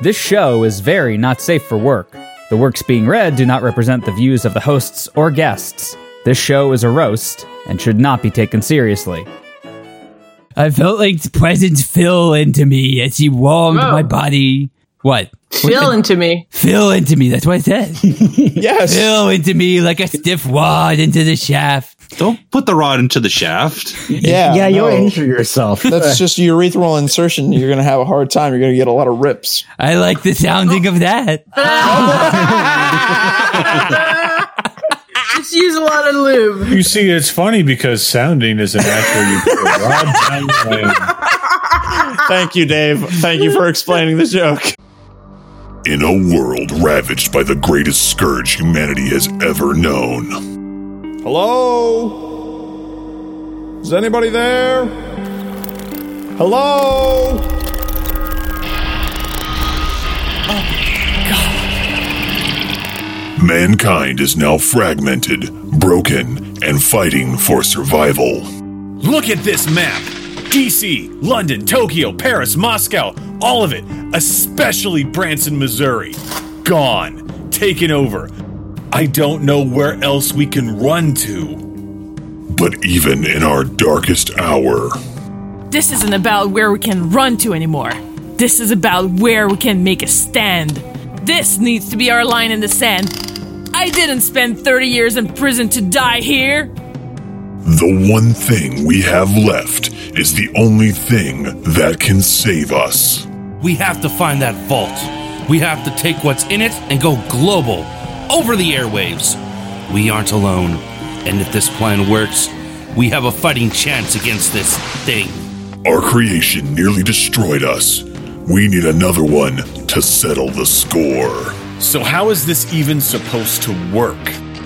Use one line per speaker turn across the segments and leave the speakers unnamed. This show is very not safe for work. The works being read do not represent the views of the hosts or guests. This show is a roast and should not be taken seriously.
I felt like the presence fill into me as he warmed
Whoa.
my body. What?
Chill into me.
Fill into me. That's what I said.
Yes.
fill into me like a stiff wad into the shaft.
Don't put the rod into the shaft.
Yeah.
yeah, you'll
no.
injure yourself.
That's just urethral insertion. You're gonna have a hard time. You're gonna get a lot of rips.
I like the sounding of that.
Just use a lot of lube.
You see, it's funny because sounding is a natural. You put a rod down and-
Thank you, Dave. Thank you for explaining the joke.
In a world ravaged by the greatest scourge humanity has ever known,
Hello? Is anybody there? Hello?
mankind is now fragmented, broken, and fighting for survival.
Look at this map DC, London, Tokyo, Paris, Moscow, all of it, especially Branson, Missouri. Gone, taken over. I don't know where else we can run to.
But even in our darkest hour,
This isn't about where we can run to anymore. This is about where we can make a stand. This needs to be our line in the sand. I didn't spend 30 years in prison to die here.
the one thing we have left is the only thing that can save us.
We have to find that vault. We have to take what's in it and go global, over the airwaves. We aren't alone, and if this plan works, we have a fighting chance against this thing.
Our creation nearly destroyed us. We need another one to settle the score.
So, how is this even supposed to work?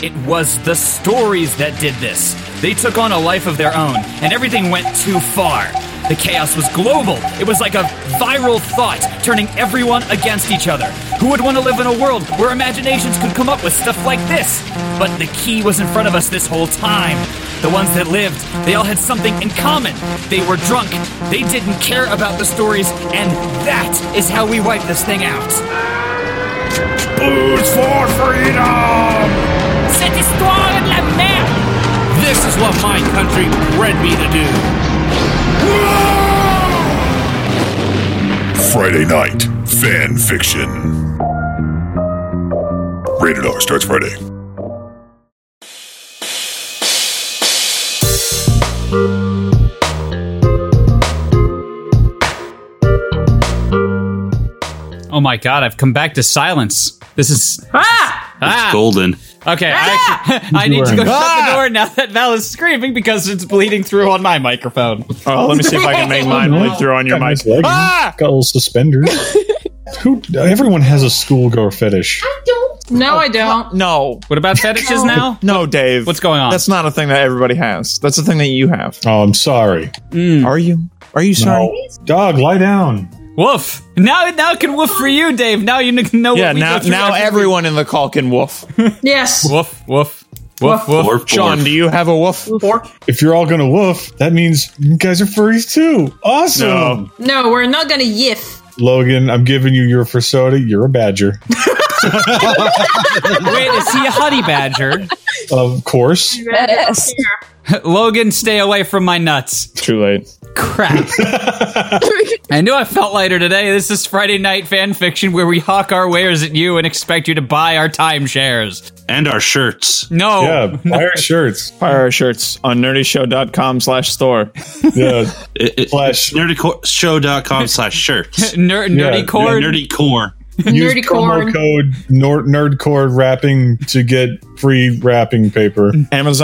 It was the stories that did this. They took on a life of their own, and everything went too far. The chaos was global. It was like a viral thought, turning everyone against each other. Who would want to live in a world where imaginations could come up with stuff like this? But the key was in front of us this whole time. The ones that lived, they all had something in common. They were drunk. They didn't care about the stories, and that is how we wipe this thing out.
Boots for freedom!
Cette histoire est de la merde!
This is what my country bred me to do.
Friday Night Fan Fiction. Rated R starts Friday.
Oh my god, I've come back to silence. This is
Ah!
ah.
Golden.
Okay, I, actually- I need to go shut the door now that Val is screaming because it's bleeding through on my microphone.
Oh, let me see if I can make mine bleed through on your mic.
Nice leg.
Ah!
Got little suspenders. Who? Everyone has a schoolgirl fetish.
No, I don't.
No,
What about fetishes now?
no, Dave.
What's going on?
That's not a thing that everybody has. That's a thing that you have.
Oh, I'm sorry.
Are you? Are you sorry?
No. Dog, lie down.
Woof. Now, now it can woof for you, Dave. Now you kn- know.
Yeah.
what we
Now,
go through
now
every
everyone in the call can woof.
Yes.
week. Woof, woof, woof, woof.
Or
Sean, do you have a woof?
If you're all gonna woof, that means you guys are furries too. Awesome.
No.
No, we're not gonna yiff.
Logan, I'm giving you your frisota. You're a badger,
Wait, is he a honey badger?
of course.
Yes.
Logan, stay away from my nuts.
Too late.
Crap. I knew I felt lighter today. This is Friday night fan fiction where we hawk our wares at you and expect you to buy our timeshares.
And our shirts.
No.
Yeah, buy our shirts.
Fire our shirts on nerdyshow.com slash store.
Yeah,
It- it-
Flash.
Nerdyshow.com slash shirts.
Ner- nerdy
yeah,
cord.
Nerdy core.
use
Nerdy
promo
corn.
code nor- nerdcore wrapping to get free wrapping paper.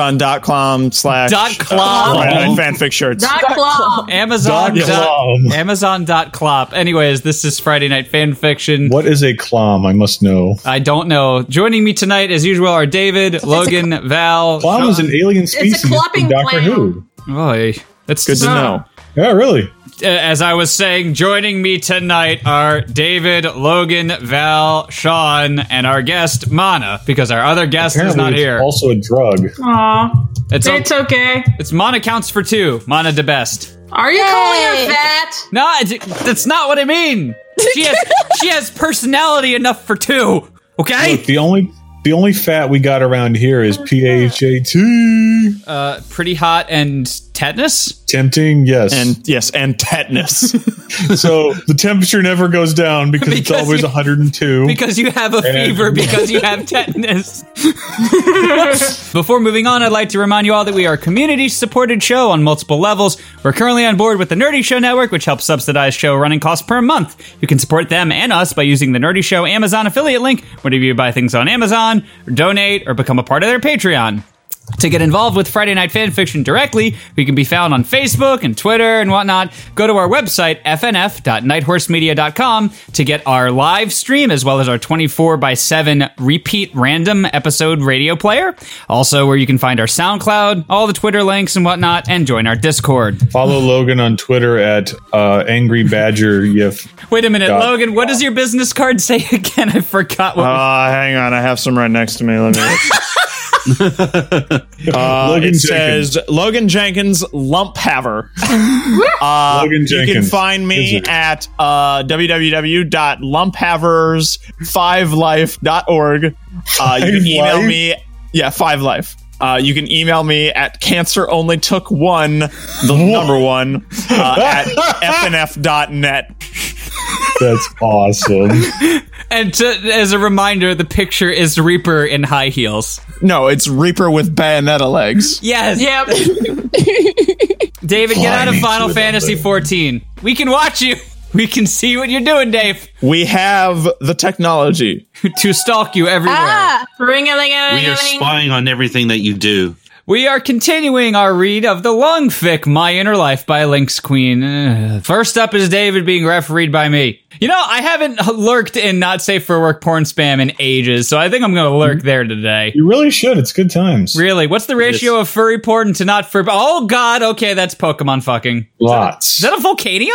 Amazon.com slash
Dot clom.
Friday Night fanfic shirts.
Dot claw.
Amazon
Dot
dot,
clom.
Amazon dot clop. Anyways, this is Friday Night Fan Fiction.
What is a clom? I must know.
I don't know. Joining me tonight, as usual, are David, Logan, Val.
Clom is an alien
a
species
clopping
from Doctor
clam.
Who.
Oy. Oh, That's
Good to know.
Yeah, really.
uh, As I was saying, joining me tonight are David, Logan, Val, Sean, and our guest Mana, because our other guest is not
it's
here.
Also a drug.
Aw.
it's
It's
it's,
okay.
it's Mana counts for two. Mana the best.
Are you calling her fat?
No, it's, that's not what I mean. She has she has personality enough for two. Okay.
Look, the only the only fat we got around here is PHAT.
Uh, pretty hot and tetanus.
Tempting, yes. And
yes, and tetanus.
so the temperature never goes down because, it's
Because
always
you-
102.
Because you have a
And-
fever because you have tetanus. Before moving on, I'd like to remind you all that we are a community supported show on multiple levels. We're currently on board with the Nerdy Show Network, which helps subsidize show running costs per month. You can support them and us by using the Nerdy Show Amazon affiliate link whenever you buy things on Amazon, or donate, or become a part of their Patreon. To get involved with Friday Night Fan Fiction directly, we can be found on Facebook and Twitter and whatnot. Go to our website, fnf.nighthorsemedia.com, to get our live stream as well as our 24 by 7 repeat random episode radio player. Also, where you can find our SoundCloud, all the Twitter links and whatnot, and join our Discord.
Follow Logan on Twitter at uh, Angry Badger. Yif.
Wait a minute,
God.
Logan, what does your business card say again? I forgot what.
Uh, hang on, I have some right next to me. Let me. uh,
Logan
it
Jenkins.
says Logan Jenkins Lump Haver. uh,
Logan
You can
Jenkins.
find me
Is it?
at uh, www.lumphavers5life.org. Uh, you
Five
can email
Life?
me. Yeah, Five Life. Uh, you can email me at cancer only took one, the number one, uh, at fnf.net.
That's awesome.
And to, as a reminder, the picture is Reaper in high heels.
No, it's Reaper with Bayonetta legs.
Yes.
Yep.
Oh,
David, get out of
Fly me
Final
to
Fantasy 14. We can watch you. We can see what you're doing, Dave.
We have the technology.
to stalk you everywhere.
Ah, ring a ling a
We are spying on everything that you do.
We are continuing our read of the long fic My Inner Life by Lynx Queen. Ugh. First up is David being refereed by me. You know, I haven't lurked in not safe for work porn spam in ages, so I think I'm going to
Mm-hmm.
lurk there today.
You really should. It's good times.
Really, what's the ratio of furry porn to not furry? Oh God, okay, that's Pokemon fucking.
Lots.
Is that a Volcanion?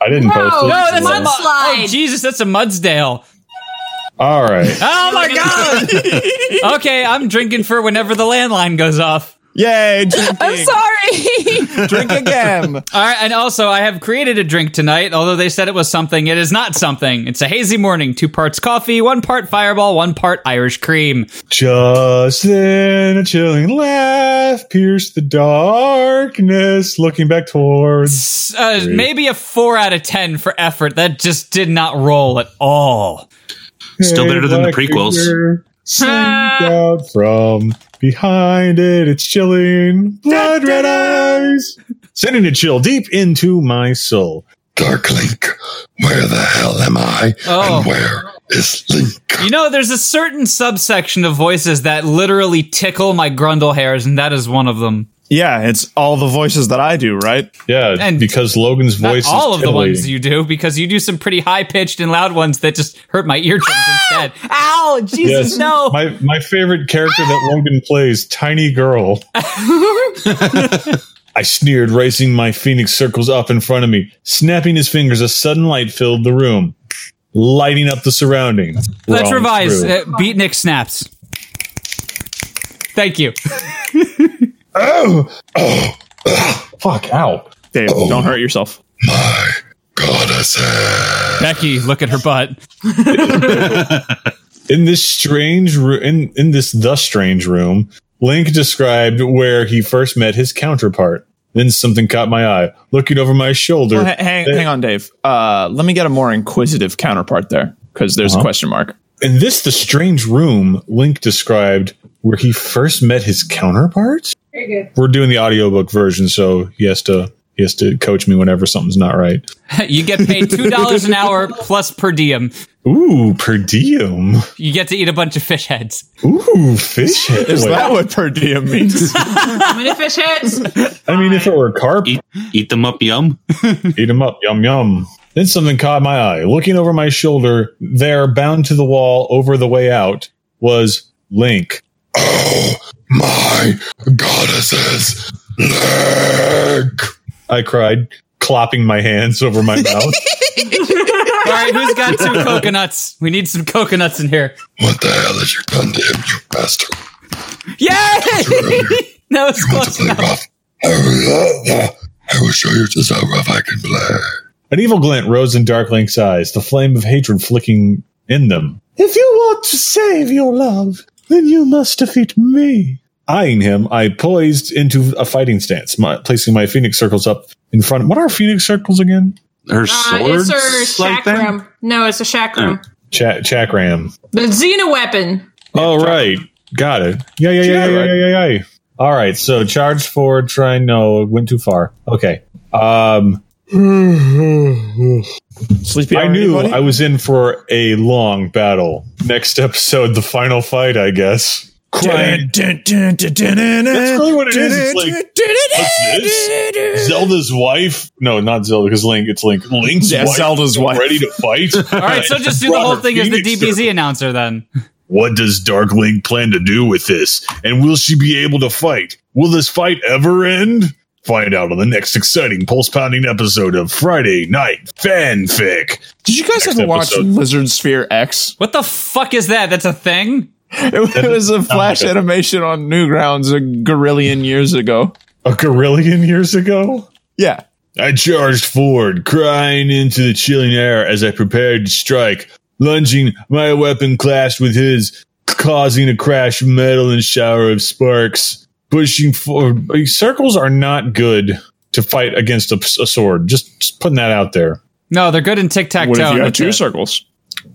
I didn't post it.
No,
that's
a
mu- Oh
mudslide.
Jesus, that's a Mudsdale.
All right.
Oh my god! okay, I'm drinking for whenever the landline goes off.
Yay! Drinking.
I'm sorry.
Drink again.
All right, and also I have created a drink tonight. Although they said it was something, it is not something. It's a hazy morning, two parts coffee, one part Fireball, one part Irish cream.
Just then, a chilling laugh pierced the darkness, looking back towards.
S- Uh, maybe a four out of ten for effort. That just did not roll at all.
Still better than the
Black
prequels.
figure sneaked out from behind it, it's chilling. Blood red eyes. Sending a chill deep into my soul.
Dark Link, where the hell am I?
Oh.
And where is Link?
You know, there's a certain subsection of voices that literally tickle my grundle hairs, and that is one of them.
Yeah, it's all the voices that I do, right?
Yeah,
And
because Logan's
Not
voice
all
is
of the ones
titillating.
you do, because you do some pretty high pitched and loud ones that just hurt my eardrums
Ah!
instead. Ow! Jesus,
Yes.
no! Ah!
My my favorite character that Logan plays, Tiny Girl. I sneered, racing my phoenix circles up in front of me. Snapping his fingers, a sudden light filled the room, lighting up the surroundings.
Let's
Wrong
revise.
through.
Uh, beatnik snaps. Thank you.
Fuck out.
Dave, don't hurt yourself.
Goddess.
Becky, look at her butt.
In this strange room, in, in this the strange room, Link described where he first met his counterpart. Then something caught my eye. Looking over my shoulder,
Well, ha- hang, hang on, Dave. Uh, let me get a more inquisitive counterpart there because there's a question mark.
In this, the strange room Link described where he first met his counterpart. We're doing the audiobook version, so he has to he has to coach me whenever something's not right.
You get paid two dollars an hour plus per diem.
Ooh, per diem.
You get to eat a bunch of fish heads.
Ooh, fish head.
Is
Wait,
that what per diem means?
How many fish heads?
I mean, if it were a carp,
Eat, eat them up, yum.
eat him up, yum yum. Then something caught my eye. Looking over my shoulder, there, bound to the wall over the way out, was Link.
Oh, My goddesses. Link.
I cried, clapping my hands over my mouth.
All right, who's got two coconuts? We need some coconuts in here.
What the hell has you done to him, you bastard?
Yay! that was
Want to
close
play
enough.
rough? I will show you just how rough I can play.
An evil glint rose in Dark Link's eyes, the flame of hatred flicking in them. If you want to save your love, then you must defeat me. Eyeing him, I poised into a fighting stance, my, placing my phoenix circles up in front. What are phoenix circles again?
Her
Uh, it's her chakram. no, it's a chakram.
Cha- chakram.
The Xena weapon.
All right, got it. Yeah, yeah, yeah, yeah, yeah, yeah, yeah. All right, so charge forward, try no, it went too far. Okay. Um Sleepy I knew I was in for a long battle. Next episode, the final fight, I guess. Crying. That's really what it is. It's like, what's this? Zelda's wife? No, not Zelda, because Link. It's Link. Link's
Yeah,
wife.
Zelda's
is
wife.
Ready to fight?
All right, so just do the whole thing as the DBZ announcer then.
What does Dark Link plan to do with this? And will she be able to fight? Will this fight ever end? Find out on the next exciting pulse pounding episode of Friday Night Fanfic.
Did you guys
Next
ever watch
episode.
Lizard Sphere X?
What the fuck is that? That's a thing?
It was a flash animation on Newgrounds a gorillion years ago.
A gorillion years ago?
Yeah.
I charged forward, crying into the chilling air as I prepared to strike. Lunging, my weapon clashed with his, causing a crash of metal and shower of sparks.
pushing forward. like, Circles are not good to fight against a, a sword. Just, just putting that out there.
No, they're good in tic tac toe.
circles?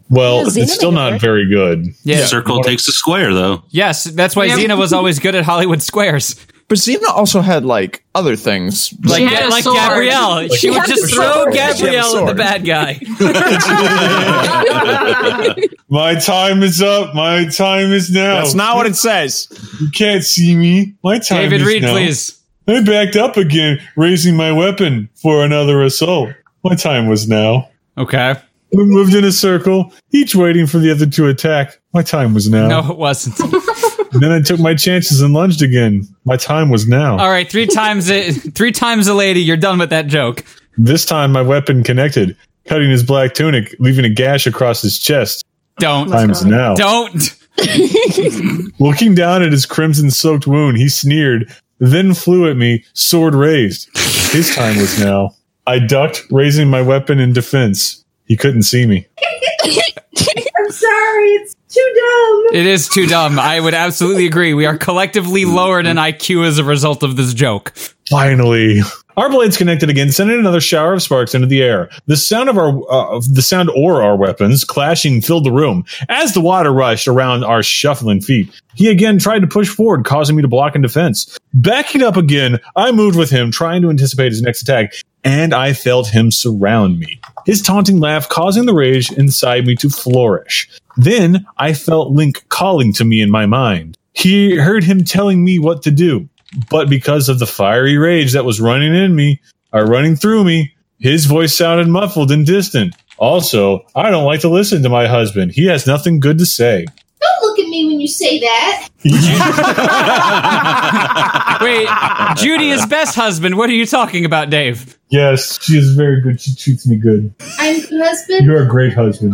Well,
Yeah,
it's still not very good.
Yeah.
Circle takes a square, though.
Yes, that's why
Yeah.
Xena was always good at Hollywood Squares.
But Xena also had like other things.
Like, like Gabrielle. she would just throw Gabrielle at the bad guy.
My time is up. My time is now.
That's not what it says.
You can't see me. My time
David
is
Reed,
now.
please.
I backed up again, raising my weapon for another assault. My time was now.
Okay.
We moved in a circle, each waiting for the other to attack. My time was now.
No, it wasn't.
Oh.
And then I took my chances and lunged again. My time was now.
All right, three times it, three times a lady. You're done with that joke.
This time, my weapon connected, cutting his black tunic, leaving a gash across his chest.
Don't.
Times now.
Don't.
Looking down at his crimson soaked wound, he sneered, then flew at me, sword raised. His time was now. I ducked, raising my weapon in defense. He couldn't see me.
I'm sorry, it's too dumb.
It is too dumb. I would absolutely agree. We are collectively lowered in IQ as a result of this joke.
Finally. Our blades connected again, sending another shower of sparks into the air. The sound of our, uh, of the sound or our weapons clashing filled the room. As the water rushed around our shuffling feet, he again tried to push forward, causing me to block in defense. Backing up again, I moved with him, trying to anticipate his next attack, and I felt him surround me. His taunting laugh causing the rage inside me to flourish. Then I felt Link calling to me in my mind. He heard him telling me what to do but because of the fiery rage that was running in me or running through me, his voice sounded muffled and distant. Also, I don't like to listen to my husband. He has nothing good to say.
Don't look at me when you say that.
Wait, Judy is best husband. What are you talking about, Dave?
Yes, she is very good. She treats me good.
I'm your husband.
You're a great husband.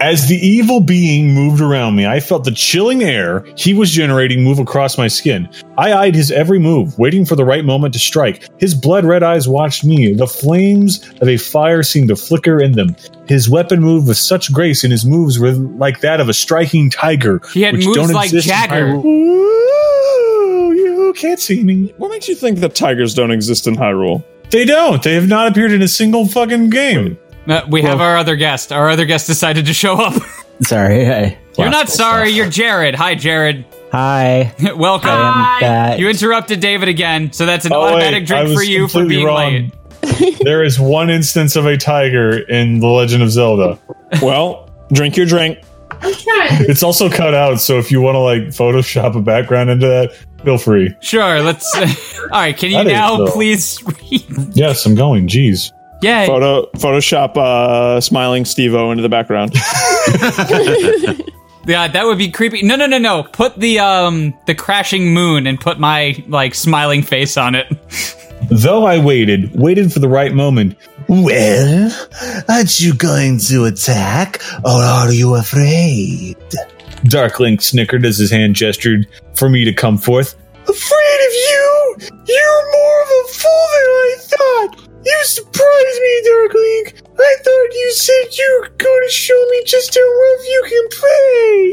As the evil being moved around me, I felt the chilling air he was generating move across my skin. I eyed his every move, waiting for the right moment to strike. His blood red eyes watched me. The flames of a fire seemed to flicker in them. His weapon moved with such grace, and his moves were like that of a striking tiger.
He had
which
moves
don't
like
exist in
Jagger.
Hyrule. Ooh, you can't see me.
What makes you think that tigers don't exist in Hyrule?
They don't. They have not appeared in a single fucking game.
Uh, we have our other guest. Our other guest decided to show up.
Sorry. I
You're
lost
not sorry. You're Jared. Hi, Jared.
it. Hi.
Welcome.
I am back.
You interrupted David again, so that's an
Oh, wait,
automatic
I
drink for
was
you for
completely
being
wrong.
late.
there is one instance of a tiger in The Legend of Zelda.
Well, drink your drink.
I'm trying.
It's also cut out, so if you want to like Photoshop a background into that, feel free.
Sure. Let's. all right. Can you
That is
now
though.
please?
Yes, I'm going. Jeez.
Yeah.
Photo Photoshop uh, smiling Steve O into the background.
Yeah, that would be creepy. No, no, no, no. Put the um the crashing moon and put my like smiling face on it.
Though I waited, waited for the right moment.
Well, aren't you going to attack, or are you afraid?
Dark Link snickered as his hand gestured for me to come forth.
Afraid of you? You're more of a fool than I
God! You surprised me, Darkling! I thought you said you were going to show me just how rough you can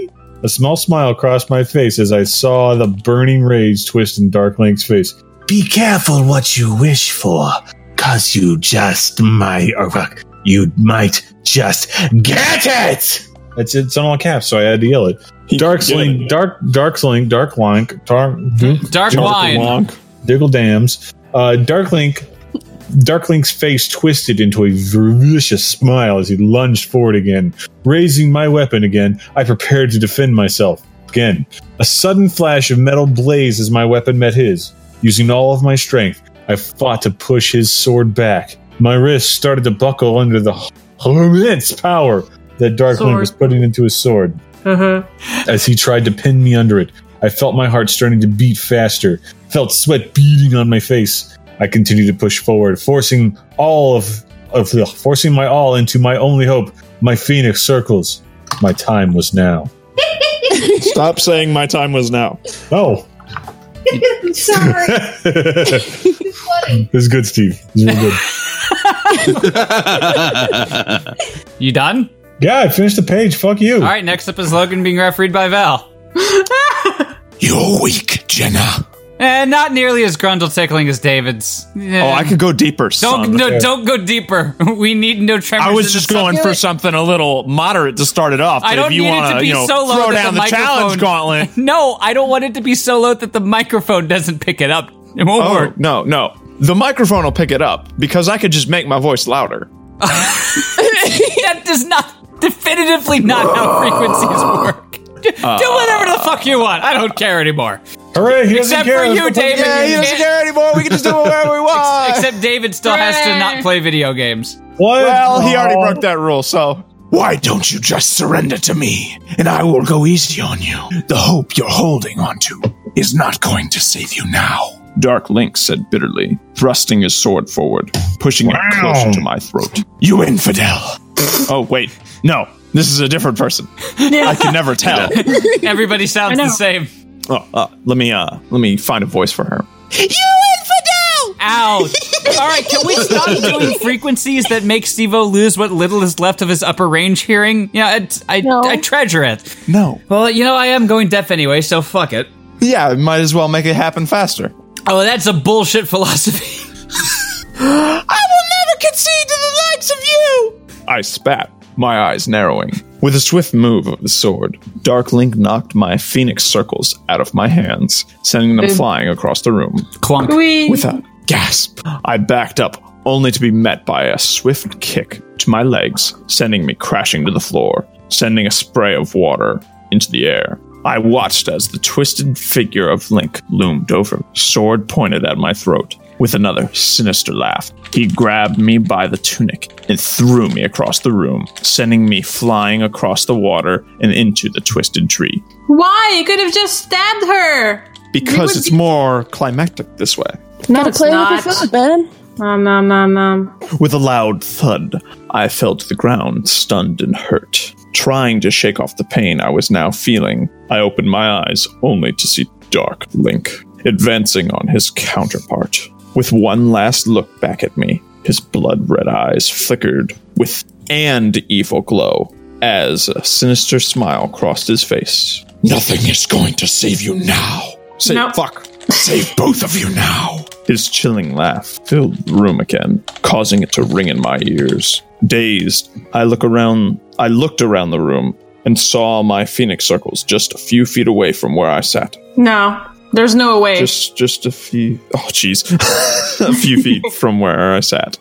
play!
A small smile crossed my face as I saw the burning rage twist in Darkling's face.
Be careful what you wish for, cause you just might, or uh, you might just get it.
It's it's in all caps, so I had to yell it. Darksling, dark, darksling, dark link, dark,
Dark Line.
Diggle dams. Uh, Darklink, Darklink's face twisted into a vicious smile as he lunged forward again, raising my weapon again. I prepared to defend myself again. A sudden flash of metal blazed as my weapon met his. Using all of my strength, I fought to push his sword back. My wrist started to buckle under the h- immense power that Darkling
Sword.
was putting into his sword.
Uh-huh.
Mm-hmm.
As he tried to pin me under it, I felt my heart starting to beat faster, felt sweat beading on my face. I continued to push forward, forcing all of, of ugh, forcing my all into my only hope, my phoenix circles. My time was now.
Stop saying my time was now.
Oh.
I'm sorry.
it was good, Steve. It was real good.
you done?
Yeah, I finished the page. Fuck you.
All right, next up is Logan being refereed by Val.
You're weak, Jenna.
And Eh, not nearly as grundle tickling as David's. Eh.
Oh, I could go deeper.
Don't
son.
no, don't go deeper. We need no tremors.
I was
in
just
the
going for
subject.
something a little moderate to start it off.
I
but
don't
if you
need
wanna,
it to be
you know,
so low
throw
that
down
the,
the, challenge
microphone-
gauntlet.
No, I don't want it to be so low that the microphone doesn't pick it up. It won't
Oh,
work.
No, no. The microphone will pick it up because I could just make my voice louder.
that does not definitively not how frequencies work. Do whatever the fuck you want. I don't care anymore.
Hooray!
he doesn't
Except
care.
for you,
That's the point.
David.
Yeah, he
you
doesn't
can't-
care anymore. We can just do whatever we want.
Ex- Except David still has to not play video games.
What?
Well, he already broke that rule, so.
Why don't you just surrender to me, and I will go easy on you? The hope you're holding onto is not going to save you now.
Dark Link said bitterly, thrusting his sword forward, pushing it closer to my throat.
You infidel!
oh, wait. No, this is a different person. I can never tell.
Everybody sounds the same.
Oh, uh, let me uh, let me find a voice for her.
You infidel! Ow! All right, can we stop doing frequencies that make Stevo lose what little is left of his upper range hearing? Yeah, it, I, I treasure it.
No.
Well, you know, I am going deaf anyway, so fuck it.
Yeah, might as well make it happen faster.
Oh, that's a bullshit philosophy.
I will never concede to the likes of you.
I spat, my eyes narrowing. With a swift move of the sword, Dark Link knocked my phoenix circles out of my hands, sending them
Boom.
flying across the room.
Clunk.
Whee!
With a gasp, I backed up, only to be met by a swift kick to my legs, sending me crashing to the floor, sending a spray of water into the air. I watched as the twisted figure of Link loomed over, sword pointed at my throat. With another sinister laugh, he grabbed me by the tunic and threw me across the room, sending me flying across the water and into the twisted tree.
Why? You could have just stabbed her.
Because it's more climactic this way.
Not play with your food, man. Nom nom nom nom.
With a loud thud, I fell to the ground, stunned and hurt. Trying to shake off the pain I was now feeling, I opened my eyes only to see Dark Link advancing on his counterpart. With one last look back at me, his blood red eyes flickered with an evil glow as a sinister smile crossed his face.
Nothing is going to save you now.
Say, fuck.
Save both of you now.
His chilling laugh filled the room again, causing it to ring in my ears. Dazed, I look around I looked around the room and saw my phoenix circles just a few feet away from where I sat.
No, there's no way.
Just just a few oh jeez. a few feet from where I sat.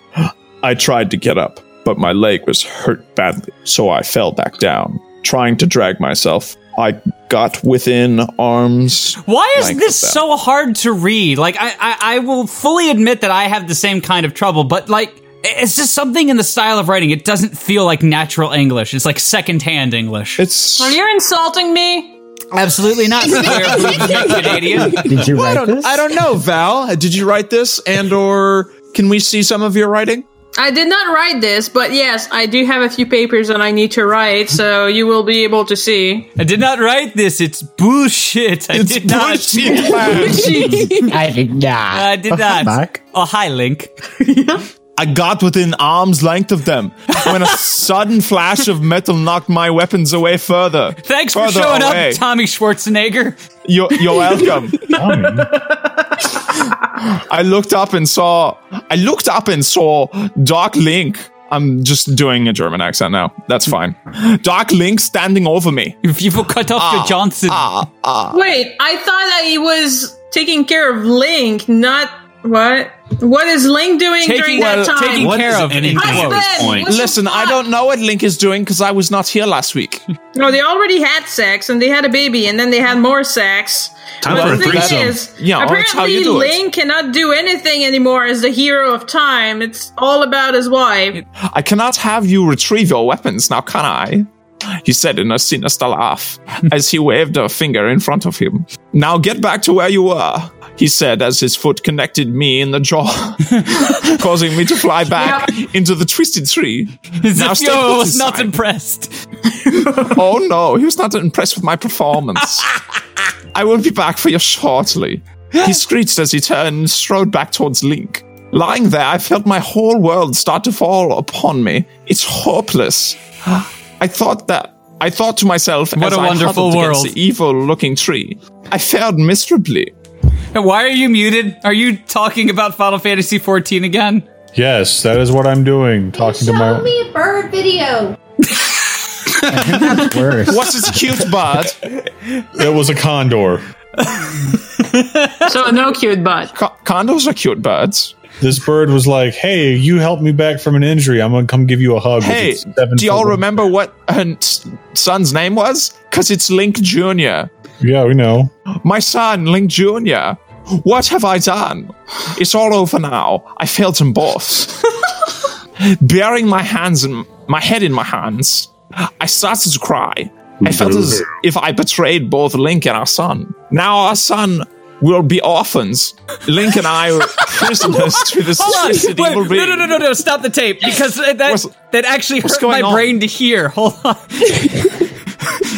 I tried to get up, but my leg was hurt badly, so I fell back down. Trying to drag myself, I got within arms.
Why is
length
this
of them.
so hard to read? Like, I, I, I will fully admit that I have the same kind of trouble, but like, it's just something in the style of writing. It doesn't feel like natural English. It's like secondhand English.
It's
Are you insulting me?
absolutely not. Square blue and Canadian.
Did you
Well, I
write
don't,
this?
I don't know, Val. Did you write this, and or can we see some of your writing?
I did not write this, but yes, I do have a few papers that I need to write, so you will be able to see.
I did not write this. It's bullshit. I did not.
I did not.
I did not. Oh, hi, Link.
I got within arm's length of them when a sudden flash of metal knocked my weapons away further.
Thanks for
further
showing
away.
up, Tommy Schwarzenegger.
You're, you're welcome. I looked up and saw. I looked up and saw Dark Link. I'm just doing a German accent now. That's fine. Dark Link standing over me.
You've cut off
ah,
your Johnson.
Ah, ah.
Wait, I thought that he was taking care of Link, not what? What is Link doing during that time? Husband, what
Listen, I don't know what Link is doing because I was not here last week.
the- no, they already had sex and they had a baby and then they had more sex.
Time
but
for a
the thing
threesome.
is,
Yeah, well, that's how you
apparently
do it.
Link cannot do anything anymore as the hero of time. It's all about his wife.
I cannot have you retrieve your weapons now, can I? He said in a sinister laugh as he waved a finger in front of him. Now get back to where you were, he said as his foot connected me in the jaw, causing me to fly back into the twisted tree. stay
Zephyr
put
was not
inside.
impressed.
oh no, he was not impressed with my performance. I will be back for you shortly. He screeched as he turned and strode back towards Link. Lying there, I felt my whole world start to fall upon me. It's hopeless. I thought that. I thought to myself,
What
as
a
I
wonderful
huddled
world.
against the evil-looking tree, I failed miserably.
And Why are you muted? Are you talking about Final Fantasy XIV again?
Yes, that is what I'm doing. Talking to
Show
my.
me a bird video.
What's this cute bud?
It was a condor.
so no cute bud.
condors are cute birds.
This bird was like, "Hey, you helped me back from an injury. I'm gonna come give you a hug."
Hey, do y'all remember what her s- son's name was? Because it's Link Jr.
Yeah, we know.
My son, Link Jr. What have I done? It's all over now. I failed them both. Bearing my hands and my head in my hands, I started to cry. I felt as if I betrayed both Link and our son. Now our son will be orphans. Link and I are prisoners to this
Hold
twisted
on.
evil
Wait, no,
being.
no, no, no, no! Stop the tape because that that actually
what's
hurt my
going on?
brain to hear. Hold on.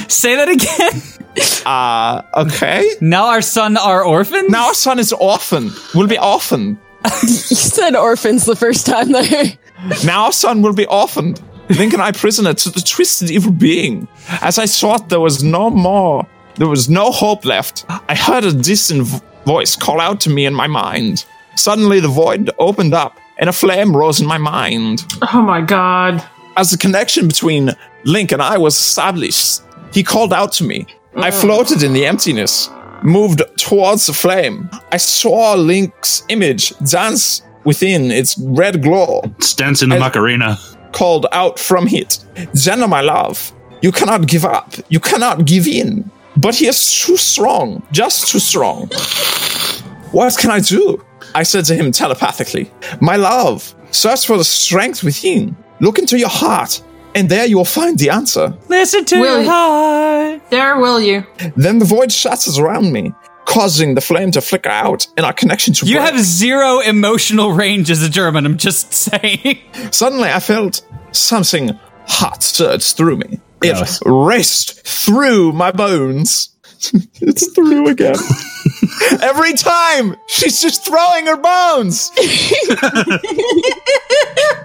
Say that again.
Uh, okay.
Now our son are orphans?
Now our son is orphan. Will be orphan.
you said orphans the first time there.
now our son will be orphaned. Link and I prisoner to the twisted evil being. As I thought there was no more, there was no hope left, I heard a distant vo- voice call out to me in my mind. Suddenly the void opened up and a flame rose in my mind.
Oh my god.
As the connection between Link and I was established, he called out to me. I floated in the emptiness, moved towards the flame. I saw Link's image dance within its red glow
Stance in the Macarena.
called out from it. Jenna, my love, you cannot give up. You cannot give in. But he is too strong, just too strong. What can I do? I said to him telepathically, My love, search for the strength within. Look into your heart, and there you will find the answer.
Listen to
Will-
your heart.
There will you.
Then the void shatters around me, causing the flame to flicker out and our connection to
You
break.
have zero emotional range as a German. I'm just saying.
Suddenly, I felt something hot surge through me. It raced through my bones. it's through again. Every time she's just throwing her bones.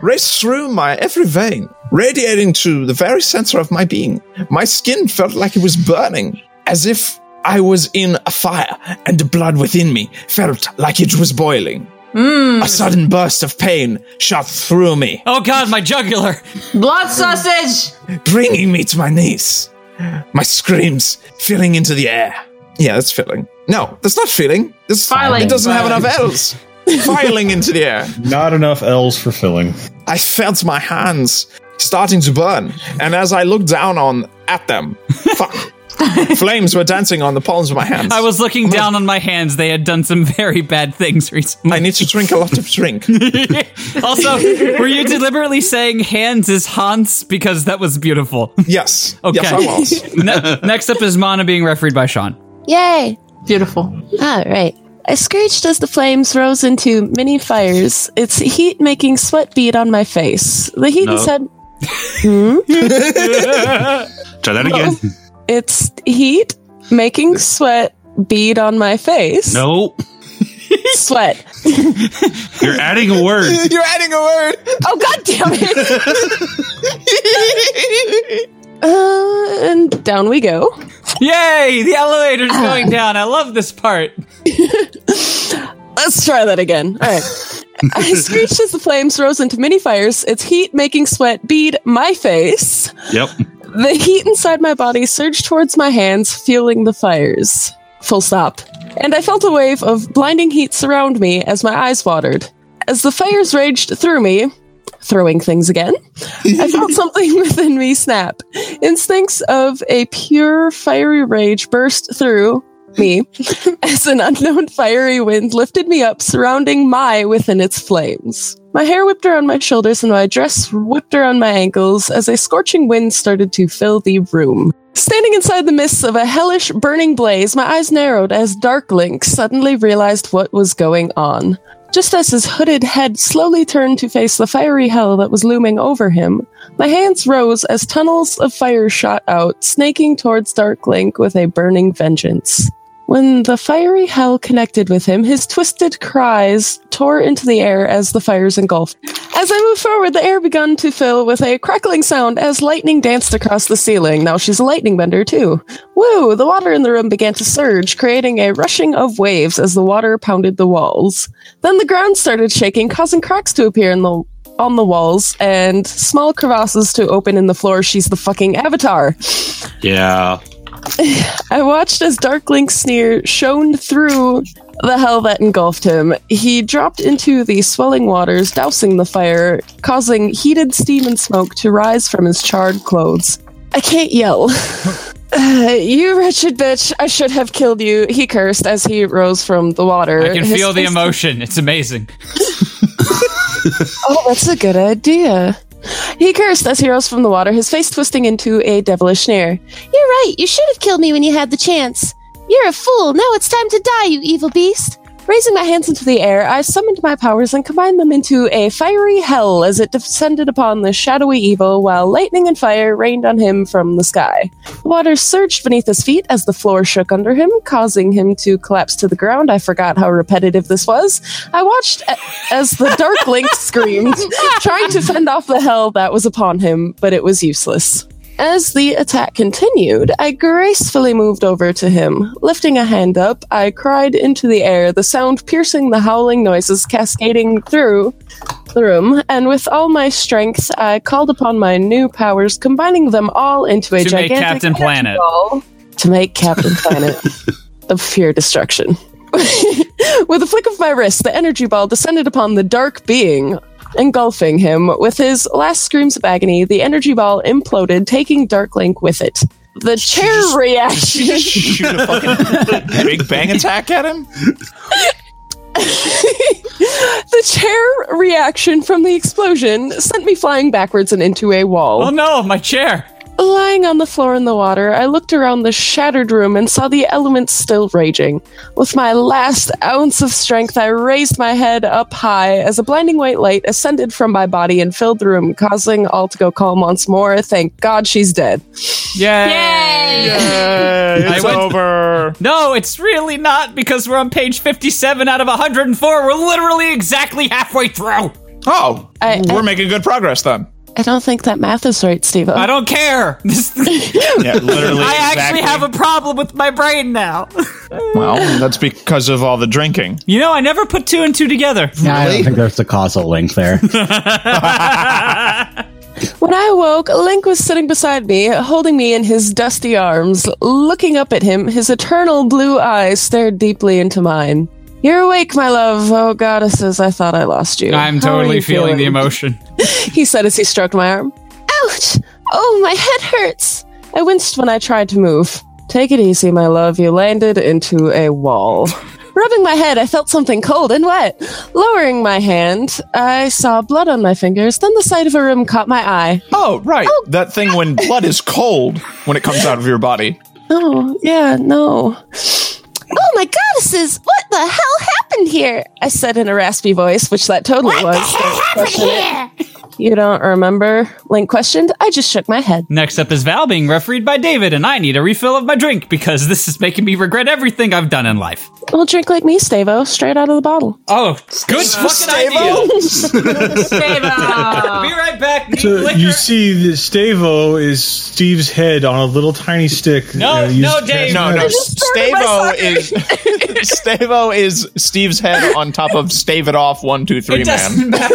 raced through my every vein, radiating to the very center of my being. My skin felt like it was burning, as if I was in a fire, and the blood within me felt like it was boiling. A sudden burst of pain shot through me,
Oh god, my jugular.
Blood sausage.
bringing me to my knees. My screams filling into the air. Yeah, that's filling. No, that's not filling. It's
Filing.
It doesn't have enough
Filing.
L's. filing into the air.
Not enough L's for filling.
I felt my hands starting to burn, and as I looked down on at them, fuck, flames were dancing on the palms of my hands.
I was looking down on my hands. They had done some very bad things recently.
I need to drink a lot of drink.
also, were you deliberately saying hands is Hans because that was beautiful?
Yes.
Okay.
Yes, I was.
Ne- next up is Mana being refereed by Sean.
Yay!
Beautiful.
All right. I screeched as the flames rose into many fires, its heat making sweat bead on my face. The heat
No.
inside. Hmm?
Try that again.
its heat making sweat bead on my face.
No,
Sweat.
you're adding a word.
You're adding a word. Oh god damn it. uh, and down we go.
Yay! The elevator's going
Ah.
down. I love this part.
Let's try that again. All right. I screeched as the flames rose into many fires, its heat making sweat bead my face.
Yep.
The heat inside my body surged towards my hands, fueling the fires. Full stop. And I felt a wave of blinding heat surround me as my eyes watered. As the fires raged through me, throwing things again, I felt something within me snap. Instincts of a pure fiery rage burst through me as an unknown fiery wind lifted me up, surrounding my within its flames. My hair whipped around my shoulders and my dress whipped around my ankles as a scorching wind started to fill the room. Standing inside the mists of a hellish burning blaze, my eyes narrowed as Darklink suddenly realized what was going on. Just as his hooded head slowly turned to face the fiery hell that was looming over him, my hands rose as tunnels of fire shot out, snaking towards Darklink with a burning vengeance. When the fiery hell connected with him, his twisted cries tore into the air as the fires engulfed. As I moved forward, the air began to fill with a crackling sound as lightning danced across the ceiling. Now she's a lightning bender, too. Woo! The water in the room began to surge, creating a rushing of waves as the water pounded the walls. Then the ground started shaking, causing cracks to appear in the on the walls and small crevasses to open in the floor. She's the fucking avatar.
Yeah.
I watched as Darklink's sneer shone through the hell that engulfed him. He dropped into the swelling waters, dousing the fire, causing heated steam and smoke to rise from his charred clothes. I can't yell. Uh, you wretched bitch, I should have killed you, he cursed as he rose from the water.
I can
Er, His
feel the
face-
emotion. It's amazing.
Oh, that's a good idea. He cursed as he rose from the water, his face twisting into a devilish sneer.
You're right. You should have killed me when you had the chance. You're a fool. Now it's time to die, you evil beast.
Raising my hands into the air, I summoned my powers and combined them into a fiery hell as it descended upon the shadowy evil while lightning and fire rained on him from the sky. The water surged beneath his feet as the floor shook under him, causing him to collapse to the ground. I forgot how repetitive this was. I watched a- as the dark link screamed, trying to fend off the hell that was upon him, but it was useless. As the attack continued, I gracefully moved over to him. Lifting a hand up, I cried into the air, the sound piercing the howling noises cascading through the room, and with all my strength, I called upon my new powers, combining them all into a
To make
gigantic
Captain Planet.
ball to make Captain Planet of fear destruction. With a flick of my wrist, the energy ball descended upon the dark being, engulfing him. With his last screams of agony, the energy ball imploded, taking Darklink with it. The chair reaction.
Big bang attack at him?
the chair reaction from the explosion sent me flying backwards and into a wall.
Oh no, my chair!
Lying on the floor in the water, I looked around the shattered room and saw the elements still raging. With my last ounce of strength, I raised my head up high as a blinding white light ascended from my body and filled the room, causing all to go calm once more. Thank God she's dead.
Yay!
It's over.
No, it's really not because we're on page 57 out of 104. We're literally exactly halfway through.
Oh,
I-
we're making good progress then.
I don't think that math is right, Steve.
I don't care.
Yeah, literally.
I actually
exactly.
have a problem with my brain now.
Well, that's because of all the drinking.
You know, I never put two and two together.
I don't think there's a causal link there.
When I awoke, Link was sitting beside me, holding me in his dusty arms. Looking up at him, his eternal blue eyes stared deeply into mine. You're awake, my love. Oh, goddesses, I thought I lost you.
I'm
How are
totally
you
feeling, the emotion.
he said as he stroked my arm.
Ouch! Oh, my head hurts.
I winced when I tried to move. Take it easy, my love. You landed into a wall. Rubbing my head, I felt something cold and wet. Lowering my hand, I saw blood on my fingers. Then the sight of a room caught my eye.
Oh, right. That thing when blood is cold when it comes out of your body.
Oh, yeah, no.
Oh my goddesses!
What the hell happened here? I said in a raspy voice, which that totally was. Don't question it. You don't remember? Link questioned. I just shook my head.
Next up is Val being refereed by David, and I need a refill of my drink because this is making me regret everything I've done in life.
Well, drink like me, Stavo, straight out of the bottle.
Oh, good fucking idea. Be right back. Need
So
liquor.
you see, the Stavo is Steve's head on a little tiny stick.
No,
you know,
no,
used- Yeah.
Dave.
No, no. Stavo is Stavo is Steve's head on top of stave it off one two three
It doesn't
man.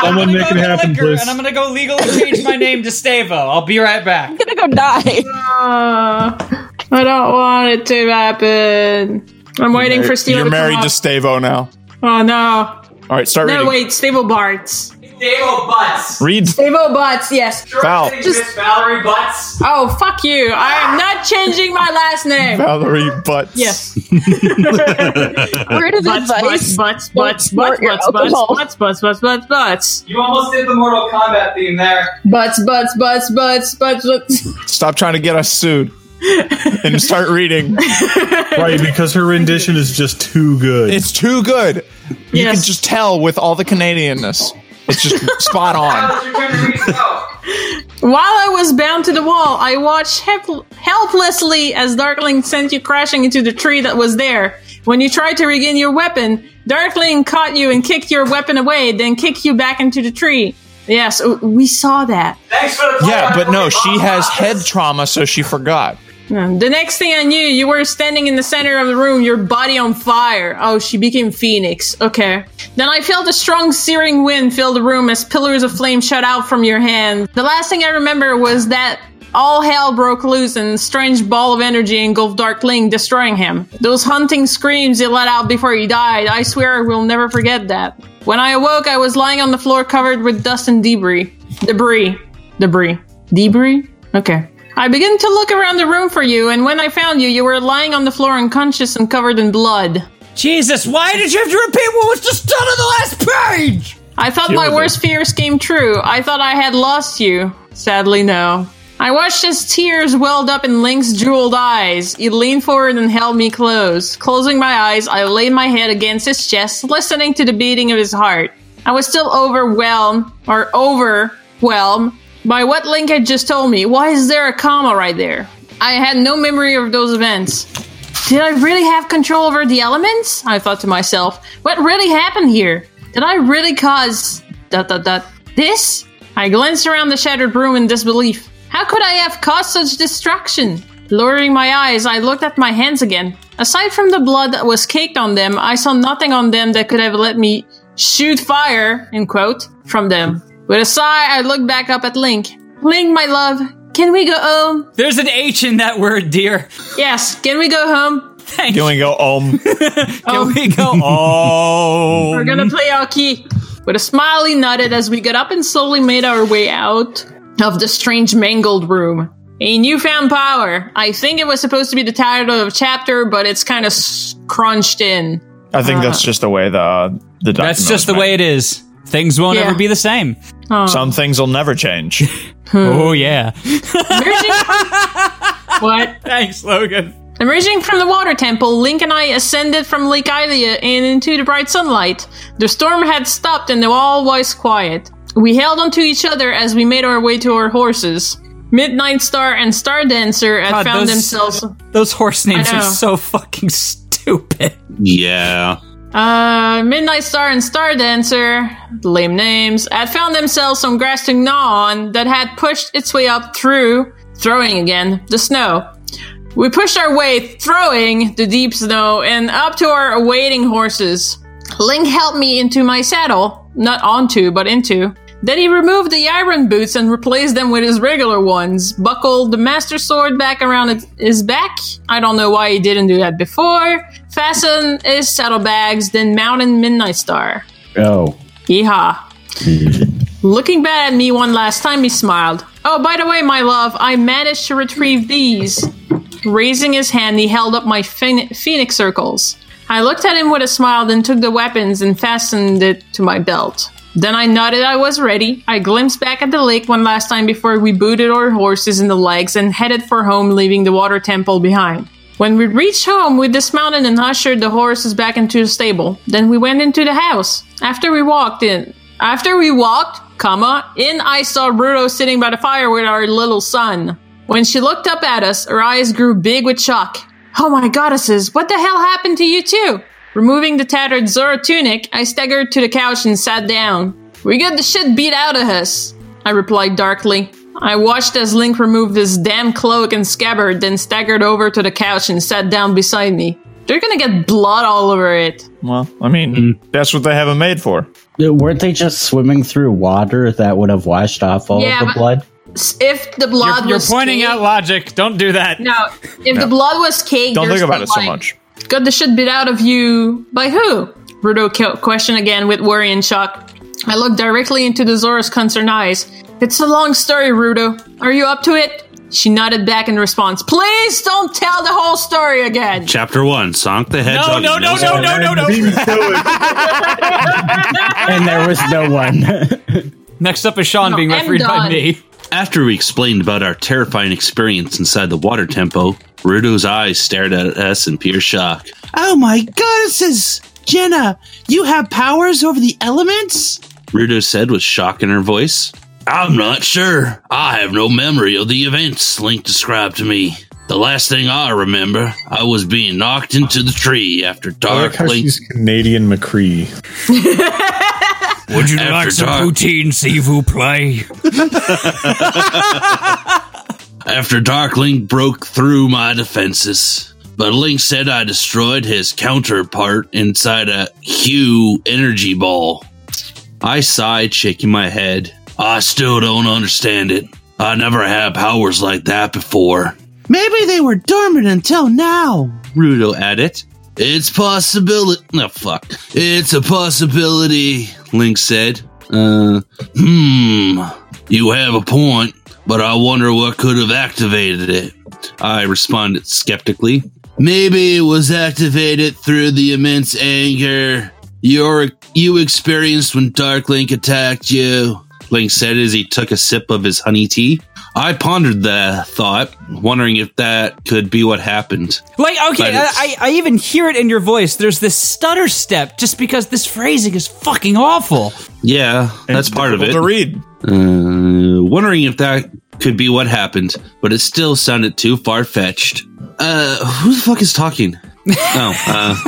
Someone make it happen,
liquor,
please.
and I'm gonna go legally change my name to Stavo. I'll be right back.
I'm gonna go die.
Uh, I don't want it to happen. I'm waiting for Steve.
You're
to
married
come
to
up.
Stavo now.
Oh no!
All right, start
no,
reading.
wait, Stable Barts.
Stable Butts.
Read.
Stable Butts. Yes.
Val.
Just-
Valerie Butts.
oh fuck you! I am not changing my last name.
Valerie Butts.
Yes.
Word of
Butts,
advice. Don't
Butts, butts, butts,
snort your
butts, butts,
alcohol.
butts, butts, butts, butts, butts.
You almost did the Mortal Kombat theme there.
Butts, butts, butts, butts, butts, butts.
Stop trying to get us sued. and start reading.
Right, because her rendition is just too good.
It's too good. You can just tell with all the Canadianness. It's just spot on.
While I was bound to the wall, I watched hep- helplessly as Darkling sent you crashing into the tree that was there. When you tried to regain your weapon, Darkling caught you and kicked your weapon away, then kicked you back into the tree. Yes, w- we saw that.
Thanks for
Yeah, but no, she has head trauma, so she forgot.
Mm, The next thing I knew, you were standing in the center of the room, your body on fire. Oh, she became Phoenix. Okay. Then I felt a strong, searing wind fill the room as pillars of flame shot out from your hand. The last thing I remember was that all hell broke loose and a strange ball of energy engulfed Darkling, destroying him. Those hunting screams he let out before he died, I swear I will never forget that. When I awoke, I was lying on the floor covered with dust and debris. Debris. Debris. Debris? Okay. I began to look around the room for you, and when I found you, you were lying on the floor unconscious and covered in blood.
Jesus, why did you have to repeat what was just done on the last page?
I thought
Deal
my
with
worst fears came true. I thought I had lost you. Sadly, no. I watched as tears welled up in Link's jeweled eyes. He leaned forward and held me close. Closing my eyes, I laid my head against his chest, listening to the beating of his heart. I was still overwhelmed, or overwhelmed, by what Link had just told me. Why is there a comma right there? I had no memory of those events. Did I really have control over the elements? I thought to myself. What really happened here? Did I really cause dot dot dot this? I glanced around the shattered room in disbelief. How could I have caused such destruction? Lowering my eyes, I looked at my hands again. Aside from the blood that was caked on them, I saw nothing on them that could have let me shoot fire, in quote, from them. With a sigh, I looked back up at Link. Link, my love, can we go home?
There's an H in that word, dear.
Yes, can we go home?
Thank
Can we go um?
Can we go? Oh,
We're gonna play our key. With a smile, he nodded as we got up and slowly made our way out of the strange mangled room. A newfound power. I think it was supposed to be the title of a chapter, but it's kind of s- crunched in. Uh,
I think that's just the way the the
That's just the way it is. Things won't
Yeah.
ever be the same.
Oh.
Some things will never change.
hmm.
oh yeah.
what?
Thanks, Logan.
Emerging from the water temple, Link and I ascended from Lake Ilia and into the bright sunlight. The storm had stopped and all was quiet. We held onto each other as we made our way to our horses. Midnight Star and Star Dancer had
God,
found
those-
themselves.
Those horse names
I
are
know.
so fucking stupid.
Yeah.
Uh, Midnight Star and Star Dancer, lame names, had found themselves some grass to gnaw on that had pushed its way up through, throwing again, the snow. We pushed our way throwing the deep snow and up to our awaiting horses. Link helped me into my saddle, not onto, but into. Then he removed the iron boots and replaced them with his regular ones, buckled the master sword back around it- his back. I don't know why he didn't do that before. Fastened his saddlebags, then mounted Midnight Star.
Oh.
Yeehaw. Looking back at me one last time, he smiled. Oh, by the way, my love, I managed to retrieve these. Raising his hand, he held up my phoen- phoenix circles. I looked at him with a smile, then took the weapons and fastened it to my belt. Then I nodded I was ready. I glimpsed back at the lake one last time before we booted our horses in the legs and headed for home, leaving the water temple behind. When we reached home, we dismounted and ushered the horses back into the stable. Then we went into the house. After we walked in, after we walked, comma, in I saw Bruno sitting by the fire with our little son. When she looked up at us, her eyes grew big with shock. Oh my goddesses, what the hell happened to you two? Removing the tattered Zora tunic, I staggered to the couch and sat down. We got the shit beat out of us, I replied darkly. I watched as Link removed his damn cloak and scabbard, then staggered over to the couch and sat down beside me. They're gonna get blood all over it.
Well, I mean,
Mm.
that's what they have them made for.
Weren't they just swimming through water that would have washed off all
Yeah,
of the
but-
blood?
S- If the blood
You're
was
pointing
cake,
out logic. Don't do that.
No, if
No.
the blood was cake,
Don't
there's
think about
no
it so
life.
much.
Got the shit beat out of you by who? Rudo ke- questioned again with worry and shock. I looked directly into the Zora's concerned eyes. It's a long story, Rudo. Are you up to it? She nodded back in response. Please don't tell the whole story again.
Chapter one: Sonic the Hedgehog.
no, no,
is
no, no, no, no.
Oh,
And there was no one.
Next up is Sean
No,
being
I'm
refereed by
done.
me.
After we explained about our terrifying experience inside the water temple, Rudo's eyes stared at us in pure shock.
Oh my goddesses! Jenna, you have powers over the elements?
Rudo said with shock in her voice. I'm not sure. I have no memory of the events Link described to me. The last thing I remember, I was being knocked into the tree after
I like
dark
how
Link.
she's Canadian McCree.
Would
you like some
poutine, see who play? After Dark Link broke through my defenses. But Link said I destroyed his counterpart inside a Hue energy ball. I sighed, shaking my head. I still don't understand it. I never had powers like that before.
Maybe they were dormant until now.
Rudo at it. It's possibility. No, fuck. It's a possibility, Link said. Uh, hmm. You have a point, but I wonder what could have activated it. I responded skeptically. Maybe it was activated through the immense anger your, you experienced when Dark Link attacked you, Link said as he took a sip of his honey tea. I pondered the thought, wondering if that could be what happened.
Like, okay,
But it's-
I, I, I even hear it in your voice. There's this stutter step just because this phrasing is fucking awful.
Yeah, that's part of it.
difficult to read.
Uh, wondering if that could be what happened, but it still sounded too far fetched. Uh, who the fuck is talking? Oh,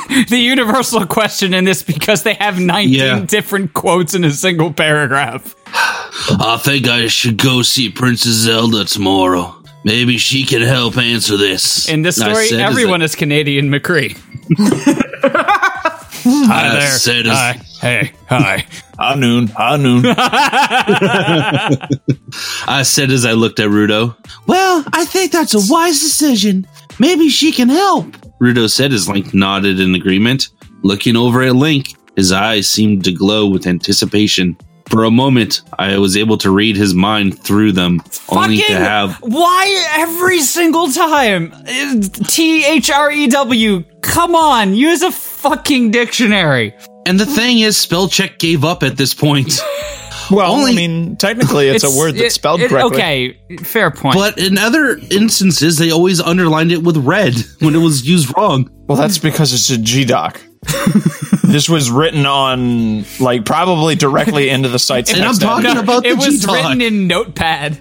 uh,
the universal question in this because they have 19 different quotes in a single paragraph.
I think I should go see Princess Zelda tomorrow. Maybe she can help answer this.
In this
I
story,
said as
everyone is Canadian McCree.
I,
Hi there.
said as-
Hi. Hey, hi.
High noon. High noon.
I said as I looked at Rudo.
Well, I think that's a wise decision. Maybe she can help.
Rudo said as Link nodded in agreement. Looking over at Link, his eyes seemed to glow with anticipation. For a moment, I was able to read his mind through them, only to
Fucking-
have
Why every single time? T H R E W. Come on, use a fucking dictionary.
And the thing is, Spellcheck gave up at this point.
Well, I mean, technically, it's, a word that's spelled correctly.
fair point.
But in other instances, they always underlined it with red when it was used wrong.
Well, that's because it's a G doc. this was written on, like, probably directly into the site's.
It-
text editor.
No, It was written in Notepad.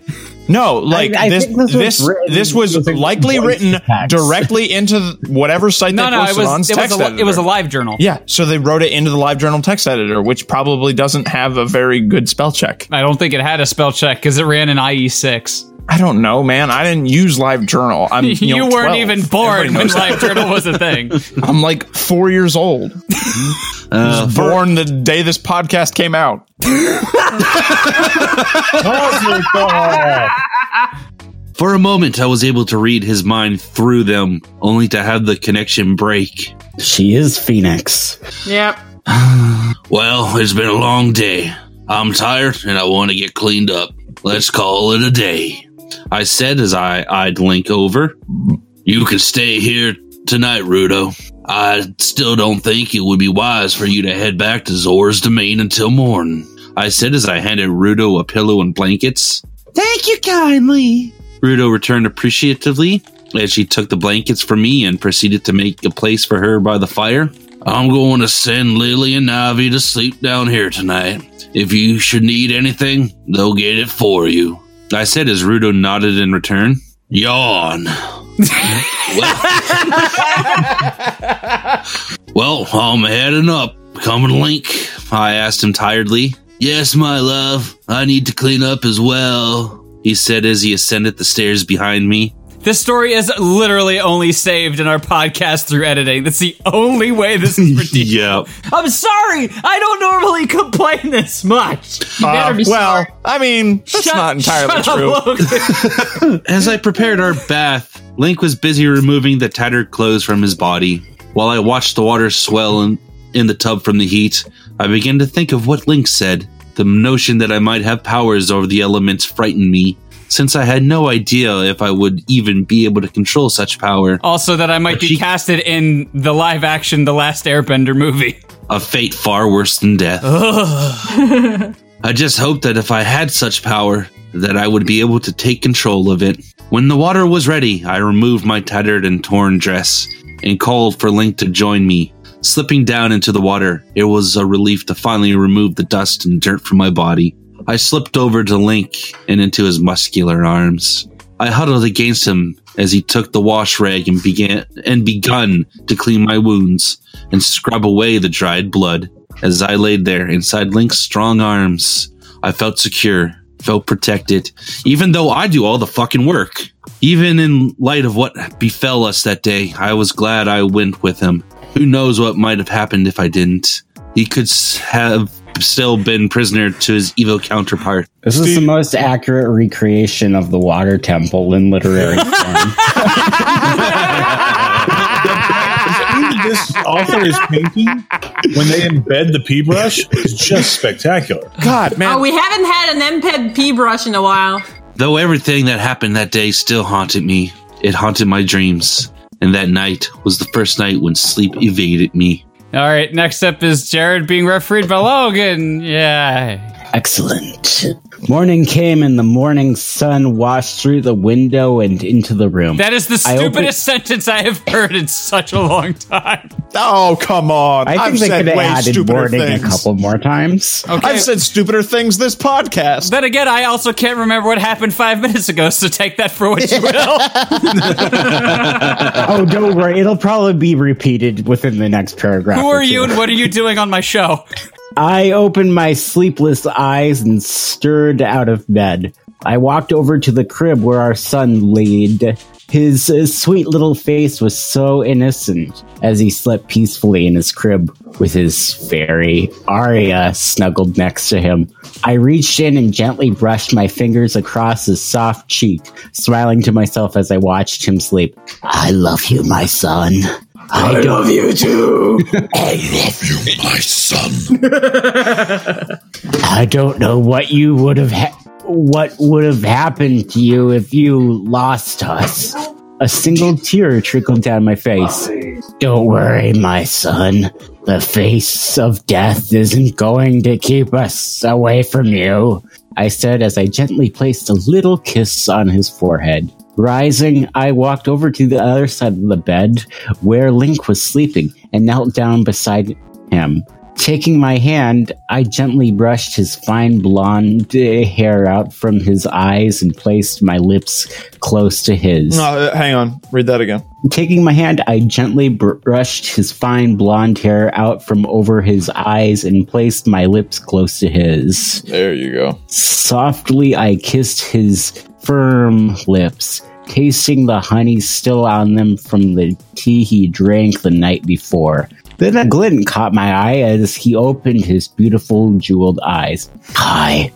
No, like
I
this.
think this was
This this was,
written-
likely written directly into th- whatever site
No,
they
no, it
posted on
was, it,
text
was a, li-
editor.
it was a live journal.
Yeah, so they wrote it into the live journal text editor, which probably doesn't have a very good spell check.
I don't think it had a spell check because it ran E an IE6.
I don't know, man. I didn't use live journal. I'm, you,
You,
know,
weren't
12.
even born
Everybody
when
knows
live
that.
journal was a thing.
I'm like four years old.
Uh,
I was born the day this podcast came out.
uh,
For a moment, I was able to read his mind through them, only to have the connection break.
She is Phoenix.
Yep.
Well, it's been a long day. I'm tired and I want to get cleaned up. Let's call it a day. I said as I eyed Link over. You can stay here tonight, Rudo. I still don't think it would be wise for you to head back to Zora's domain until morning. I said as I handed Rudo a pillow and blankets.
Thank you kindly.
Rudo returned appreciatively. as she took the blankets from me and proceeded to make a place for her by the fire. I'm going to send Lily and Ivy to sleep down here tonight. If you should need anything, they'll get it for you. I said as Rudo nodded in return. Yawn. well, I'm heading up. Coming, Link? I asked him tiredly. Yes, my love. I need to clean up as well, he said as he ascended the stairs behind me.
This story is literally only saved in our podcast through editing. That's the only way this is redeemed.
yeah.
I'm sorry. I don't normally complain this much.
Uh, well, I mean, that's not entirely
shut up,
true.
As I prepared our bath, Link was busy removing the tattered clothes from his body. While I watched the water swell in, in the tub from the heat, I began to think of what Link said. The notion that I might have powers over the elements frightened me, since I had no idea if I would even be able to control such power.
Also, that I might be casted in the live action The Last Airbender movie.
A fate far worse than death. I just hoped that if I had such power, that I would be able to take control of it. When the water was ready, I removed my tattered and torn dress and called for Link to join me. Slipping down into the water, it was a relief to finally remove the dust and dirt from my body. I slipped over to Link and into his muscular arms. I huddled against him as he took the wash rag and began and begun to clean my wounds and scrub away the dried blood. As I laid there inside Link's strong arms, I felt secure, felt protected, even though I do all the fucking work. Even in light of what befell us that day, I was glad I went with him. Who knows what might have happened if I didn't? He could s- have still been prisoner to his evil counterpart.
This is the most accurate recreation of the water temple in literary form.
this author is painting when they embed the pea brush is just spectacular.
God,
Oh, we haven't had an MPED P brush in a while.
Though everything that happened that day still haunted me, it haunted my dreams. And that night was the first night when sleep evaded me.
All right, next up is Jared being refereed by Logan. Yeah.
Excellent. Morning came and the morning sun washed through the window and into the room.
That is the
I opened-
stupidest sentence I have heard in such a long time.
Oh, come on.
I think
I've
they
said
could have
way
added
stupider
morning
things.
a couple more times.
I've said stupider things this podcast.
Then again, I also can't remember what happened five minutes ago, so take that for what you will.
oh, don't worry. It'll probably be repeated within the next paragraph.
Who
or
are
two.
you and what are you doing on my show?
I opened my sleepless eyes and stirred out of bed. I walked over to the crib where our son laid. His, uh, sweet little face was so innocent as he slept peacefully in his crib with his fairy Aria snuggled next to him. I reached in and gently brushed my fingers across his soft cheek, smiling to myself as I watched him sleep. I love you, my son. I, love you too. I love you, my son. I don't know what you would have ha- what would have happened to you if you lost us. A single tear trickled down my face. Don't worry, my son. The face of death isn't going to keep us away from you, I said as I gently placed a little kiss on his forehead. Rising, I walked over to the other side of the bed where Link was sleeping and knelt down beside him. Taking my hand, I gently brushed his fine blonde eh, hair out from his eyes and placed my lips close to his.
No, uh, hang on. Read that again.
Taking my hand, I gently br- brushed his fine blonde hair out from over his eyes and placed my lips close to his.
There you go.
Softly, I kissed his firm lips, tasting the honey still on them from the tea he drank the night before. Then a glint caught my eye as he opened his beautiful, jeweled eyes. Hi,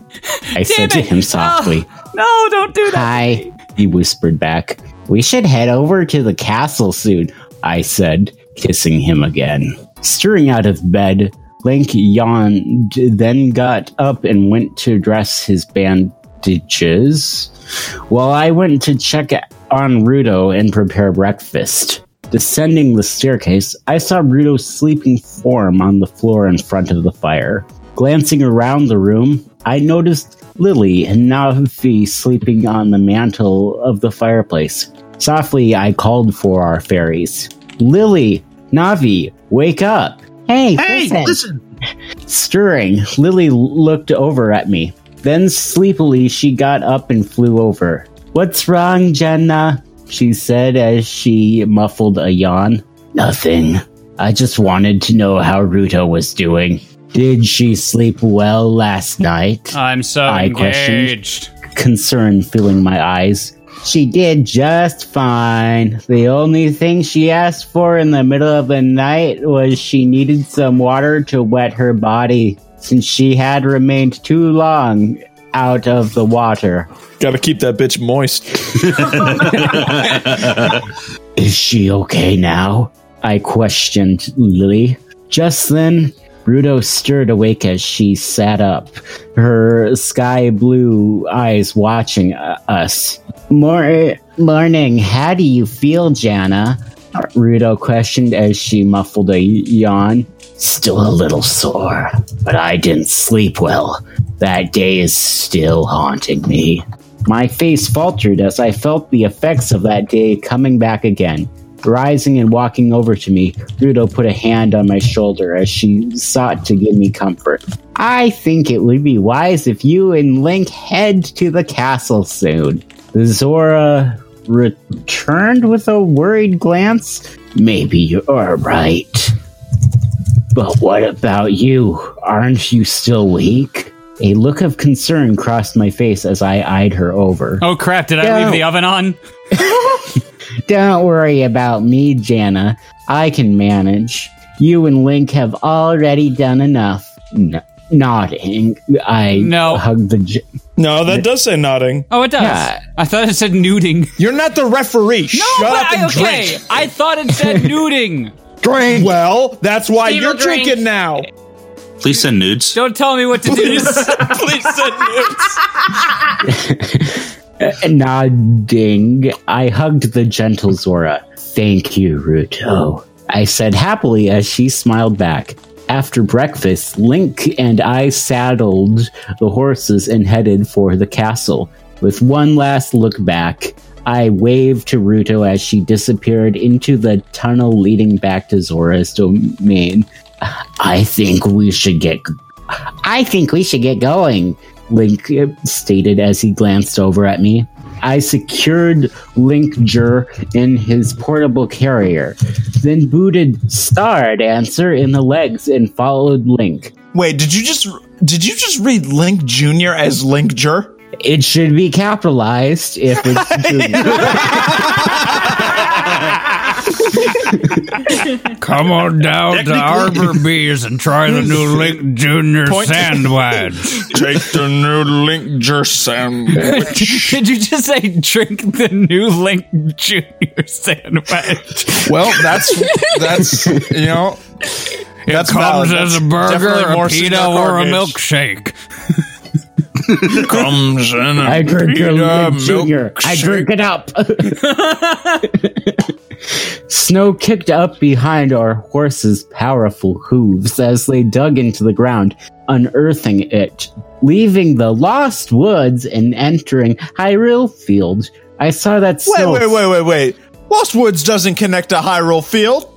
I said to him
Oh.
softly.
No, don't do that.
Hi, he whispered back. We should head over to the castle soon, I said, kissing him again. Stirring out of bed, Link yawned, then got up and went to dress his bandages, while I went to check on Rudo and prepare breakfast. Descending the staircase, I saw Rudo's sleeping form on the floor in front of the fire. Glancing around the room, I noticed Lily and Navi sleeping on the mantle of the fireplace. Softly, I called for our fairies. Lily, Navi, wake up. Hey,
Hey, listen.
Stirring, Lily looked over at me. Then sleepily, she got up and flew over. What's wrong, Jenna? She said as she muffled a yawn. Nothing. I just wanted to know how Ruto was doing. Did she sleep well last night?
I'm so
I
engaged.
questioned, concern filling my eyes. She did just fine. The only thing she asked for in the middle of the night was she needed some water to wet her body since she had remained too long out of the water.
Gotta keep that bitch moist.
Is she okay now? I questioned Lily. Just then, Rudo stirred awake as she sat up, her sky blue eyes watching uh, us. Mor- morning, how do you feel, Jana? Rudo questioned as she muffled a yawn. Still a little sore, but I didn't sleep well. That day is still haunting me. My face faltered as I felt the effects of that day coming back again. Rising and walking over to me, Rudo put a hand on my shoulder as she sought to give me comfort. I think it would be wise if you and Link head to the castle soon. Zora returned with a worried glance. Maybe you are right. But what about you? Aren't you still weak? A look of concern crossed my face as I eyed her over.
Oh crap, did I leave the oven on?
Don't worry about me, Jana. I can manage. You and Link have already done enough. N- nodding, I no. hugged the. J-
no, that does say nodding.
Oh, it does. I thought it said nuding.
You're not the referee.
No,
Shut
but
up and
I, okay.
drink.
I thought it said nuding.
Drink. Well, that's why
Fever
you're
drink.
drinking now.
Please send nudes.
Don't tell me what to do.
Please send nudes.
Uh, Nodding, I hugged the gentle Zora. Thank you, Ruto. I said happily as she smiled back. After breakfast, Link and I saddled the horses and headed for the castle. With one last look back, I waved to Ruto as she disappeared into the tunnel leading back to Zora's domain. I think we should get I think we should get going, Link uh, stated as he glanced over at me. I secured Link Jur in his portable carrier, then booted Star Dancer in the legs and followed Link.
Wait, did you just did you just read Link Junior as Link Jr?
It should be capitalized if it's
Come on down to
Technically-
Arbor Bees and try the new Link Junior
Point-
sandwich.
Take the new Link Jr. sandwich.
Did you just say drink the new Link Junior sandwich?
Well, that's that's you know
It
that's
comes
valid.
as a
That's definitely
burger, a
more
pita,
snack
or a
garbage.
milkshake.
comes in a
I drink your
pita
Link Junior. I drink it up. Snow kicked up behind our horses' powerful hooves as they dug into the ground, unearthing it. Leaving the Lost Woods and entering Hyrule Field, I saw that
Wait,
snow.
wait, wait, wait, wait. Lost Woods doesn't connect to Hyrule Field.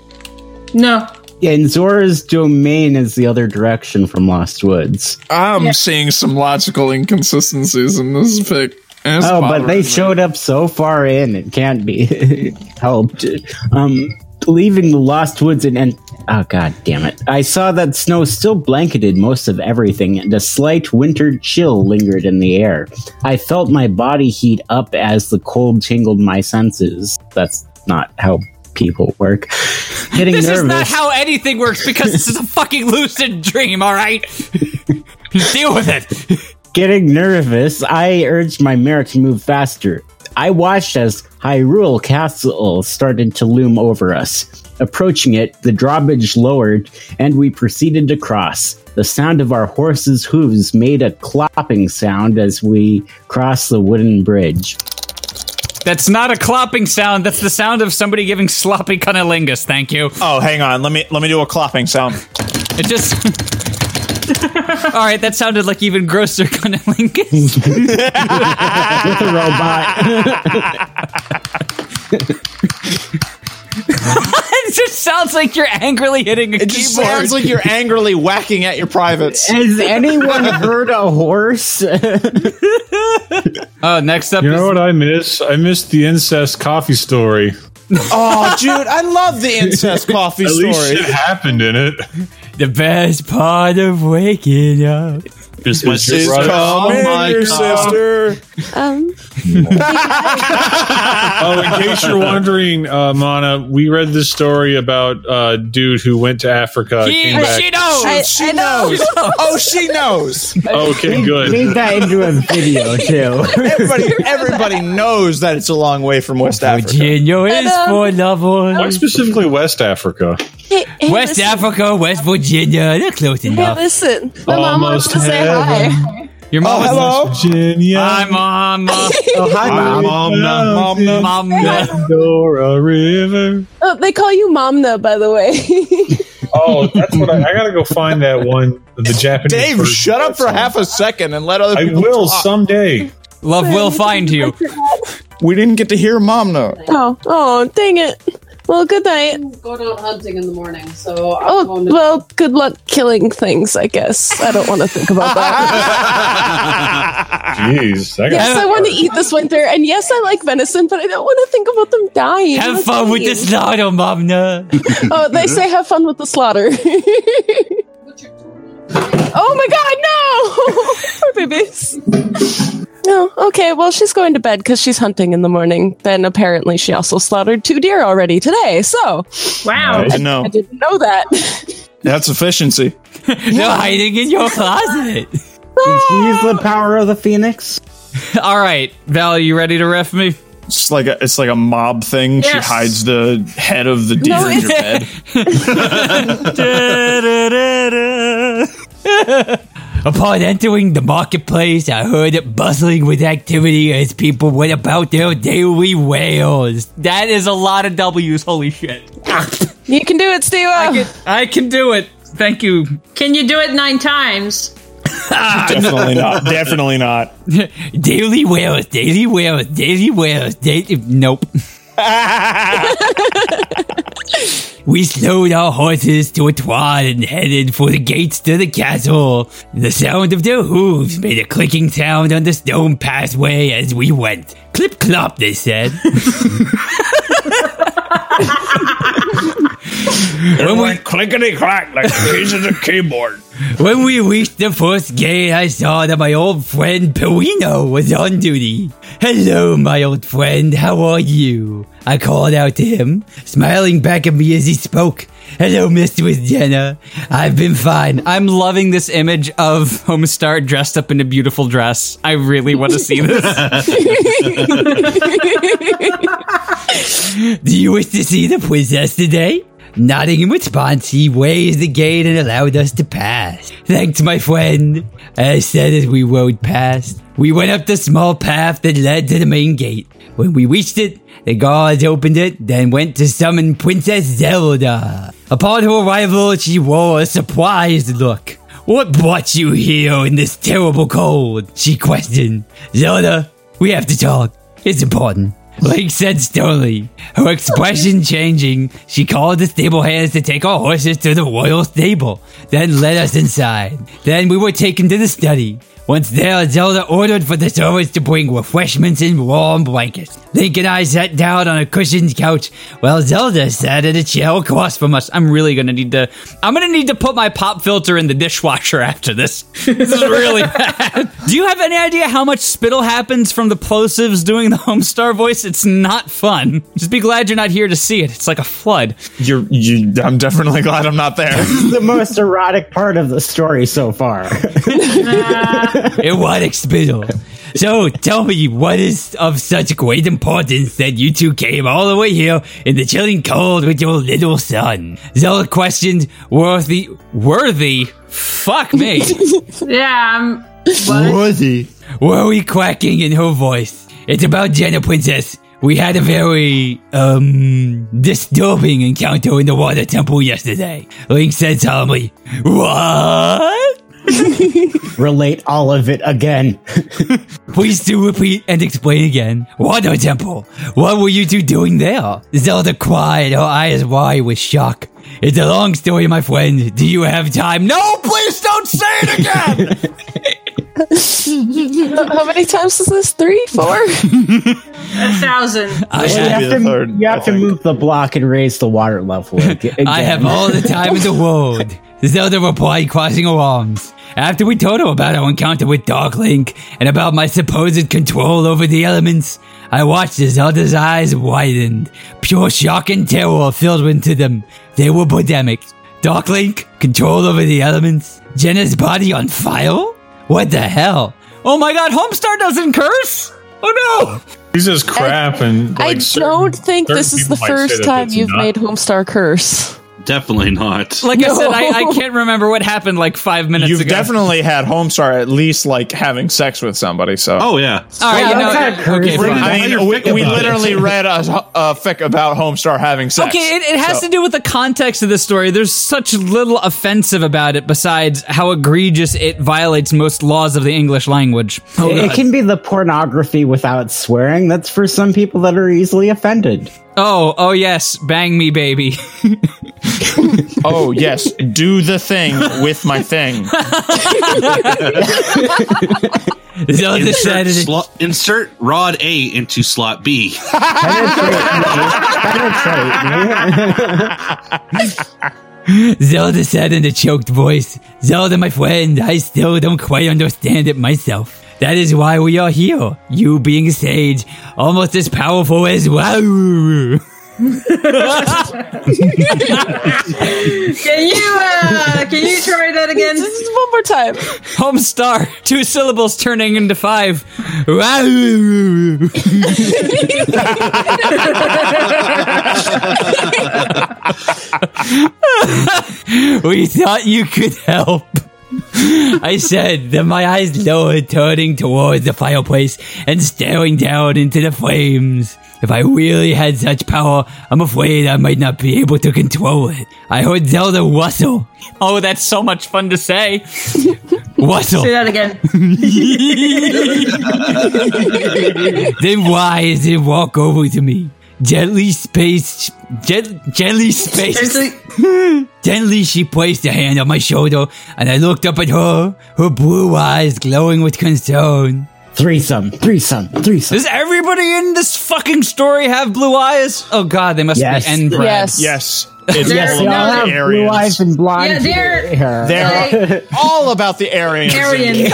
No.
And Zora's domain is the other direction from Lost Woods.
I'm seeing some logical inconsistencies in this pick.
oh, but they showed up so far in, it can't be helped. Um, leaving the Lost Woods and, and oh god damn it! I saw that snow still blanketed most of everything, and a slight winter chill lingered in the air. I felt my body heat up as the cold tingled my senses. That's not how people work. Getting
this
nervous.
is not how anything works because this is a fucking lucid dream, alright? Deal with it.
Getting nervous, I urged my mare to move faster. I watched as Hyrule Castle started to loom over us. Approaching it, the drawbridge lowered, and we proceeded to cross. The sound of our horses' hooves made a clopping sound as we crossed the wooden bridge.
That's not a clopping sound. That's the sound of somebody giving sloppy cunnilingus. Thank you.
Oh, hang on. Let me let me do a clopping sound.
It just. All right, that sounded like even grosser cunnilingus.
With a robot.
it just sounds like you're angrily hitting a
It
keyboard.
just sounds like you're angrily whacking at your privates.
Has anyone heard a horse?
Uh,
Oh, next up.
You know what I miss? I missed the incest coffee story.
oh, dude, I love the incest coffee
At
story.
least shit happened in it.
The best part of waking up.
Just
my
She's
brother.
come
Oh
in,
my
your
God.
sister.
Um.
oh, in case you're wondering, uh, Mana, we read this story about uh, dude who went to Africa. came back.
Oh, she knows. Oh, she knows.
Okay, good.
Made that into a video too.
Everybody, everybody knows that it's a long way from West Africa. um,
Virginia is for lovers.
Why specifically West Africa?
Hey, hey,
West
listen,
Africa, West Virginia, they're close
hey,
enough.
listen. My mom wants
Almost
to say hi.
Your
Oh,
mom is
Hello,
Virginia.
Hi, mom.
Oh, hi, Mom.
Mom,
Mom,
Mom.
Dora River.
Oh, they call you Momna, by the way.
Oh, that's what I, I gotta go find that one. The Japanese.
Dave,
version.
shut up for half a second and let other
I
people.
will
talk.
someday.
Love will find you.
We didn't get to hear Momna.
oh, oh, dang it. Well, good night.
Go out hunting in the morning, so I'm
Oh,
going to.
well, good luck killing things, I guess. I don't want to think about that.
Jeez, I
yes, I
got
want to eat this winter, and yes, I like venison, but I don't want to think about them dying.
Have
That's
fun with
mean.
the slaughter, Momna.
Oh, they say have fun with the slaughter. oh my god, no! Poor babies. No, okay, well, she's going to bed because she's hunting in the morning. Then apparently she also slaughtered two deer already today, so.
Wow.
Nice. I know.
I didn't know that.
That's efficiency.
They're hiding in your closet.
Did she use the power of the phoenix?
All right, Val, you ready to ref me?
It's like a it's like a mob thing. She
Yes.
hides the head of the deer
No,
in your
it-
bed.
Upon entering the marketplace, I heard it bustling with activity as people went about their daily wails. That is a lot of W's. Holy shit!
you can do it, Steve. I
can, I can do it. Thank you.
Can you do it nine times?
Definitely not. Definitely not.
Daily wails. Daily wails. Daily wails. Daily. Nope. We slowed our horses to a trot and headed for the gates to the castle. The sound of their hooves made a clicking sound on the stone pathway as we went. Clip clop, they said. when we
clickety clack like pieces of keyboard.
when we reached the first gate, I saw that my old friend Perino was on duty. Hello, my old friend, how are you? I called out to him, smiling back at me as he spoke. Hello, Mistress Jenna. I've been fine. I'm loving this image of Homestar dressed up in a beautiful dress. I really want to see Do you wish to see the princess today? Nodding in response, he raised the gate and allowed us to pass. Thanks, my friend. I said as we rode past. We went up the small path that led to the main gate. When we reached it, the guards opened it, then went to summon Princess Zelda. Upon her arrival, she wore a surprised look. What brought you here in this terrible cold? She questioned. Zelda, we have to talk. It's important. Link said sternly, her expression changing. She called the stable hands to take our horses to the royal stable, then led us inside. Then we were taken to the study. Once there, Zelda ordered for the servants to bring refreshments and warm blankets. Link and I sat down on a cushioned couch, while Zelda sat in a chair across from us. I'm really gonna need to. I'm gonna need to put my pop filter in the dishwasher after this. This is really bad. Do you have any idea how much spittle happens from the plosives doing the Homestar voice? It's not fun. Just be glad you're not here to see it. It's like a flood.
You're. You. I'm definitely glad I'm not there.
the most erotic part of the story so far.
Erotic spittle. So tell me, what is of such great importance that you two came all the way here in the chilling cold with your little son? Zelda questioned, worthy, worthy? Fuck me.
yeah. I'm,
Worthy. Worry quacking in her voice. It's about Jenna Princess. We had a very, um, disturbing encounter in the water temple yesterday. Link said solemnly, What?
Relate all of it again.
Please do repeat and explain again. Wano Temple, what were you two doing there? Zelda cried, her eyes wide with shock. It's a long story, my friend. Do you have time? No, please don't say it again!
How many times is this? Three, four?
A thousand.
Well, you have, to, you have to move the block and raise the water level. ag- Again.
I have all the time in the world. Zelda replied, crossing her arms. After we told her about our encounter with Darklink and about my supposed control over the elements, I watched as Zelda's eyes widened. Pure shock and terror filled into them. They were pandemic. Darklink, control over the elements, Jenna's body on fire? What the hell? Oh my god, Homestar doesn't curse? Oh no!
He says crap and
I don't think
certain
this is the
people might say
first
that
time
it's
you've
not.
made Homestar curse.
Definitely not.
Like I said, I,
No.
I can't remember what happened like five minutes
You've
ago.
definitely had Homestar at least like having sex with somebody. So
Oh yeah.
All right, you know, okay, fine.
I mean, we, we literally read a, a fic about Homestar having sex.
Okay, it, it has
So-
to do with the context of this story. There's such little offensive about it besides how egregious it violates most laws of the English language.
Oh, it can be the pornography without swearing. That's for some people that are easily offended.
Oh, oh yes, bang me, baby.
oh yes, do the thing with my thing.
Zelda
insert,
said it-
slo- insert rod A into slot B.
Zelda said in a choked voice, Zelda, my friend, I still don't quite understand it myself. That is why we are here. You being a sage, almost as powerful as wow.
Can you uh, can you try that again?
One more time.
Homestar, two syllables turning into five. Wow.
we thought you could help. I said, then my eyes lowered, turning towards the fireplace and staring down into the flames. If I really had such power, I'm afraid I might not be able to control it. I heard Zelda rustle.
Oh, that's so much fun to say.
Rustle.
Say that again.
then why is it walk over to me? Gently spaced, gent, gently spaced. Gently she placed a hand on my shoulder and I looked up at her, her blue eyes glowing with concern.
Threesome, threesome, threesome.
Does everybody in this fucking story have blue eyes? Oh god, they must
Yes.
be end bred.
Yes.
Yes.
Yes,
It's
they
all
all
about
have
the
blue
Aryans.
eyes and blonde
Yeah, they're-
hair.
They're
They-
all about the Aryans.
Aryans.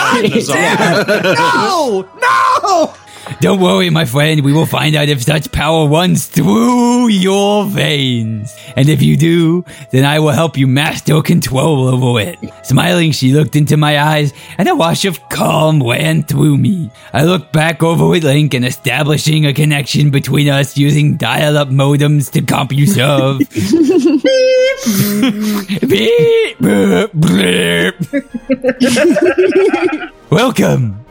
God
no!
No!
Don't worry, my friend, we will find out if such power runs through your veins. And if you do, then I will help you master control over it. Smiling, she looked into my eyes, and a wash of calm ran through me. I looked back over at Link and establishing a connection between us using dial up modems to CompuServe. Beep, blip, blip. Welcome.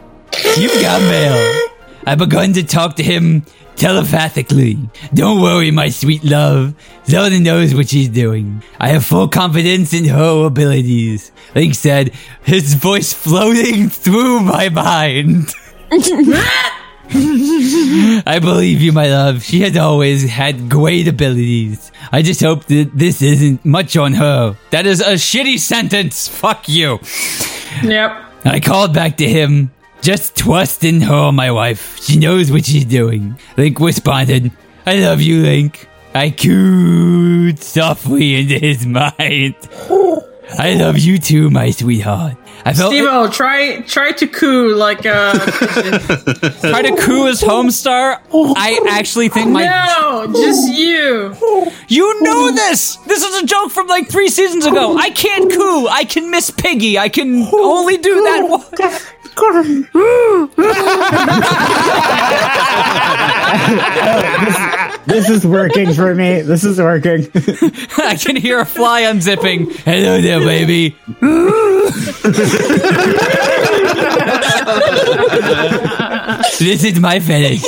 You've got mail. I've begun to talk to him telepathically. Don't worry, my sweet love. Zelda knows what she's doing. I have full confidence in her abilities. Link said, his voice floating through my mind. I believe you, my love. She has always had great abilities. I just hope that this isn't much on her.
That is a shitty sentence. Fuck you.
Yep.
I called back to him. Just trust in her, my wife. She knows what she's doing. Link responded, I love you, Link. I cooed softly into his mind. I love you too, my sweetheart. I felt
Stevo, try try to coo like uh
Try to coo as Homestar. I actually think my
No, just you.
You know this! This is a joke from like three seasons ago. I can't coo. I can miss Piggy. I can only do that one.
this is working for me. This is working.
I can hear a fly unzipping. Hello there, baby.
this is my fetish.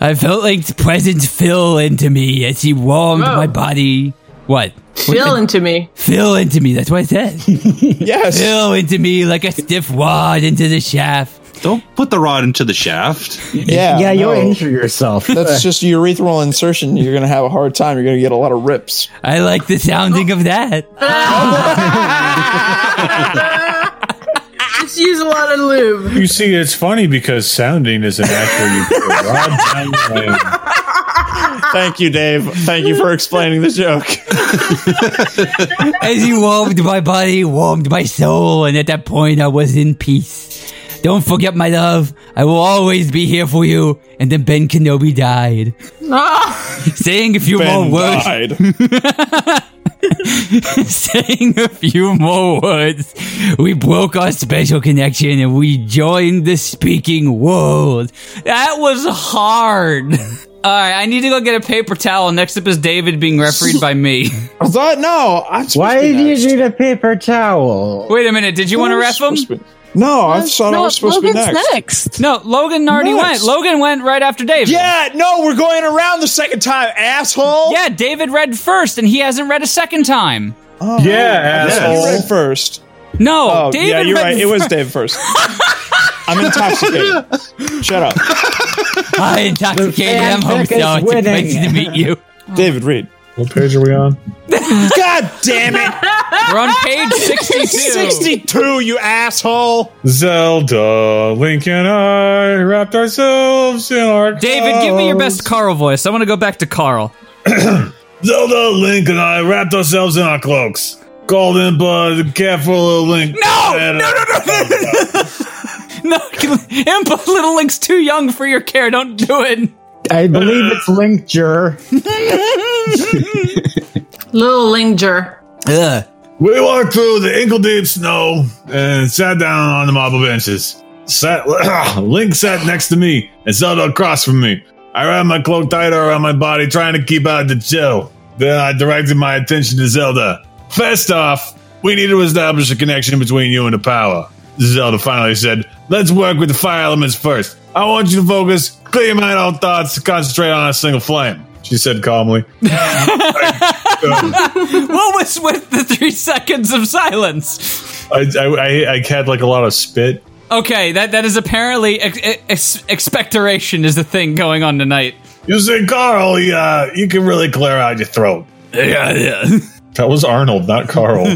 I felt Link's presence fill into me as he warmed my body. What?
Fill into me.
Fill into me. That's what I said. yes. Fill into me like a stiff wad into the shaft.
Don't put the rod into the shaft.
Yeah,
Yeah, you'll
no.
injure yourself.
That's just urethral insertion. You're gonna have a hard time. You're gonna get a lot of rips.
I like the sounding of that.
Just use a lot of lube.
You see, it's funny because sounding is an actor.
Thank you, Dave. Thank you for explaining the joke. As you warmed my body, warmed my soul, and at that point I was in peace. Don't forget my love. I will always be here for you. And then Ben Kenobi died. Saying a few
Ben
more words. saying a few more words, we broke our special connection and we joined the speaking world. That was hard. All right, I need to go get a paper towel. Next up is David being refereed by me.
I thought no. I'm supposed
Why
to be
did
next.
you need a paper towel?
Wait a minute, did you want to ref him?
No, I thought I was supposed to be next.
No, Logan already
Next.
went. Logan went right after David.
Yeah,
no, we're going around the second time, asshole. Yeah, David read first, and he hasn't read a second time.
Oh,
asshole.
You read first.
No,
Oh,
David
yeah, you're
read
right. It was
first.
Dave first. I'm intoxicated. Shut up.
I intoxicated.
I'm home now. It's amazing
to meet you.
David, read.
What page are we on?
God damn it!
We're on page 62.
62, you asshole!
Zelda, Link, and I wrapped ourselves in our.
David, give me
Oh.
your best Carl voice. I want to go back to Carl.
Zelda, Link, and I wrapped ourselves in our cloaks. Called in by the cat full of Link. No! No, no, no,
No, Impa, Little Link's too young for your care. Don't do it.
I believe it's Linkjur.
Little Linger.
Yeah.
We walked through the ankle deep snow and sat down on the marble benches. Sat, Link sat next to me and Zelda across from me. I wrapped my cloak tighter around my body, trying to keep out the chill. Then I directed my attention to Zelda. First off, we need to establish a connection between you and the power. Zelda finally said, Let's work with the fire elements first. I want you to focus, clear your mind on thoughts, concentrate on a single flame. She said calmly.
what was with the three seconds of silence?
I, I, I, I had like a lot of spit.
Okay, that that is apparently ex- ex- expectoration is the thing going on tonight.
You say, Carl, yeah, you can really clear out your throat.
Yeah, yeah.
That was Arnold, not Carl.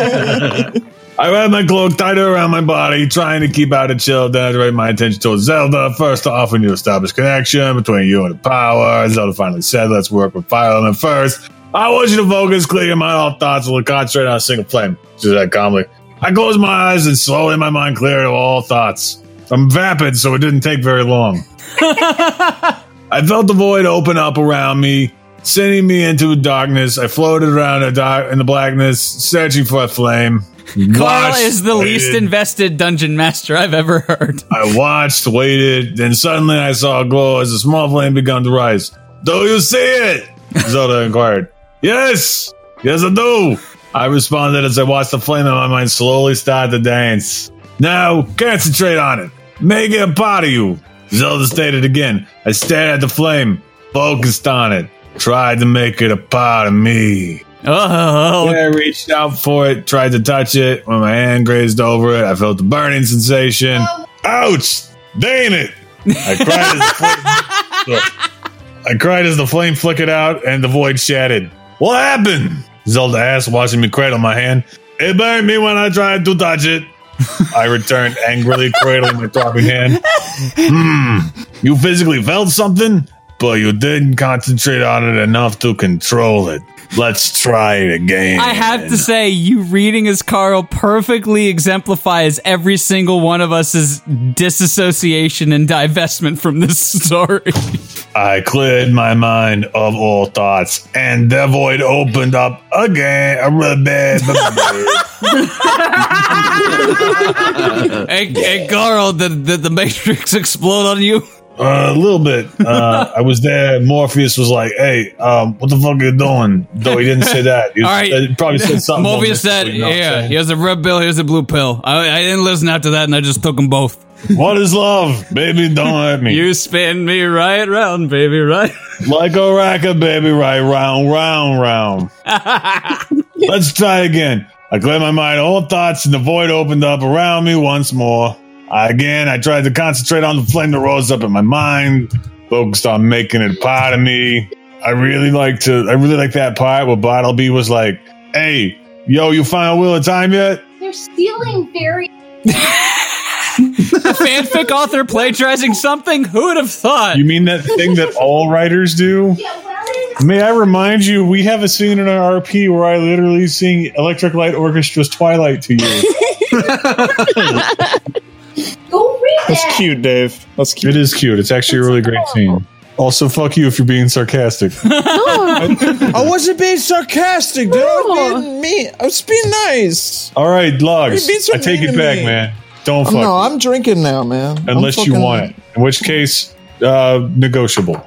I wrapped my cloak tighter around my body, trying to keep out a chill. Then I direct my attention towards Zelda. First off, we need to establish connection between you and the power. Zelda finally said, "Let's work with fire element first. I want you to focus, clear your mind, all thoughts, and concentrate on a single flame." She said calmly. I closed my eyes and slowly my mind cleared of all thoughts. I'm vapid, so it didn't take very long. I felt the void open up around me, sending me into darkness. I floated around in the dark- in the blackness, searching for a flame.
Carl
Watched,
is the least
waited.
invested dungeon master I've ever heard.
I watched, waited, then suddenly I saw a glow as a small flame began to rise. Do you see it? Zelda inquired. Yes! Yes, I do! I responded as I watched the flame in my mind slowly start to dance. Now, concentrate on it. Make it a part of you. Zelda stated again. I stared at the flame, focused on it, tried to make it a part of me.
Oh.
When I reached out for it, tried to touch it. When my hand grazed over it, I felt the burning sensation. Ouch! Dang it! I cried as the flame, I cried as the flame flickered out and the void shattered. What happened? Zelda asked, watching me cradle my hand. It burned me when I tried to touch it. I returned angrily, cradling my throbbing hand. Hmm. You physically felt something, but you didn't concentrate on it enough to control it. Let's try it again.
I have to say, you reading as Carl perfectly exemplifies every single one of us's disassociation and divestment from this story.
I cleared my mind of all thoughts, and the void opened up again. A little bit.
hey, hey, Carl, did, did the Matrix explode on you?
Uh, a little bit. Uh, I was there. Morpheus was like, "Hey, um, what the fuck are you doing?" Though he didn't say that. He was- uh,
All right.
he probably said something. more
Mobius said,
mystical, you know what I'm
yeah,
saying?
here's a red pill, here's a blue pill. I, I didn't listen after that, and I just took them both.
What is love? Baby, don't hurt me.
you spin me right round, baby, right?
Like a racket, baby, right round, round, round. Let's try again. I cleared my mind of all thoughts, and the void opened up around me once more. I, again, I tried to concentrate on the flame that rose up in my mind, focused on making it part of me. I really like to. I really like that part where Bartleby was like, "Hey, yo, you find Wheel of Time yet?"
They're stealing fairy.
a fanfic author plagiarizing something? Who would have thought?
You mean that thing that all writers do? May I remind you, we have a scene in our RP where I literally sing Electric Light Orchestra's Twilight to you.
Go read
That's cute, Dave.
That's cute. It is cute. It's actually a really great scene. Also, fuck you if you're being sarcastic.
I, I wasn't being sarcastic, dude. I was being mean. I was being nice.
All right, logs.
You're being so
I take
mean
it
to
back,
me. Oh,
man. Don't Oh, fuck.
no, I'm drinking now, man. I'm
unless you
fucking-
want it. In which case, uh, negotiable.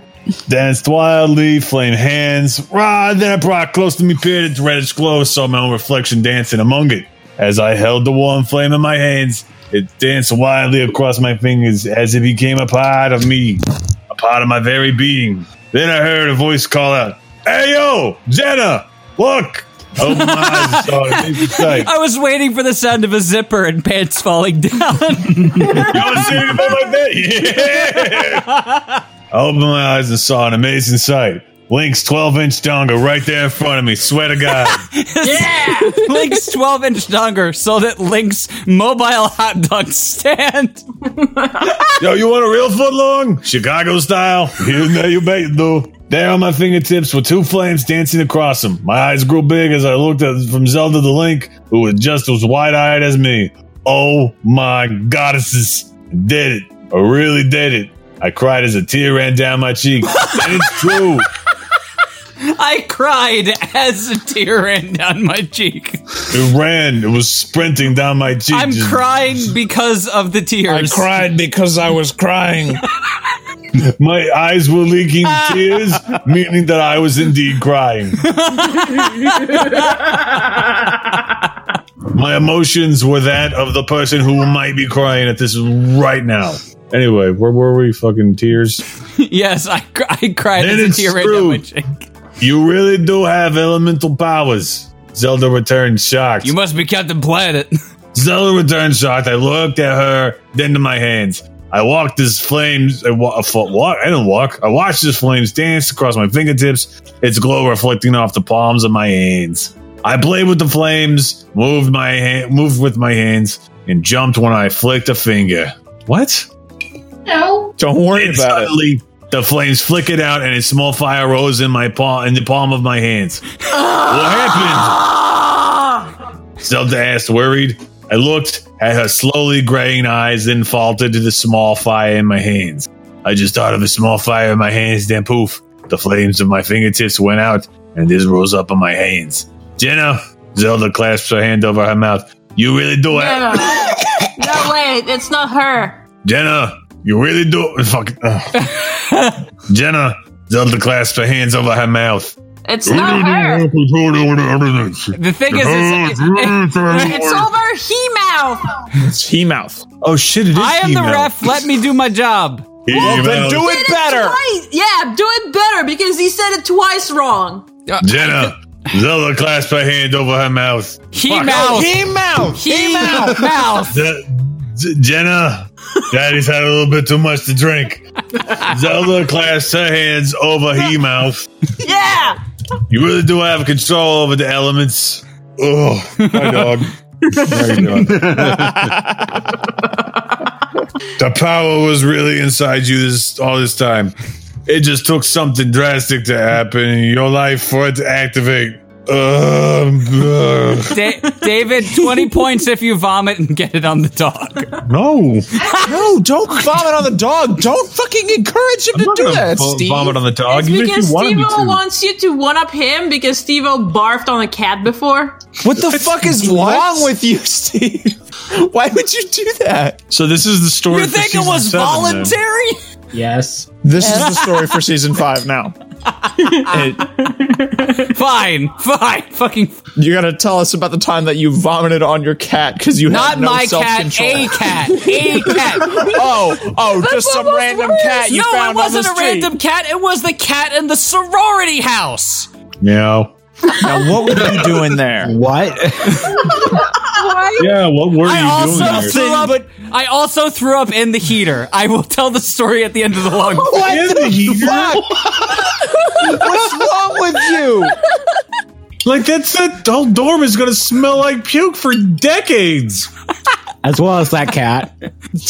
Danced wildly, flame hands. Ah, then I brought close to me, peered its reddish glow, saw my own reflection dancing among it. As I held the warm flame in my hands, it danced wildly across my fingers as it became a part of me, a part of my very being. Then I heard a voice call out, Hey yo, Jenna, look! I opened Oh my eyes and saw it. It was tight.
I was waiting for the sound of a zipper and pants falling down.
I opened my eyes and saw an amazing sight. Link's 12 inch donga right there in front of me. Swear to God.
yeah! Link's 12 inch donger sold at Link's mobile hot dog stand.
Yo, you want a real foot long? Chicago style? You know you bet you do. There on my fingertips were two flames dancing across them. My eyes grew big as I looked at from Zelda to Link, who was just as wide eyed as me. Oh my goddesses. Did it. I really did it. I cried as a tear ran down my cheek. and it's true.
I cried as a tear ran down my cheek.
It ran. It was sprinting down my cheek.
I'm
just-
crying because of the tears. I
cried because I was crying. My eyes were leaking tears, meaning that I was indeed crying. My emotions were that of the person who might be crying at this right now. Anyway, where were we? Fucking tears.
yes, I, cr- I cried
Then
as a
it's
tear ran down
true.
my cheek.
You really do have elemental powers. Zelda returned shocked. You
must be Captain Planet.
Zelda returned shocked. I looked at her, then to my hands. I walked as flames. I, wa- I fo- walk. I didn't walk. I watched as flames dance across my fingertips, its glow reflecting off the palms of my hands. I played with the flames, moved my hand, moved with my hands, and jumped when I flicked a finger. What?
No.
Don't worry about it. The flames flickered out, and a small fire rose in my palm, in the palm of my hands. what happened? Zelda asked, worried. I looked at her slowly graying eyes, then faltered to the small fire in my hands. I just thought of a small fire in my hands, then poof, the flames of my fingertips went out, and this rose up in my hands. Jenna, Zelda clasped her hand over her mouth. You really do have
No, no, wait, it's not her.
Jenna, you really do. Fuck. ugh. Jenna, Zelda clasped her hands over her mouth.
It's not her.
The
thing is, it's-
It's over he mouth.
it's he mouth. Oh shit! It is.
I am the
he-mouth.
ref. Let me do my job.
He Well, then mouth. do it
better. Yeah, do it better because he said it twice wrong.
Jenna, Zelda clasped her hand over her mouth.
He
Fuck.
mouth.
He mouth. He mouth.
mouth.
Z- Z- Jenna, Daddy's had a little bit too much to drink. Zelda clasped her hands over he mouth.
Yeah.
You really do have control over the elements. Oh, my dog. How you doing? the power was really inside you this all this time. It just took something drastic to happen in your life for it to activate. Um, ugh.
Da- David, 20 points if you vomit and get it on the dog.
No.
No, don't vomit on the dog. Don't fucking encourage him to do that, Steve.
the dog.
Because Steve wants you to one up him because Steve barfed on a cat before.
What the fuck is wrong with you, Steve? Why would you do that?
So this is the story.
You
for
think it
season
was
seven, then.
voluntary?
Yes.
This is the story for season five now.
fine, fine, fucking.
You gotta tell us about the time that you vomited on your cat because you
Not
had no
my cat,
self-control.
a cat, a cat.
Oh, oh, just some random cat you
no,
found on
it wasn't
the
a random cat. It was the cat in the sorority house.
Meow.
now, what were you doing there?
What?
Why?
yeah, what were
I
you
also
doing? there?
threw up. I also threw up in the heater. I will tell the story at the end of the long.
What In the the
heater?
What's
wrong with you?
Like that's that whole dorm is gonna smell like puke for decades.
As well as that cat.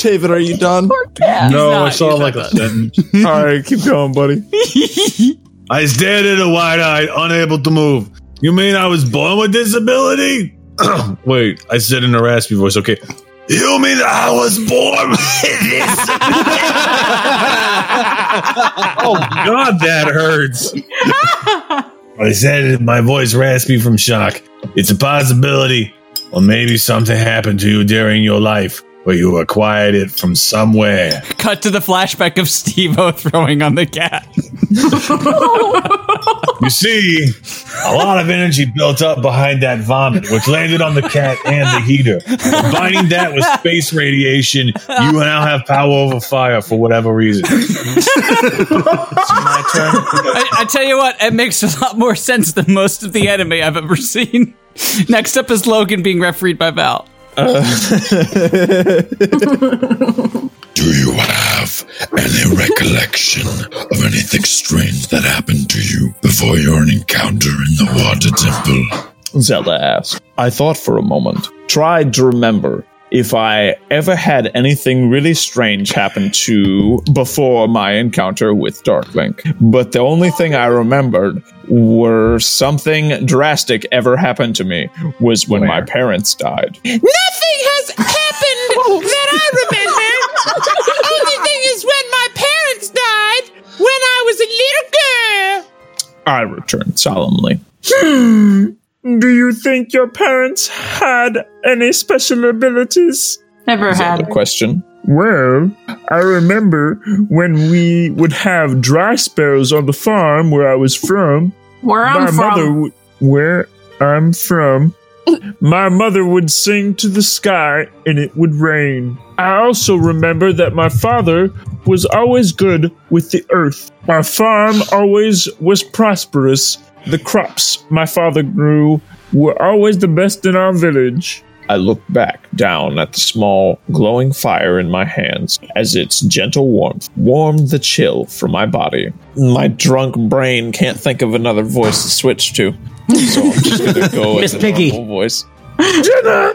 David, are you done?
no, I saw like a sentence.
All right, keep going, buddy.
I stared at her wide eyed, unable to move. You mean I was born with disability?
Wait, I said in a raspy voice. Okay,
You mean I was born with
oh god, that hurts.
I said it, my voice raspy from shock. It's a possibility, or maybe something happened to you during your life, or you acquired it from somewhere.
Cut to the flashback of Steve-O throwing on the cat.
You see, a lot of energy built up behind that vomit, which landed on the cat and the heater. Combining that with space radiation, you now have power over fire for whatever reason.
I, I tell you what, it makes a lot more sense than most of the anime I've ever seen. Next up is Logan being refereed by Val. Uh.
Any recollection of anything strange that happened to you before your encounter in the water temple?
Zelda asked. I thought for a moment, tried to remember if I ever had anything really strange happen to before my encounter with Darklink. But the only thing I remembered were something drastic ever happened to me was when my parents died.
Nothing has
Oh.
happened that I remember. the only thing is when my parents died when I was a little girl.
I returned solemnly.
Hmm. Do you think your parents had any special abilities?
Never
Zelda question.
Well, I remember when we would have dry spells on the farm where I was from.
Where I'm
my
from.
Mother w- where I'm from. my mother would sing to the sky and it would rain. I also remember that my father was always good with the earth. Our farm always was prosperous. The crops my father grew were always the best in our village.
I looked back down at the small, glowing fire in my hands as its gentle warmth warmed the chill from my body. My drunk brain can't think of another voice to switch to, so I'm just gonna go with
Miss
the
Piggy.
normal voice.
Jenna,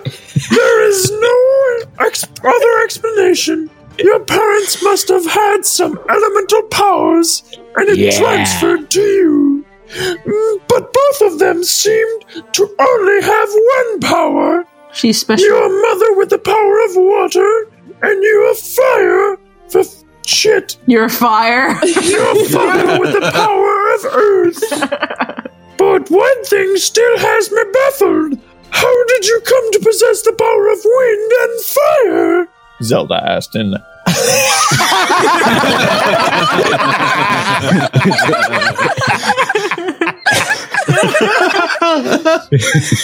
there is no ex- other explanation. Your parents must have had some elemental powers, and it
Yeah.
transferred to you. Mm, But both of them seemed to only have one power.
She's special.
Your mother with the power of water, and you of fire. For f- shit.
You're fire.
You're fire with the power of earth. But one thing still has me baffled. How did you come to possess the power of wind and fire?
Zelda asked in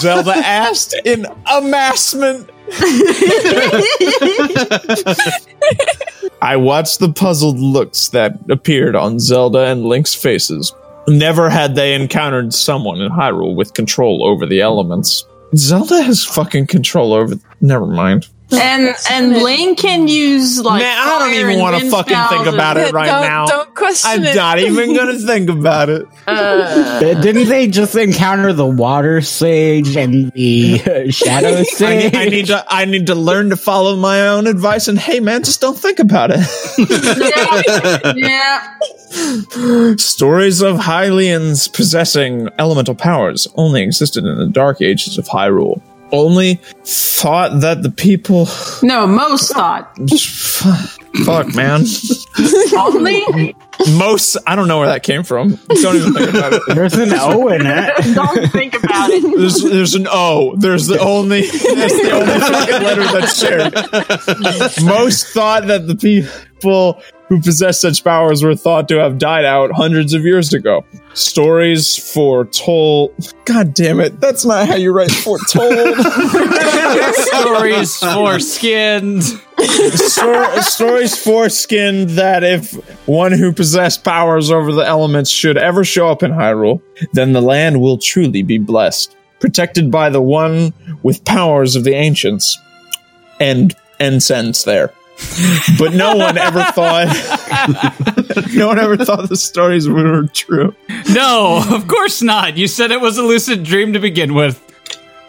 Zelda asked in amassment. I watched the puzzled looks that appeared on Zelda and Link's faces. Never had they encountered someone in Hyrule with control over the elements. Zelda has fucking control over. Never mind.
and and Lane can use like.
Man, I don't
fire
even
and
want to
wind
fucking think
spells
about it
and-
right now. I'm not even gonna think about it.
Uh,
Th- Didn't they just encounter the water sage and the uh, shadow
I,
sage?
need- I need to. I need to learn to follow my own advice. And hey, man, just don't think about it.
yeah.
Stories of Hylians possessing elemental powers only existed in the dark ages of Hyrule. only thought that the people.
No, most thought.
Fuck, man.
Only?
Most. I don't know where that came from. Don't even think about it.
There's an O in it.
Don't think about it.
There's, there's an O. There's the only. That's the only fucking letter that's shared. Most thought that the people who possess such powers were thought to have died out hundreds of years ago. Stories foretold. God damn it! That's not how you write foretold.
Stories for skinned.
Stor- stories foreskinned that if one who possessed powers over the elements should ever show up in Hyrule, then the land will truly be blessed, protected by the one with powers of the ancients. End end sentence there. But no one ever thought no one ever thought the stories were true.
No, of course not. You said it was a lucid dream to begin with.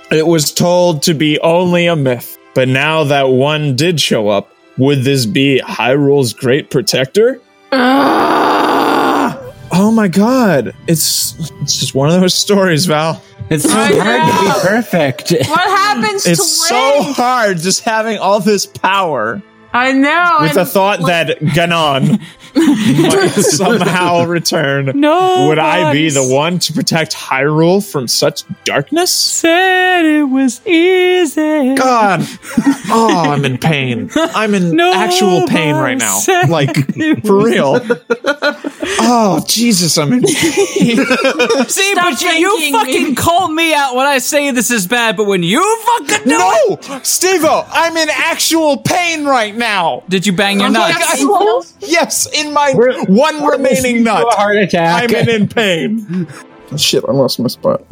It was told to be only a myth. But now that one did show up, would this be Hyrule's great protector? Oh my god. It's it's just one of those stories, Val.
It's so
I know.
hard to be perfect.
What happens to
It's so
Ray?
hard just having all this power
I know.
Oh,
with
and
the thought that Ganon might somehow return. No. Would I be the one to protect Hyrule from such darkness?
Said it was easy.
God. Oh, I'm in pain. I'm in actual pain right now. Like for real. Oh, Jesus, I'm in
See, but you, you fucking call me out when I say this is bad, but when you fucking do it,
No, Stevo, I'm in actual pain right now.
did you bang your
I'm like,
nuts?
I- yes, in my one remaining nut.
Heart attack.
I'm in, in pain.
Shit, I lost my spot.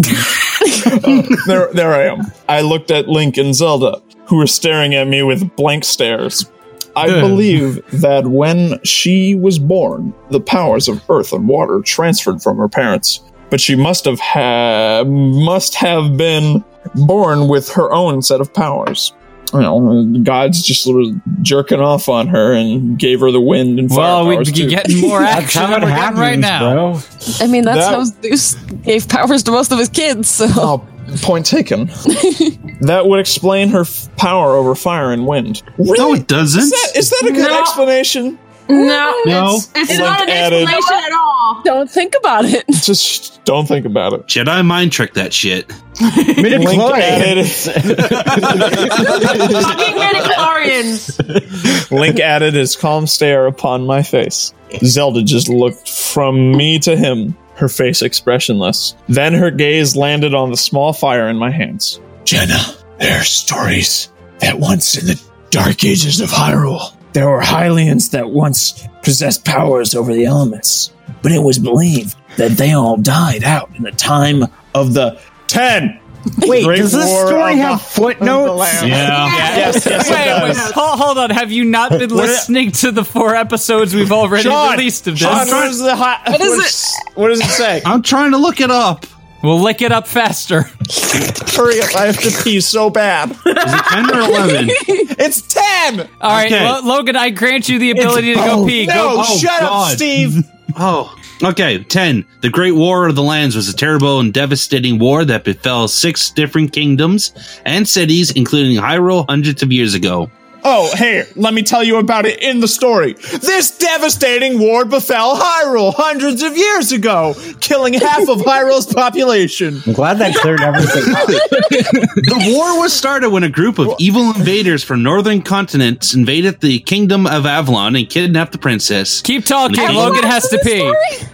there, there I am. I looked at Link and Zelda, who were staring at me with blank stares. I
Ugh.
believe that when she was born, the powers of earth and water transferred from her parents, but she must have ha- must have been born with her own set of powers. You know, God's just was jerking off on her and gave her the wind and fire
Well, we
powers
g-
too.
getting more action
how
than
it
we're getting right
happens,
now.
bro.
I mean, that's
That-
how Zeus gave powers to most of his kids. So
Oh, point taken. that would explain her f- power over fire and wind.
No, it doesn't.
Is that, is that a good
No.
explanation?
No,
No.
it's, it's
Link
not an
added-
explanation at all.
don't think about it.
Just don't think about it.
Jedi mind trick that shit.
Link
Midichlorian.
added,
Fucking midichlorians.
Link added his calm stare upon my face. Zelda just looked from me to him, her face expressionless. Then her gaze landed on the small fire in my hands.
Jenna, there are stories that once in the dark ages of Hyrule,
There were Hylians that once possessed powers over the elements, but it was believed that they all died out in the time of the Ten.
Wait,
Great
does this
War
story
of the-
have footnotes?
Yeah.
Yes, yes, it
Wait, wait,
does.
hold, hold on. Have you not been
What-
listening to the four episodes we've already
Sean,
released of this?
Sean, what is the hi- what is it? What does it say?
I'm trying to look it up.
We'll lick it up faster.
Hurry up! I have to pee so bad.
Is it 10 or 11?
It's ten.
All right,
Okay.
Lo- Logan, I grant you the ability to go pee. Oh, Go.
No, shut
God.
up, Steve.
Oh, okay. 10. The Great War of the Lands was a terrible and devastating war that befell six different kingdoms and cities, including Hyrule, hundreds of years ago.
Oh, hey, let me tell you about it in the story. This devastating war befell Hyrule hundreds of years ago, killing half of Hyrule's population.
I'm glad that cleared everything. up.
The war was started when a group of evil invaders from northern continents invaded the kingdom of Avalon and kidnapped the princess.
Keep talking.
Everyone
Logan has to pee.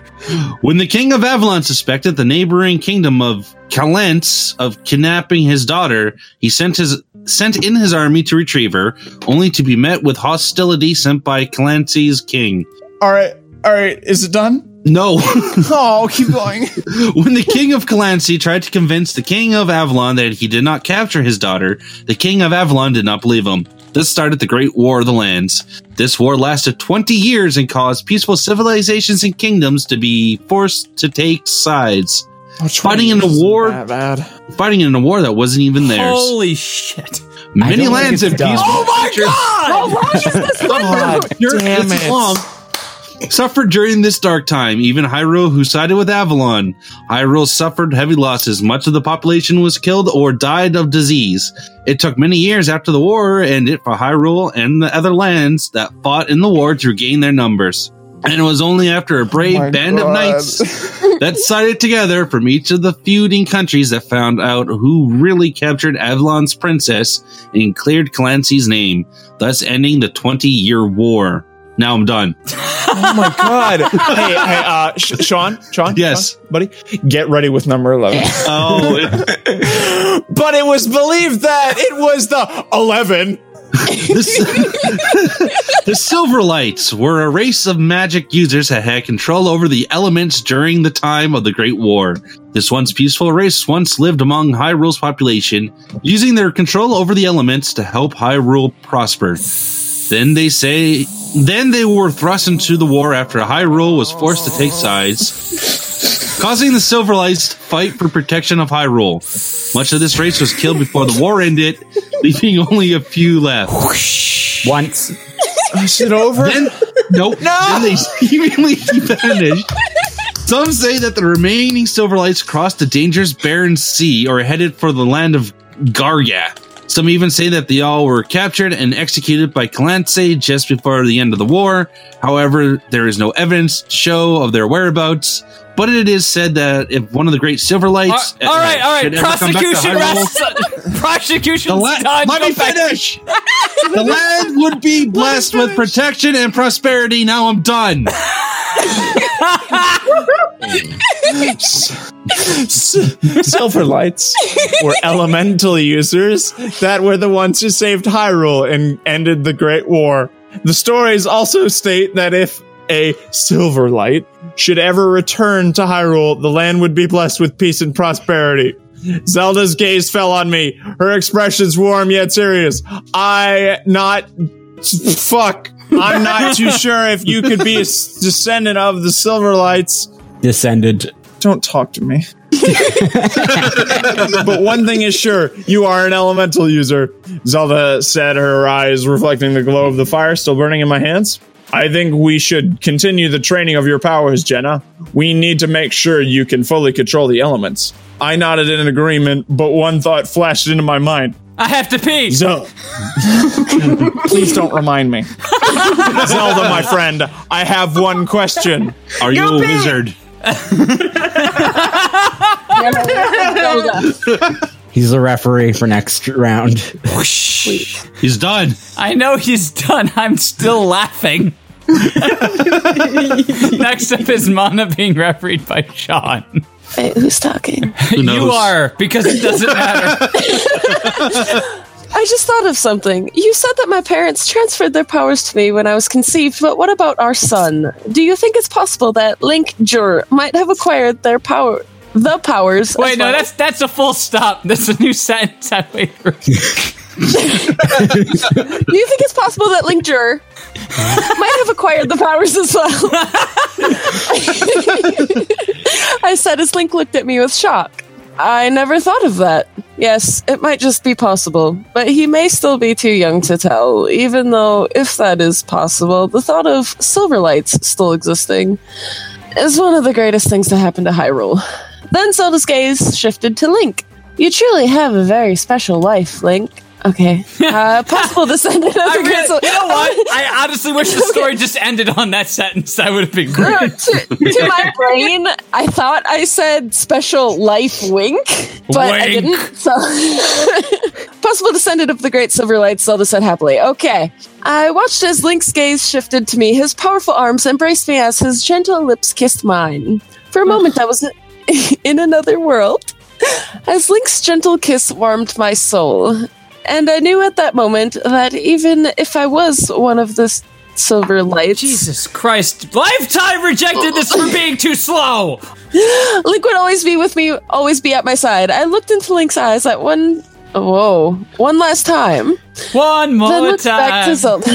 When the king of Avalon suspected the neighboring kingdom of Calence of kidnapping his daughter, he sent his sent in his army to retrieve her, only to be met with hostility sent by Calence's king.
All right, all right, is it done?
No.
Oh, keep going.
when the king of Calance tried to convince the king of Avalon that he did not capture his daughter, the king of Avalon did not believe him. This started the Great War of the Lands. This war lasted 20 years and caused peaceful civilizations and kingdoms to be forced to take sides.
Oh,
Fighting in a war
That bad.
fighting in a war that wasn't even theirs.
Holy shit.
I don't
Many
think
lands
it's
and
done.
peaceful
Oh my god!
How long is this?
God
You're-
damn
it's
it.
long. suffered during this dark time. Even Hyrule, who sided with Avalon, Hyrule suffered heavy losses. Much of the population was killed or died of disease. It took many years after the war and it for Hyrule and the other lands that fought in the war to regain their numbers. And it was only after a brave
my
band
God.
of knights that sided together from each of the feuding countries that found out who really captured Avalon's princess and cleared Clancy's name, thus ending the 20 year war. Now I'm done.
Oh my god! hey, hey, uh, Sh- Sean, Sean, yes, buddy, get ready with number eleven.
Oh.
Oh,
but it was believed that it was the eleven.
the Silverlights were a race of magic users that had control over the elements during the time of the Great War. This once peaceful race once lived among Hyrule's population, using their control over the elements to help Hyrule prosper. Then they say, then they were thrust into the war after Hyrule was forced to take sides, causing the Silverlights to fight for protection of Hyrule. Much of this race was killed before the war ended, leaving only a few left. Once.
Is it over?
Then, nope. No! Then they seemingly vanished. Some say that the remaining Silverlights crossed the dangerous Barren Sea or headed for the land of Garya. Some even say that they all were captured and executed by Calance just before the end of the war. However, there is no evidence to show of their whereabouts. But it is said that if one of the great Silverlights.
all right, all right.
should ever come back to
Prosecution
Hyrule-
rests. Prosecution's
The la-
done.
let
Go
me
back-
finish. the land would be blessed with protection and prosperity. Now I'm done.
Silverlights were elemental users that were the ones who saved Hyrule and ended the Great War. The stories also state that if a Silverlight should ever return to Hyrule, the land would be blessed with peace and prosperity. Zelda's gaze fell on me, her expressions warm yet serious. I not fuck. I'm not too sure if you could be a s- descendant of the Silverlights.
Descended.
Don't talk to me. but one thing is sure, you are an elemental user. Zelda said, her eyes reflecting the glow of the fire still burning in my hands. I think we should continue the training of your powers, Jenna. We need to make sure you can fully control the elements. I nodded in agreement, but one thought flashed into my mind.
I have to pee.
Zelda. Please don't remind me. Zelda, my friend, I have one question.
Are you a wizard?
He's the referee for next round.
He's done.
I know he's done. I'm still laughing. Next up is Mana being refereed by Sean.
Wait, who's talking?
You are, because it doesn't matter.
I just thought of something. You said that my parents transferred their powers to me when I was conceived, but what about our son? Do you think it's possible that Link Jur might have acquired their power, the powers? as
Wait, no,
well?
that's that's a full stop. That's a new sentence I made.
Do you think it's possible that Link Jur might have acquired the powers as well? I said as Link looked at me with shock. I never thought of that. Yes, it might just be possible, but he may still be too young to tell, even though, if that is possible, the thought of Silverlights still existing is one of the greatest things to happen to Hyrule. Then Zelda's gaze shifted to Link. You truly have a very special life, Link. Okay. Uh, possible descendant of
I
the
really-
Crystal-
you know what? I honestly wish the story just ended on that sentence. That would have been
No,
great.
to, to my brain, I thought I said special life wink, but I
Wink.
didn't. So, possible descendant of the great Silverlight, Zelda said happily. Okay. I watched as Link's gaze shifted to me. His powerful arms embraced me as his gentle lips kissed mine. For a moment, I was in another world. As Link's gentle kiss warmed my soul, and I knew at that moment that even if I was one of the s- silver lights,
Jesus Christ! Lifetime rejected this for being too slow.
Link would always be with me, always be at my side. I looked into Link's eyes at one. Whoa, one last time.
One more
then looked Back
time.
to Zelda.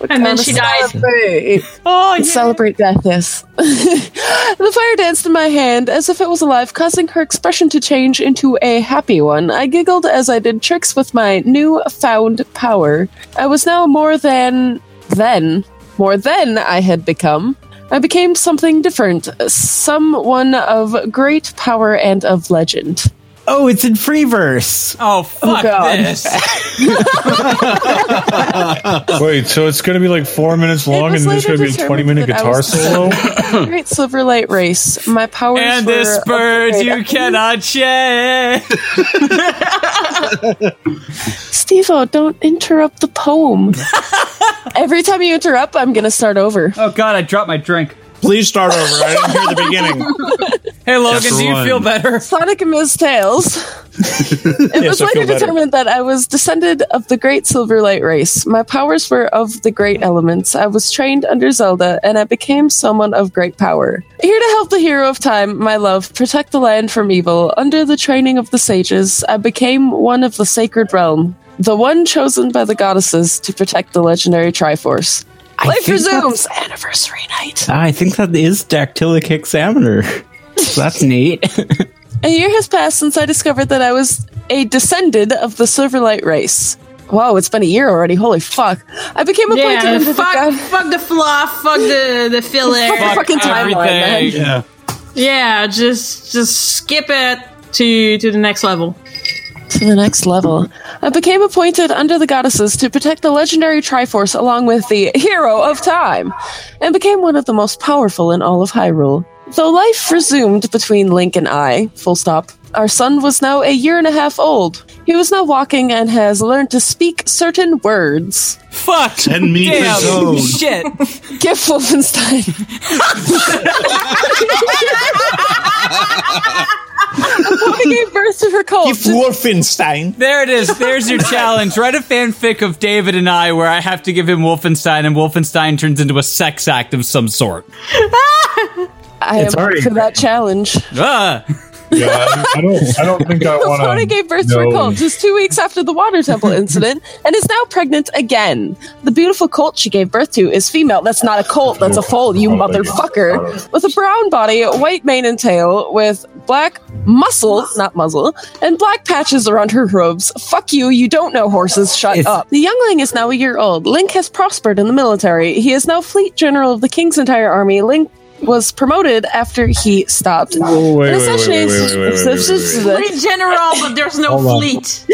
Looked
And then
down to
she died.
Celebrate.
Oh,
celebrate death! Yes. the fire danced in my hand as if it was alive, causing her expression to change into a happy one. I giggled as I did tricks with my new found power. I was now more than then, more than I had become. I became something different, someone of great power and of legend.
Oh, it's in free verse.
Oh, fuck
God.
this.
Wait, so it's going to be like four minutes long, and there's going to be a twenty-minute guitar solo.
Great Silver Light Race. My powers
And
were
this bird
upgraded.
you cannot share.
Steve-O, don't interrupt the poem. Every time you interrupt, I'm gonna start over.
Oh god, I dropped my drink.
Please start over. I didn't hear the beginning.
Hey Logan,
Chapter
do you
one.
feel better?
Sonic and Ms. Tails. It was
Yes, I feel
later
better.
determined that I was descended of the great Silver Light race. My powers were of the great elements. I was trained under Zelda, and I became someone of great power. Here to help the hero of time, my love, protect the land from evil. Under the training of the sages, I became one of the sacred realm, the one chosen by the goddesses to protect the legendary Triforce. Life
think
resumes. Anniversary night.
Ah, I think that is Dactylic Examiner. So that's neat.
A year has passed since I discovered that I was a descendant of the Silverlight race. Wow, it's been a year already. Holy fuck. I became appointed
Yeah,
into the
fuck, fuck the fluff, fuck the the filler, Uh,
Fuck the Fuck fucking timeline, everything.
Yeah.
Yeah, just just skip it to to the next level.
to the next level. I became appointed under the goddesses to protect the legendary Triforce along with the Hero of Time, and became one of the most powerful in all of Hyrule. Though life resumed between Link and I, full stop, our son was now a year and a half old. He was now walking and has learned to speak certain words.
Fuck!
Ten meters
Damn.
zone.
Shit.
Get Wolfenstein. Oh I gave birth to her cult.
Wolfenstein.
There it is. There's your challenge. Write a fanfic of David and I where I have to give him Wolfenstein and Wolfenstein turns into a sex act of some sort.
I
It's
am up
already-
for that challenge.
Ah.
Yeah, I, I don't. I don't think I want to.
Sona gave birth to a cult just two weeks after the water temple incident and is now pregnant again. The beautiful cult she gave birth to is female. That's not a cult, that's a foal,
Oh,
you motherfucker. With a brown body, white mane and tail, with black muscle, not muzzle, and black patches around her robes. Fuck you, you don't know horses, shut up. The youngling is now a year old. Link has prospered in the military. He is now fleet general of the king's entire army. Link was promoted after he stopped.
wait,
And
wait, wait,
essentially,
wait,
it's-
wait, wait, wait,
it's-
wait, wait,
Free general, but there's no
Hold on.
fleet.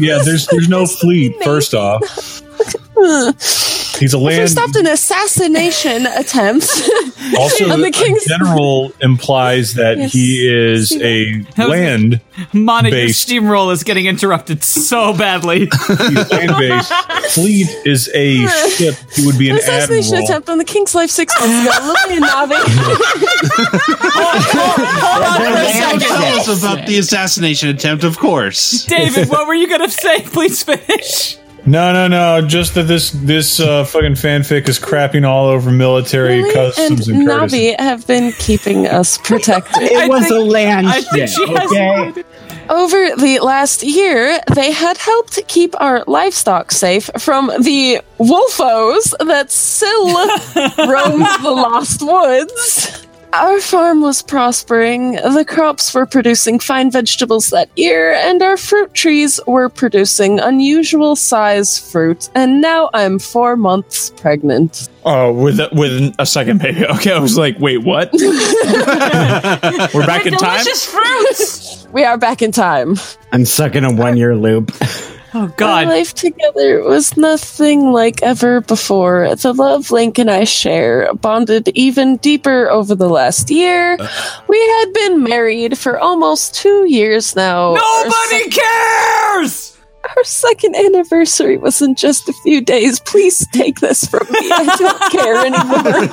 yeah, there's there's no fleet. First off, he's a
First
land.
stopped an assassination attempt
Also,
on the
a
king's.
general implies that
Yes.
he is a land.
Monica,
Based.
your steamroll is getting interrupted so badly.
land based. Fleet is a ship. He would be
An
an
assassination
admiral.
attempt on the king's life six months ago. Lily and
Don't Tell us about the assassination attempt, of course.
David, what were you going to say? Please finish.
No, no, no. Just that this this uh, fucking fanfic is crapping all over military
and
customs and, courtesy.
Navi have been keeping us protected.
It was a land
I think
ship,
she has
okay?
Over the last year, they had helped keep our livestock safe from the wolfos that still roam the lost woods. Our farm was prospering, the crops were producing fine vegetables that year, and our fruit trees were producing unusual size fruit. And now I'm four months pregnant.
Oh, with a, with a second baby. Okay, I was like, wait, what? We're back in time.
fruits! we are back in time.
I'm stuck in a one year loop.
Oh
Our life together was nothing like ever before. The love Link and I share bonded even deeper over the last year.
Uh.
We had been married for almost two years
Oh,
now.
Nobody cares!
Our second anniversary was in just a few days. Please take this from me. I don't care anymore.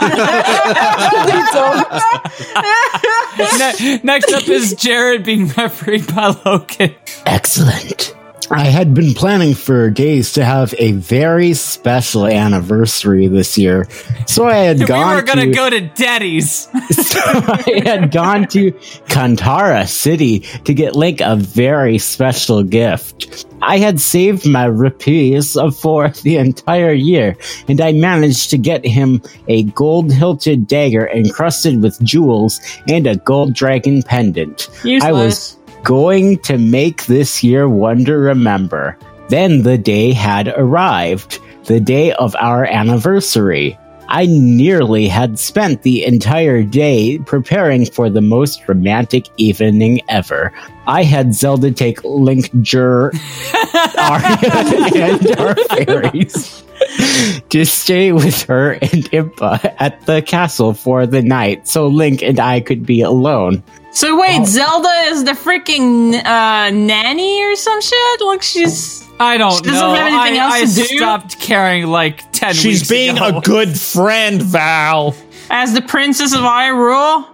I really don't.
Ne- next up is Jared being refereed by Logan.
Excellent. I had been planning for days to have a very special anniversary this year, so I had gone.
we were gonna
to-
go to Daddy's.
I had gone to Kantara City to get Link a very special gift. I had saved my rupees for the entire year, and I managed to get him a gold hilted dagger encrusted with jewels and a gold dragon pendant. I was going to make this year one to remember. Then the day had arrived, the day of our anniversary. I nearly had spent the entire day preparing for the most romantic evening ever. I had Zelda take Link Jur, Arya, and our fairies to stay with her and Impa at the castle for the night so Link and I could be alone.
So wait, Zelda is the freaking uh, nanny or some shit? Like she's
I don't
she doesn't
know.
have anything
I,
else
I
to do.
stopped caring like ten.
She's
weeks
being
ago.
a good
friend, Val.
As the princess of Hyrule,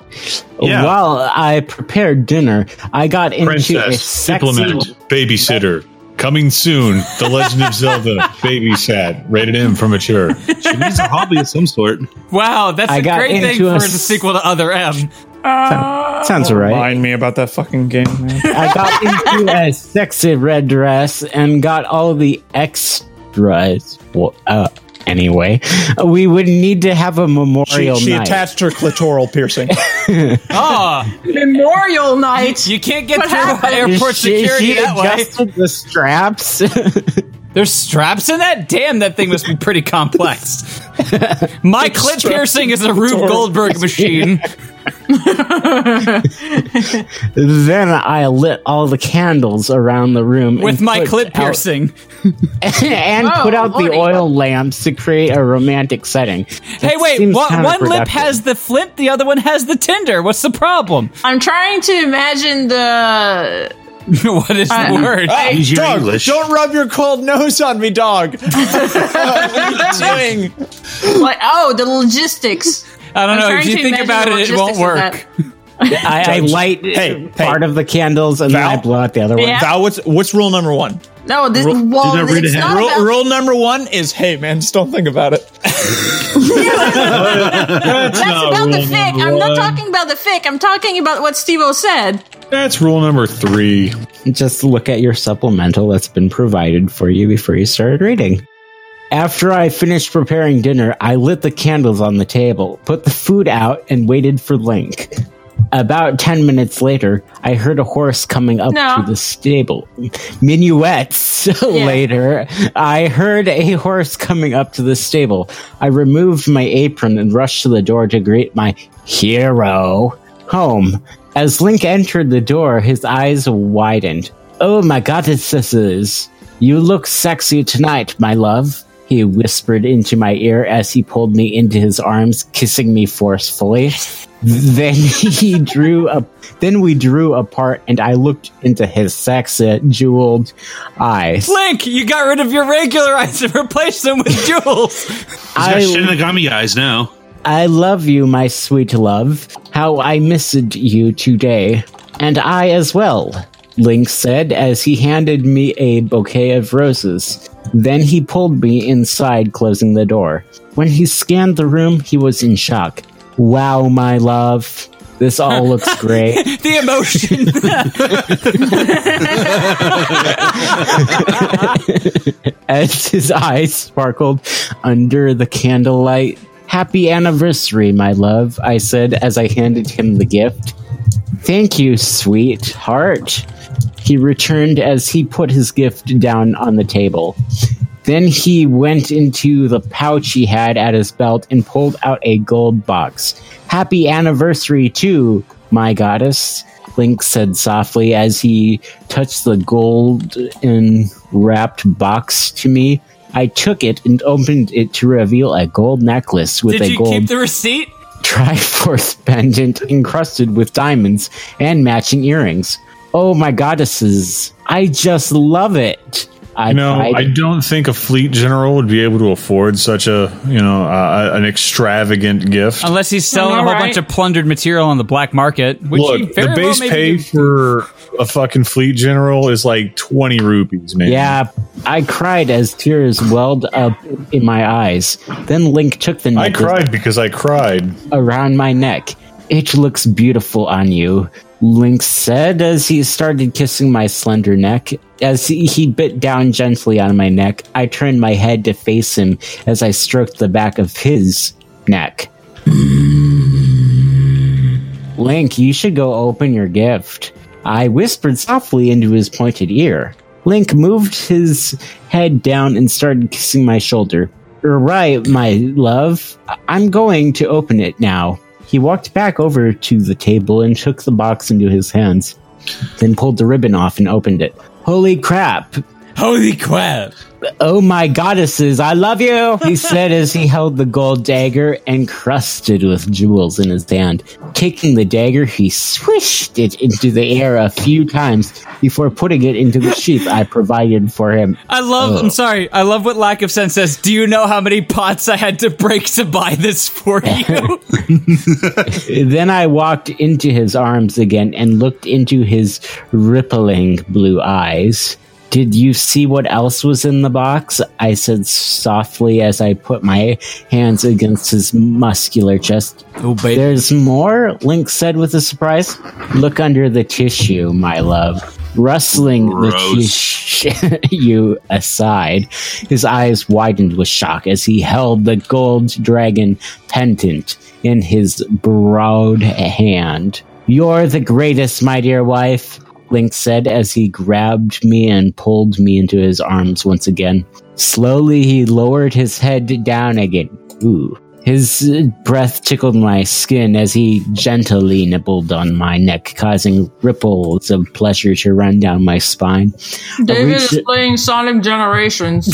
While I prepared dinner, I got into a
Princess,
sexy
implement, babysitter. Coming soon, The Legend of Zelda, babysat, rated M for mature. She needs a hobby of some sort.
Wow, that's
I
a
got
great thing
into
for
a
the sequel to Other M.
Sounds right.
Remind me about that fucking game. Man.
I got into a sexy red dress and got all the extras. Well, uh, anyway, we would need to have a memorial
she
night.
attached her clitoral piercing.
Ah,
Memorial Night.
You can't get
What
through
happened?
airport
She-
security she that way.
adjusted the straps.
There's straps in that? Damn, that thing must be pretty complex. My clit piercing is a Rube Goldberg machine.
then I lit all the candles around the room and
With my
put
clit
out-
piercing. Oh,
and
Whoa,
put out
lordy.
the oil lamps to create a romantic setting.
Hey,
That
wait,
seems
one, one lip
counterproductive.
has the flint, the other one has the tinder. What's the problem?
I'm trying to imagine the
what is the word?
Ah, dog, Don't rub your cold nose on me, dog. what are you doing?
like oh the logistics.
I
I'm
don't know.
trying
If you
to
think
imagine
about
the
it, it won't
logistics of
work.
that.
I, I
Judge.
light
Hey,
part of the candles and then I blow out the other
Yeah.
one.
Val, what's what's rule number one?
No, this, well, it's not
Rule,
about
rule number one is, hey man, just don't think about it.
That's, about the
rule
fic.
number
I'm not
one.
talking about the fic. I'm talking about what Steve O said.
That's rule number three. Just look at your supplemental that's been provided for you before you started reading. After I finished preparing dinner, I lit the candles on the table, put the food out, and waited for Link. About 10 minutes later, I heard a horse coming up
No.
to the stable. Minuets later, I heard a horse coming up to the stable. I removed my apron and rushed to the door to greet my hero home. As Link entered the door, his eyes widened. Oh my goddesses, you look sexy tonight, my love. He whispered into my ear as he pulled me into his arms, kissing me forcefully. Then he drew up. Then we drew apart, and I looked into his sexy, jeweled eyes.
Link, you got rid of your regular eyes and replaced them with jewels.
He's got
I-
Shinigami eyes now.
I love you, my sweet love. How I missed you today. And I as well, Link said as he handed me a bouquet of roses. Then he pulled me inside, closing the door. When he scanned the room, he was in shock. Wow, my love. This all looks great.
the emotion.
as his eyes sparkled under the candlelight. Happy anniversary, my love, I said as I handed him the gift. Thank you, sweetheart. He returned as he put his gift down on the table. Then he went into the pouch he had at his belt and pulled out a gold box. Happy anniversary, too, my goddess, Link said softly as he touched the gold enwrapped box to me. I took it and opened it to reveal a gold necklace with
Did
a
you
gold
keep the receipt?
Triforce pendant encrusted with diamonds and matching earrings. Oh my goddesses, I just love it. I
you know,
cried.
I don't think a fleet general would be able to afford such a, you know, uh, an extravagant gift.
Unless he's
Oh,
selling a whole bunch of plundered material on the black market, which he
Look,
very
the
well
base
may be
pay for a fucking fleet general is like 20 rupees, man.
Yeah, I cried as tears welled up in my eyes. Then Link took the
I
necklace
cried because I cried.
around my neck. It looks beautiful on you, Link said as he started kissing my slender neck. As he, he bit down gently on my neck, I turned my head to face him as I stroked the back of his neck. Link, you should go open your gift. I whispered softly into his pointed ear. Link moved his head down and started kissing my shoulder. You're right, my love. I- I'm going to open it now. He walked back over to the table and took the box into his hands, then pulled the ribbon off and opened it. Holy crap!
Holy crap!
Oh my goddesses, I love you! He said as he held the gold dagger encrusted with jewels in his hand. Taking the dagger, he swished it into the air a few times before putting it into the sheath I provided for him.
I love.
Oh.
I'm sorry. I love what lack of sense says. Do you know how many pots I had to break to buy this for you?
then I walked into his arms again and looked into his rippling blue eyes. Did you see what else was in the box? I said softly as I put my hands against his muscular chest.
Oh, baby.
There's more, Link said with a surprise. Look under the tissue, my love. Rustling the tissue aside, his eyes widened with shock as he held the gold dragon pendant in his broad hand. You're the greatest, my dear wife, Link said as he grabbed me and pulled me into his arms once again. Slowly, he lowered his head down again. Ooh. His uh, breath tickled my skin as he gently nibbled on my neck, causing ripples of pleasure to run down my spine. I
David
reached-
is playing Sonic Generations.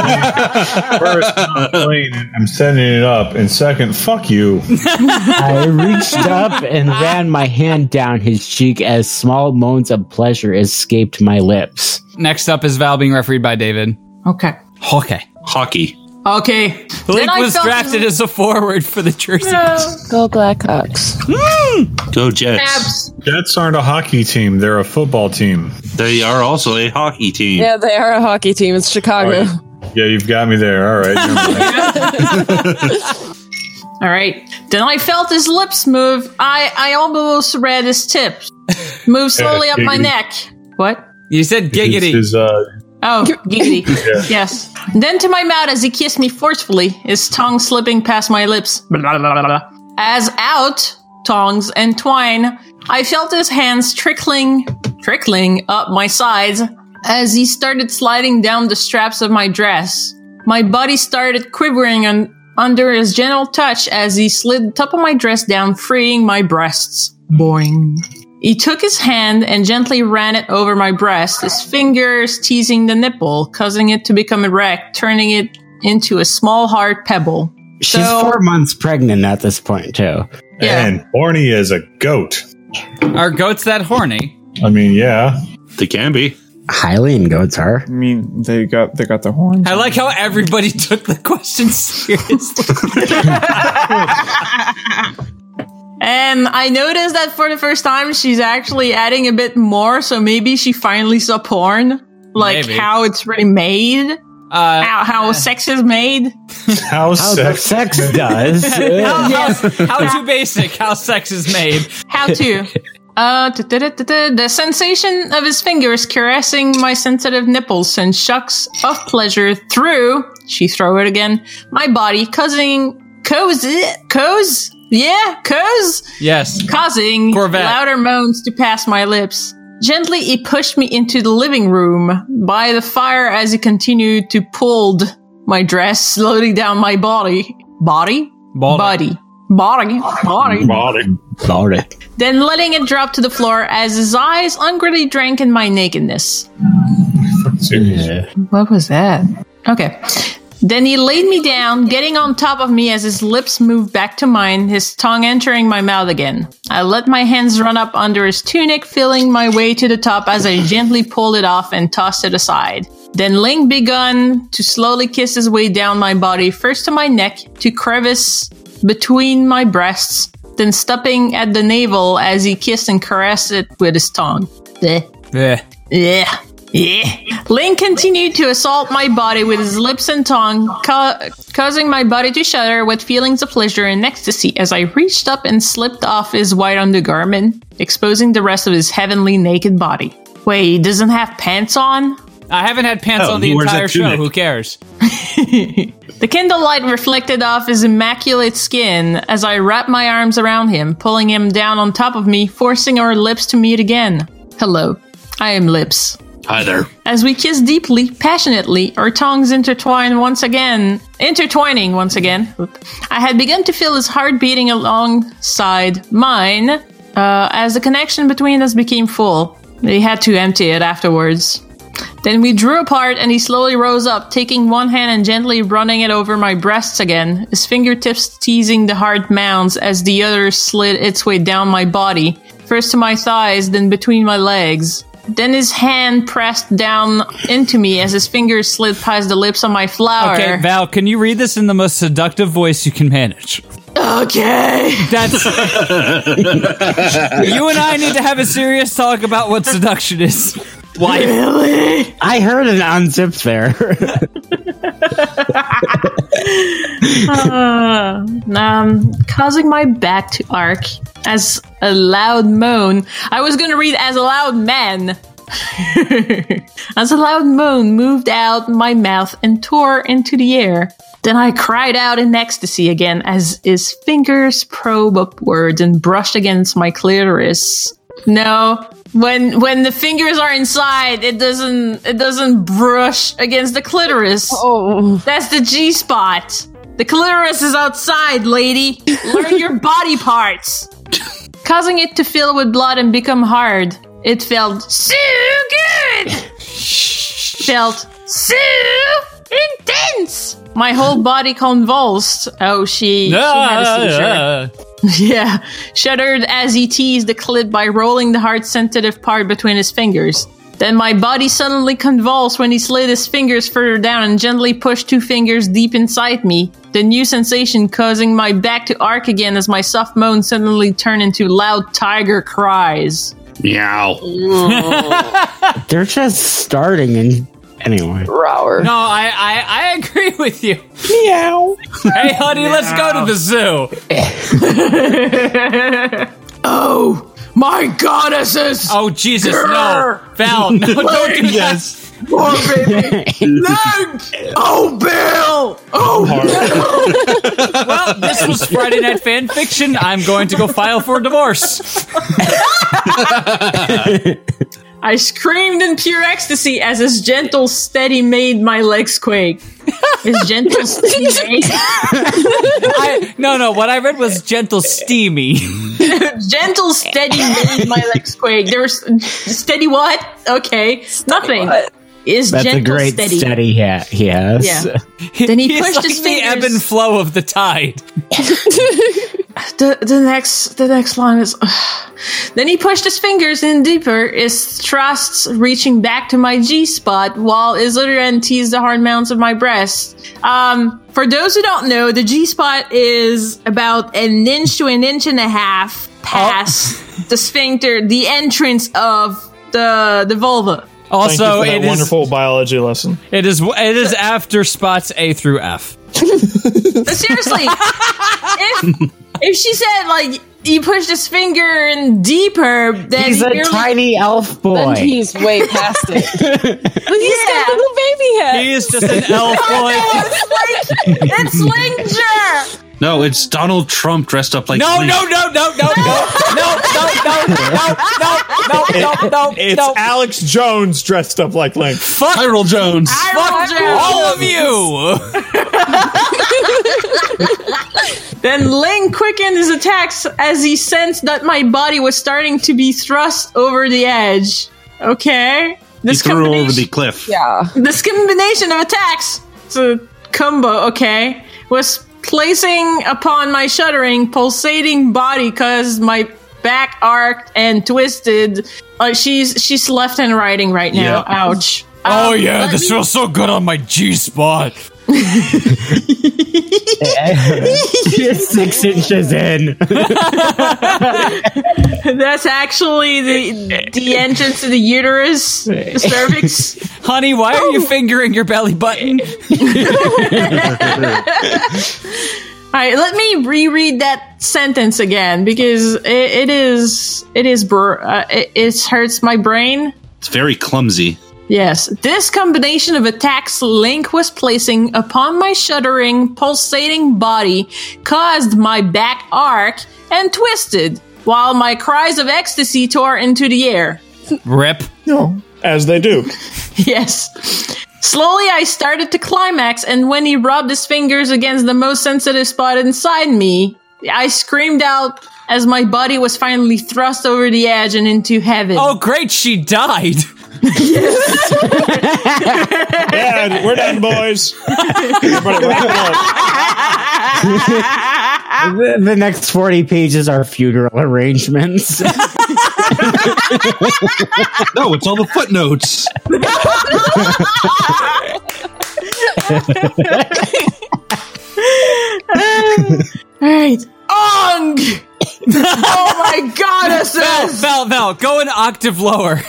First, I'm playing it, I'm setting it up, and second, fuck you.
I reached up and ran my hand down his cheek as small moans of pleasure escaped my lips.
Next up is Val being refereed by David.
Okay.
Okay.
Hockey.
Okay.
Link
Then I
was
felt-
drafted as a forward for the Jersey. Hmm.
Go Blackhawks.
Go Jets.
Jets aren't a hockey team; they're a football team.
They are also a hockey team.
Yeah, they are a hockey team. It's Chicago.
Yeah, you've got me there. All right.
All right. Then I felt his lips move. I, I almost read his tips. Move slowly up my
Giggity.
neck. What?
You said giggity.
This is, uh,
Oh, giggity.
Yeah.
Yes. Then to my mouth as he kissed me forcefully, his tongue slipping past my lips. Blah, blah, blah, blah, blah. As out, tongs entwine, I felt his hands trickling, trickling up my sides as he started sliding down the straps of my dress. My body started quivering un- under his gentle touch as he slid the top of my dress down, freeing my breasts. Boing. He took his hand and gently ran it over my breast, his fingers teasing the nipple, causing it to become erect, turning it into a small hard pebble.
She's
So-
four months pregnant at this point, too.
And horny as a goat.
Are goats that horny?
I mean, yeah.
They can be.
Hylian goats are.
I mean, they got they got the horns.
I like how everybody took the question seriously.
And I noticed that for the first time, she's actually adding a bit more, so maybe she finally saw porn. Like
Maybe.
how it's really made, how, how sex is made.
How,
sex,
does.
how, how- how to basic how sex is made.
How to? Uh, da- da- da- da- da. the sensation of his fingers caressing my sensitive nipples sent shocks of pleasure through. She throw it again. My body causing coz coz yeah coz
Yes.
causing louder moans to pass my lips. Gently, he pushed me into the living room by the fire as he continued to pull my dress slowly down my body. Body? Body. Body. Body.
Sorry.
Then letting it drop to the floor as his eyes hungrily drank in my nakedness. What was that? Okay. Then he laid me down, getting on top of me as his lips moved back to mine, his tongue entering my mouth again. I let my hands run up under his tunic, feeling my way to the top as I gently pulled it off and tossed it aside. Then Link begun to slowly kiss his way down my body, first to my neck, to crevice between my breasts, then stopping at the navel as he kissed and caressed it with his tongue. Bleh.
Yeah.
Yeah. Yeah. Link continued to assault my body with his lips and tongue, ca- causing my body to shudder with feelings of pleasure and ecstasy as I reached up and slipped off his white undergarment, exposing the rest of his heavenly naked body. Wait, he doesn't have pants on?
I haven't had pants
Oh,
on the
he wears
entire
that
show.
tunic.
Who cares?
The candlelight reflected off his immaculate skin as I wrapped my arms around him, pulling him down on top of me, forcing our lips to meet again. Hello, I am Lips.
Hi there.
As we kiss deeply, passionately, our tongues intertwine once again, intertwining once again. Oop. I had begun to feel his heart beating alongside mine uh, as the connection between us became full. They had to empty it afterwards. Then we drew apart and he slowly rose up, taking one hand and gently running it over my breasts again, his fingertips teasing the hard mounds as the other slid its way down my body, first to my thighs, then between my legs. Then his hand pressed down into me as his fingers slid past the lips on my flower.
Okay, Val, can you read this in the most seductive voice you can manage?
Oh, Okay.
That's you and I need to have a serious talk about what seduction is. Why?
I heard an unzip there.
Uh, um, causing my back to arc as a loud moan. I was going to read as a loud man. as a loud moan moved out my mouth and tore into the air. Then I cried out in ecstasy again as his fingers probe upwards and brushed against my clitoris. No, when when the fingers are inside, it doesn't it doesn't brush against the clitoris. Oh, that's the G spot. The clitoris is outside, lady. Learn your body parts. Causing it to fill with blood and become hard. It felt so good. felt so intense. My whole body convulsed. Oh, she, she had a seizure. Yeah, shuddered as he teased the clit by rolling the hard sensitive part between his fingers. Then my body suddenly convulsed when he slid his fingers further down and gently pushed two fingers deep inside me. The new sensation causing my back to arc again as my soft moan suddenly turned into loud tiger cries.
Meow.
They're just starting and anyway.
Rower.
No, I, I, I agree with you.
Meow.
Hey, honey, let's go to the zoo.
oh, my goddesses!
Oh, Jesus, no.
Grr.
Val, no, don't do that.
Poor baby. no! Oh, Bill! Oh,
well, this was Friday Night Fan Fiction. I'm going to go file for divorce.
I screamed in pure ecstasy as his gentle steady made my legs quake. His gentle steady
I, no, no, what I read was gentle steamy.
gentle steady made my legs quake. There's steady what? Okay, nothing. Is
That's a
gentle
great
steady.
study he, ha- he has.
Yeah. Then he
He's
pushed
like
his
the ebb
fingers.
and flow of the tide.
the the next the next line is. then he pushed his fingers in deeper, his thrusts reaching back to my G spot, while his other end teased the hard mounts of my breast. Um, for those who don't know, the G spot is about an inch to an inch and a half past
Oh.
the sphincter, the entrance of the the vulva.
Also,
Thank you for
it
that
is-
wonderful biology lesson.
It is it is after spots A through F.
But seriously, if, if she said like he pushed his finger in deeper, then
He's a tiny elf boy.
he's way past it. But he's got a little baby head.
He is just an elf boy.
it's Linger.
no, it's Donald Trump dressed up like
no,
Link.
no, no, no, no, no, no, no, no, no, no, no, no, no,
It's
no.
Alex Jones dressed up like Link.
Fuck
Tyrell Jones.
Fuck all of you.
Then Ling quickened his attacks as he sensed that my body was starting to be thrust over the edge. Okay.
He threw him over the cliff.
Yeah. This combination of attacks, it's a combo, okay, was placing upon my shuddering, pulsating body because my back arced and twisted. Uh, she's she's left and righting right now.
Yeah.
Ouch.
Oh
Um,
yeah,
let
this
me-
feels so good on my G spot.
Six inches in.
That's actually the the entrance to the uterus, the cervix. Oh.
Honey, why are you fingering your belly button?
All right, let me reread that sentence again because it, it is it is br- uh, it, it hurts my brain.
It's very clumsy.
Yes, this combination of attacks Link was placing upon my shuddering, pulsating body caused my back arc and twisted, while my cries of ecstasy tore into the air.
Rip.
No.
As they do.
Yes. Slowly, I started to climax, and when he rubbed his fingers against the most sensitive spot inside me, I screamed out as my body was finally thrust over the edge and into heaven.
Oh, great, she died.
yeah, we're done, boys.
the, the next 40 pages are funeral arrangements.
no, it's all the footnotes.
All right. Ong! oh my goddesses!
Val, Val, Val, go an octave lower.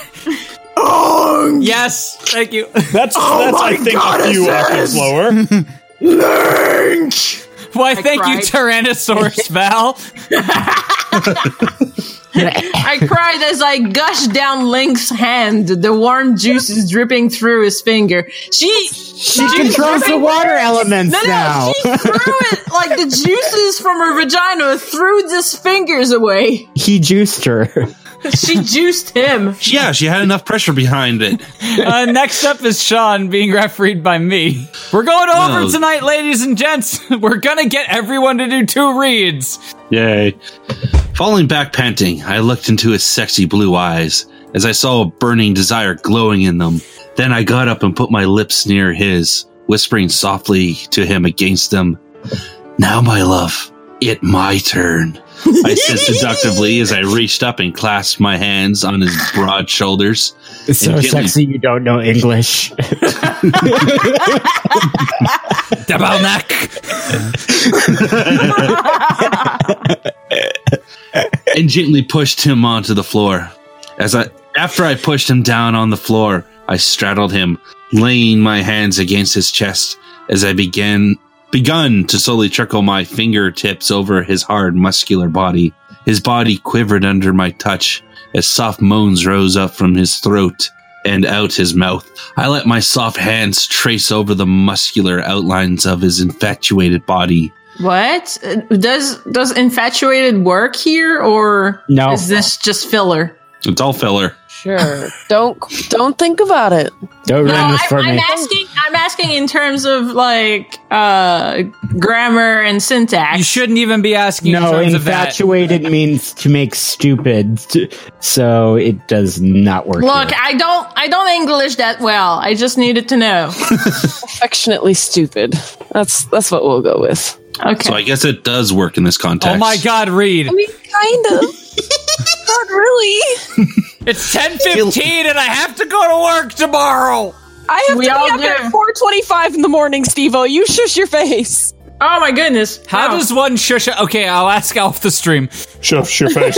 Oh,
Yes, thank you.
That's
Oh
that's I
my
think a few octaves
goddesses!
lower.
Why, thank you,
cried.
Tyrannosaurus Val.
I cried as I gushed down Link's hand, the warm juices dripping through his finger. She she
controls the water elements
no, no,
now.
She threw it like the juices from her vagina threw his fingers away.
he juiced her.
She juiced him.
Yeah, she had enough pressure behind it.
Uh, next up is Sean being refereed by me. We're going over
Oh.
tonight, ladies and gents. We're gonna get everyone to do two reads.
Yay. Falling back panting, I looked into his sexy blue eyes as I saw a burning desire glowing in them. Then I got up and put my lips near his, whispering softly to him against them, Now, my love, it my turn. I said seductively as I reached up and clasped my hands on his broad shoulders.
It's so
And gently
sexy you don't know English.
and gently pushed him onto the floor. As I after I pushed him down on the floor, I straddled him, laying my hands against his chest as I began begun to slowly trickle my fingertips over his hard muscular body. His body quivered under my touch as soft moans rose up from his throat and out his mouth. I let my soft hands trace over the muscular outlines of his infatuated body.
What Uh, does does infatuated work here, or
No.
is this just filler?
It's all filler.
Sure. Don't don't think about it.
Don't
No, I'm, I'm asking. I'm asking in terms of like uh, grammar and syntax. You
shouldn't even be asking.
no, infatuated means to make stupid, so it does not work.
Look, I don't. I don't English that well. I just needed to know.
Affectionately stupid. That's that's what we'll go with.
Okay.
So I guess it does work in this context.
Oh my God, read.
I mean, kind of. Not really.
It's ten fifteen, and I have to go to work tomorrow.
I have
We
to
all
be up
do.
at four twenty-five in the morning, Stevo. You shush your face.
Oh my goodness!
How does one shush? Okay, I'll ask off the stream.
Shush your face.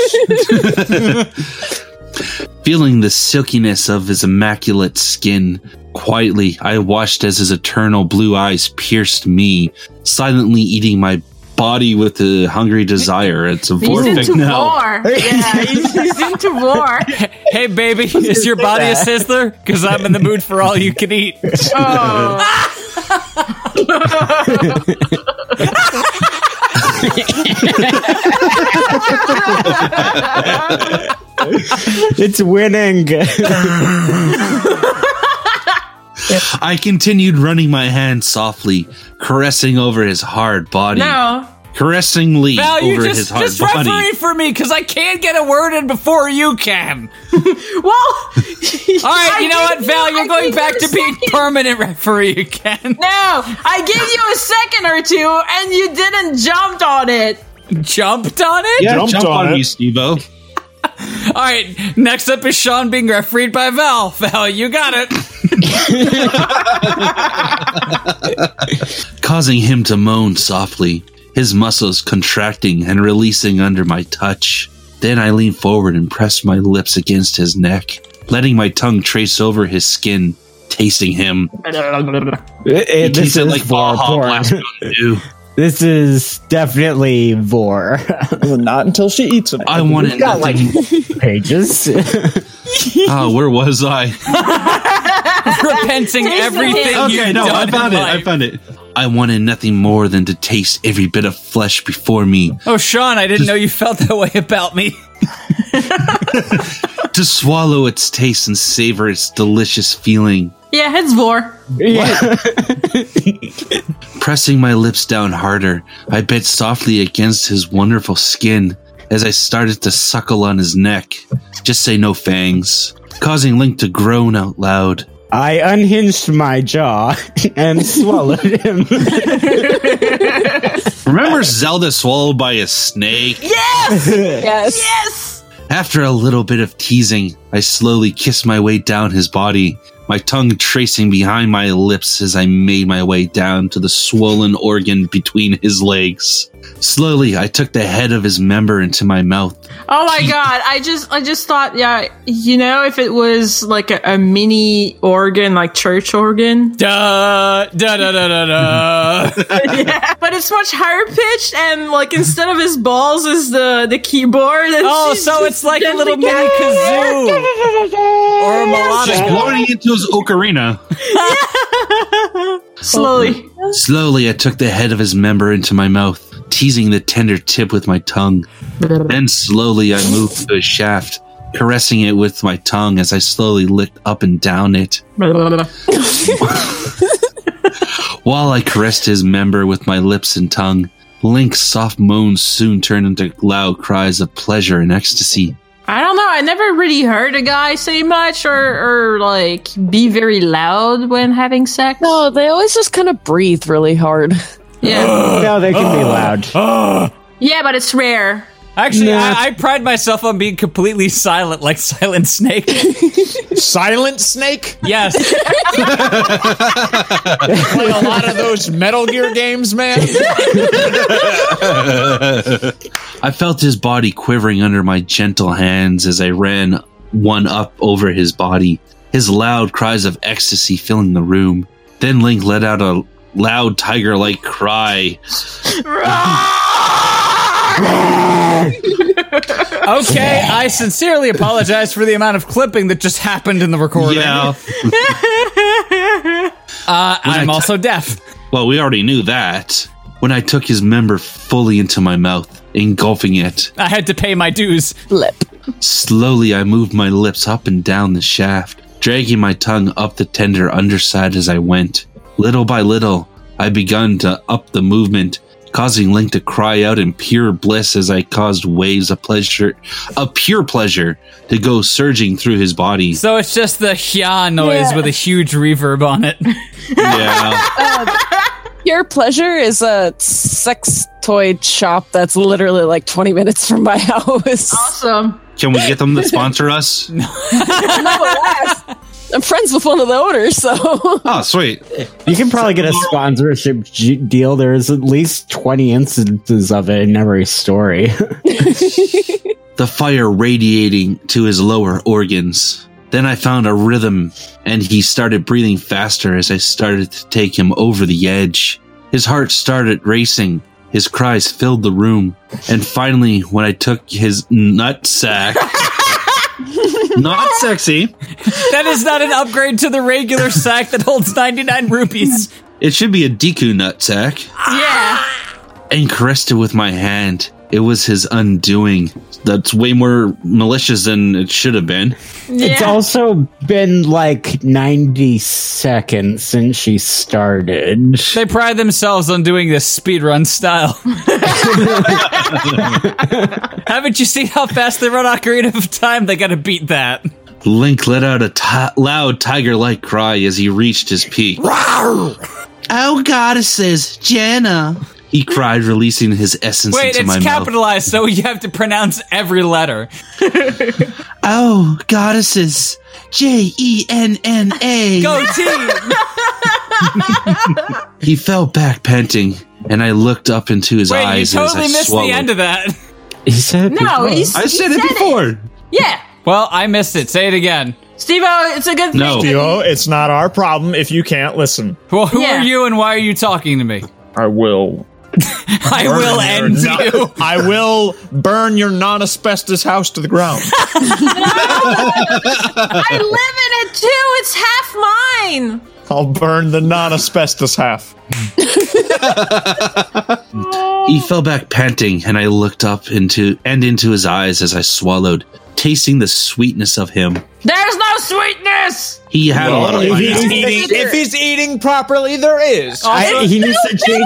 Feeling the silkiness of his immaculate skin, quietly I watched as his eternal blue eyes pierced me, silently eating my body with a hungry desire. It's a
He's
vortex
into
now.
war. Yeah, he's, he's into war.
Hey, baby, is your body a sizzler? Because I'm in the mood for all you can eat.
Oh. Oh.
it's winning.
I continued running my hand softly, caressing over his hard body.
No.
Caressingly
Val, you
over his
just,
hard
just
body.
referee for me because I can't get a word in before you can.
well,
all right, you know what, Val, you're going back to being permanent referee again.
No, I gave you a second or two, and you didn't jump on it.
Jumped on it.
Yeah, jump on, me, Steve-O.
All right, next up is Sean being refereed by Val. Val, you got it.
causing him to moan softly, his muscles contracting and releasing under my touch. Then I leaned forward and pressed my lips against his neck, letting my tongue trace over his skin, tasting him. He
this
tasted
is
like
vor
Baja
porn.
Blast Mountain Dew.
This is definitely vor.
Not until she eats it.
I want
We've got like pages.
Ah, where was I?
Repenting everything you've
no,
done.
I found
in
it.
life.
I found it. I wanted nothing more than to taste every bit of flesh before me.
Oh, Sean, I didn't know you felt that way about me.
to swallow its taste and savor its delicious feeling.
Yeah, it's Vor.
Pressing my lips down harder, I bit softly against his wonderful skin as I started to suckle on his neck. Just say no fangs, causing Link to groan out loud.
I unhinged my jaw and swallowed him.
Remember Zelda swallowed by a snake?
Yes! yes! Yes!
After a little bit of teasing, I slowly kissed my way down his body, my tongue tracing behind my lips as I made my way down to the swollen organ between his legs. Slowly, I took the head of his member into my mouth.
Oh my god! I just, I just thought, yeah, you know, if it was like a, a mini organ, like church organ,
Da Uh, da da da da da.
yeah, but it's much higher pitched, and like instead of his balls is the the keyboard. And
Oh,
she's
so
just
it's like a little
gently-
mini kazoo. or a
Just
melodica.
blowing into his ocarina.
Slowly.
Slowly, I took the head of his member into my mouth, teasing the tender tip with my tongue. then slowly, I moved to his shaft, caressing it with my tongue as I slowly licked up and down it. While I caressed his member with my lips and tongue, Link's soft moans soon turned into loud cries of pleasure and ecstasy.
I don't know. I never really heard a guy say much or, or like be very loud when having sex.
No, they always just kind of breathe really hard.
Yeah.
no, they can be loud.
yeah, but it's rare.
Uh, Actually, I, I pride myself on being completely silent, like Silent Snake.
silent Snake?
Yes.
Play a lot of those Metal Gear games, man.
I felt his body quivering under my gentle hands as I ran one up over his body, his loud cries of ecstasy filling the room. Then Link let out a loud tiger like cry.
okay, I sincerely apologize for the amount of clipping that just happened in the recording.
Yeah.
uh, I'm also deaf.
Well, we already knew that. When I took his member fully into my mouth, engulfing it,
I had to pay my dues.
Lip.
Slowly, I moved my lips up and down the shaft, dragging my tongue up the tender underside as I went. Little by little, I begun to up the movement, causing Link to cry out in pure bliss as I caused waves of pleasure, of pure pleasure, to go surging through his body.
So it's just the hya noise
Yeah.
with a huge reverb on it.
Yeah.
Um, Your Pleasure is a sex toy shop that's literally like 20 minutes from my house.
Awesome.
Can we get them to sponsor us?
I'm friends with one of the owners, so.
Oh, sweet. uh,
You can probably get a sponsorship g- deal. There's at least 20 instances of it in every story.
the fire radiating to his lower organs. Then I found a rhythm, and he started breathing faster as I started to take him over the edge. His heart started racing. His cries filled the room. And finally, when I took his nutsack. not sexy.
that is not an upgrade to the regular sack that holds 99 rupees.
It should be a Deku nutsack.
Yeah.
and caressed it with my hand. It was his undoing. That's way more malicious than it should have been.
It's also been like 90 seconds since she started.
They pride themselves on doing this speedrun style. Haven't you seen how fast they run Ocarina of Time? They gotta beat that.
Link let out a ti- loud tiger like cry as he reached his peak.
Oh, goddesses, Jenna.
He cried, releasing his essence
Wait,
into
it's
my mouth.
capitalized, so you have to pronounce every letter.
Oh, goddesses, J E N N A.
Go team.
He fell back panting, and I looked up into his
Wait, you
eyes as I
totally missed
swallowed.
the end of that.
He said
No, before. he's- I he said it said it.
before.
Yeah.
Well, I missed it. Say it again.
Steve O, it's a good thing.
Yo, Oh, it's not our problem if you can't listen.
Well, who are you and why are you talking to me?
I will.
I will end you.
I will burn your non-asbestos house to the ground.
I live in it too. It's half mine.
I'll burn the non-asbestos half.
He fell back panting, and I looked up into and into his eyes as I swallowed. tasting the sweetness of him.
There's no sweetness.
He had a lot of
if, he's
pineapple.
eating, if he's eating properly, there is.
I- he needs to change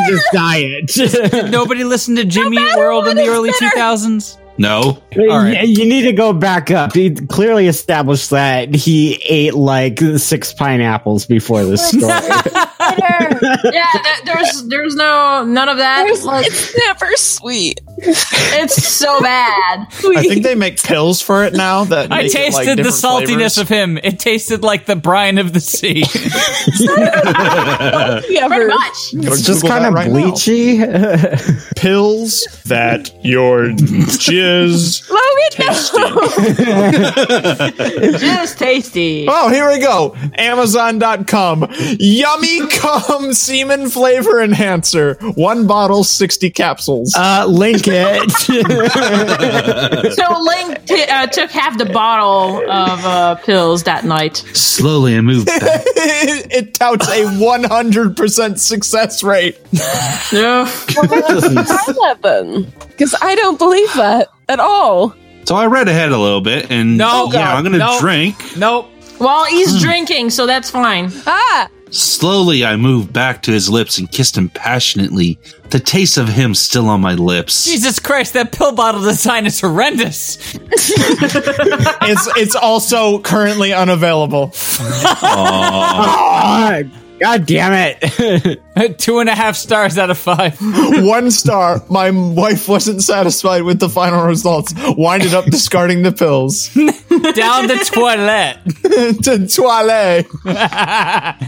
his
Did nobody listen to Jimmy Eat World in the early 2000s?
No.
right.
You need to go back up. He clearly established that he ate like six pineapples before this story.
yeah, th- there's there's no none of that. it's
never sweet.
It's so bad.
I think they make pills for it now. That
I
make it, like,
tasted the
different
saltiness
flavors.
of him. It tasted like the brine of the sea.
Pretty much.
It's
just
Google
kinda
that right now.
Pills that your jizz.
Just tasty.
Oh, here we go. Amazon.com. Yummy cum semen flavor enhancer. One bottle, 60 capsules.
Uh, link it.
so Link t- uh, took half the bottle of uh, pills that night.
Slowly I moved back.
it touts a 100% success rate.
Yeah.
Try that then, because I don't believe that at all.
So I read ahead a little bit, and
No,
yeah,
God,
I'm gonna
no.
drink.
Nope.
Well, he's drinking, so that's fine.
Ah.
Slowly, I moved back to his lips and kissed him passionately. The taste of him still on my lips.
Jesus Christ, that pill bottle design is horrendous.
It's it's also currently unavailable.
God damn
it. Two and a half stars out of five.
One star. My wife wasn't satisfied with the final results. Winded up discarding the pills.
Down the toilet.
to toilet.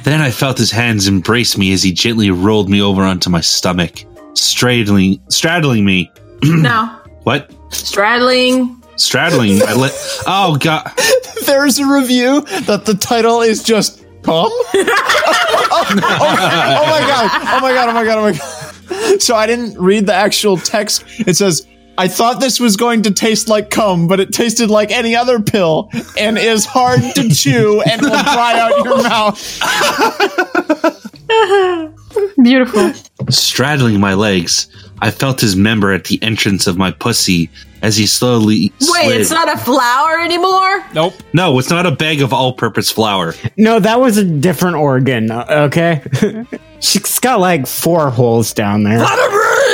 Then I felt his hands embrace me as he gently rolled me over onto my stomach, straddling, straddling me.
no.
What?
Straddling.
Straddling. I let. Oh God.
There's a review that the title is just cum. oh, oh, oh my god! Oh my god! Oh my god! Oh my god! So I didn't read the actual text. It says. I thought this was going to taste like cum, but it tasted like any other pill and is hard to chew and will dry out your mouth.
Beautiful.
Straddling my legs, I felt his member at the entrance of my pussy as he slowly.
Wait,
slid.
it's not a flower anymore.
Nope.
No, it's not a bag of all-purpose flour.
No, that was a different organ. Okay, she's got like four holes down there.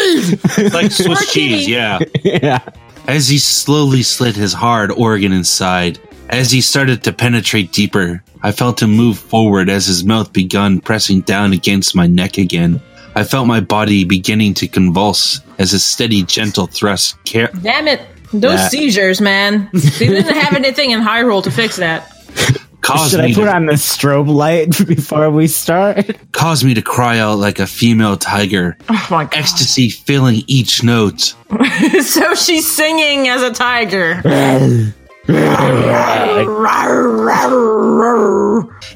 It's like Swiss cheese, yeah.
yeah.
As he slowly slid his hard organ inside, as he started to penetrate deeper, I felt him move forward as his mouth begun pressing down against my neck again. I felt my body beginning to convulse as a steady, gentle thrust. Car-
Damn it. Those
That-
seizures, man. They didn't have anything in Hyrule to fix that.
caused
Should I
me
put
to-
on the strobe light before we start?
caused me to cry out like a female tiger,
Oh my god.
ecstasy filling each note.
so she's singing as a tiger.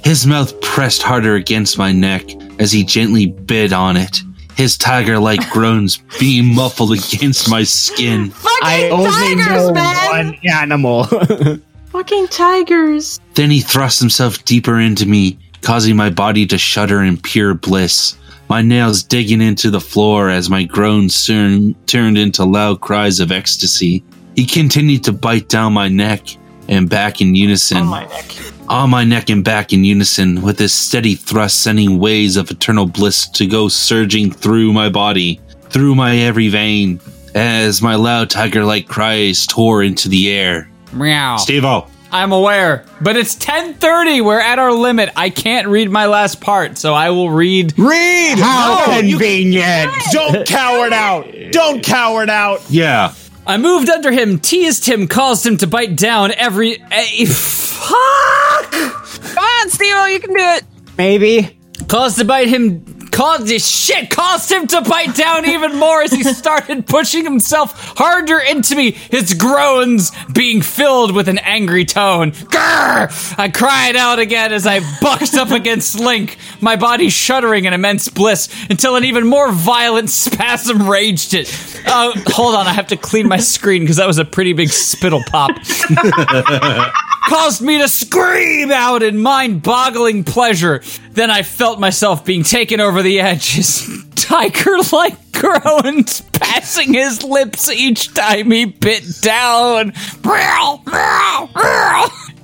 His mouth pressed harder against my neck as he gently bit on it. His tiger like groans being muffled against my skin.
I only know one animal.
Fucking tigers.
Then he thrust himself deeper into me, causing my body to shudder in pure bliss. My nails digging into the floor as my groans soon turned into loud cries of ecstasy. He continued to bite down my neck and back in unison. On my
neck.
and back in unison, with his steady thrust sending waves of eternal bliss to go surging through my body, through my every vein, as my loud tiger like cries tore into the air.
Meow.
Steve O.
I'm aware, but it's 10:30. We're at our limit. I can't read my last part, so I will read.
Read.
How
convenient.
Don't cower it out. Don't cower it out.
Yeah.
I moved under him, teased him, caused him to bite down every. eh, fuck! Come
on, Steve, you can do it.
Maybe.
Caused to bite him. Caused this shit. Caused him to bite down even more as he started pushing himself harder into me. His groans being filled with an angry tone. Grr! I cried out again as I bucked up against Link, my body shuddering in immense bliss until an even more violent spasm raged it. Uh, hold on, I have to clean my screen because that was a pretty big spittle pop. caused me to scream out in mind boggling pleasure. Then I felt myself being taken over the edge, his tiger like groans passing his lips each time he bit down.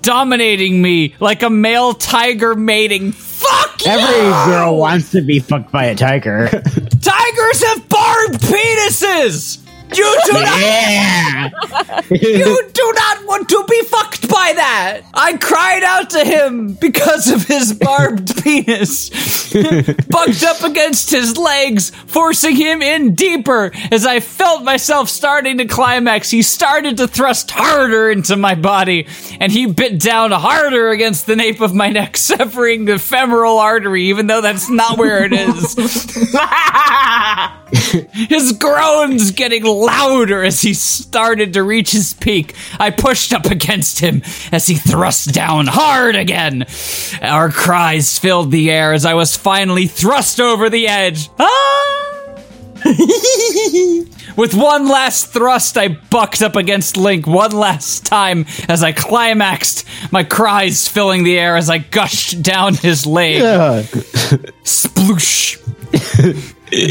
Dominating me like a male tiger mating. Fuck you!
Every girl wants to be fucked by a tiger.
Tigers have barbed penises! You do not. you do not want to be fucked by that. I cried out to him because of his barbed penis, bucked up against his legs, forcing him in deeper. As I felt myself starting to climax, he started to thrust harder into my body, and he bit down harder against the nape of my neck, severing the femoral artery, even though that's not where it is. his groans getting louder as he started to reach his peak. I pushed up against him as he thrust down hard again. Our cries filled the air as I was finally thrust over the edge. Ah! With one last thrust, I bucked up against Link one last time as I climaxed, my cries filling the air as I gushed down his leg. Sploosh.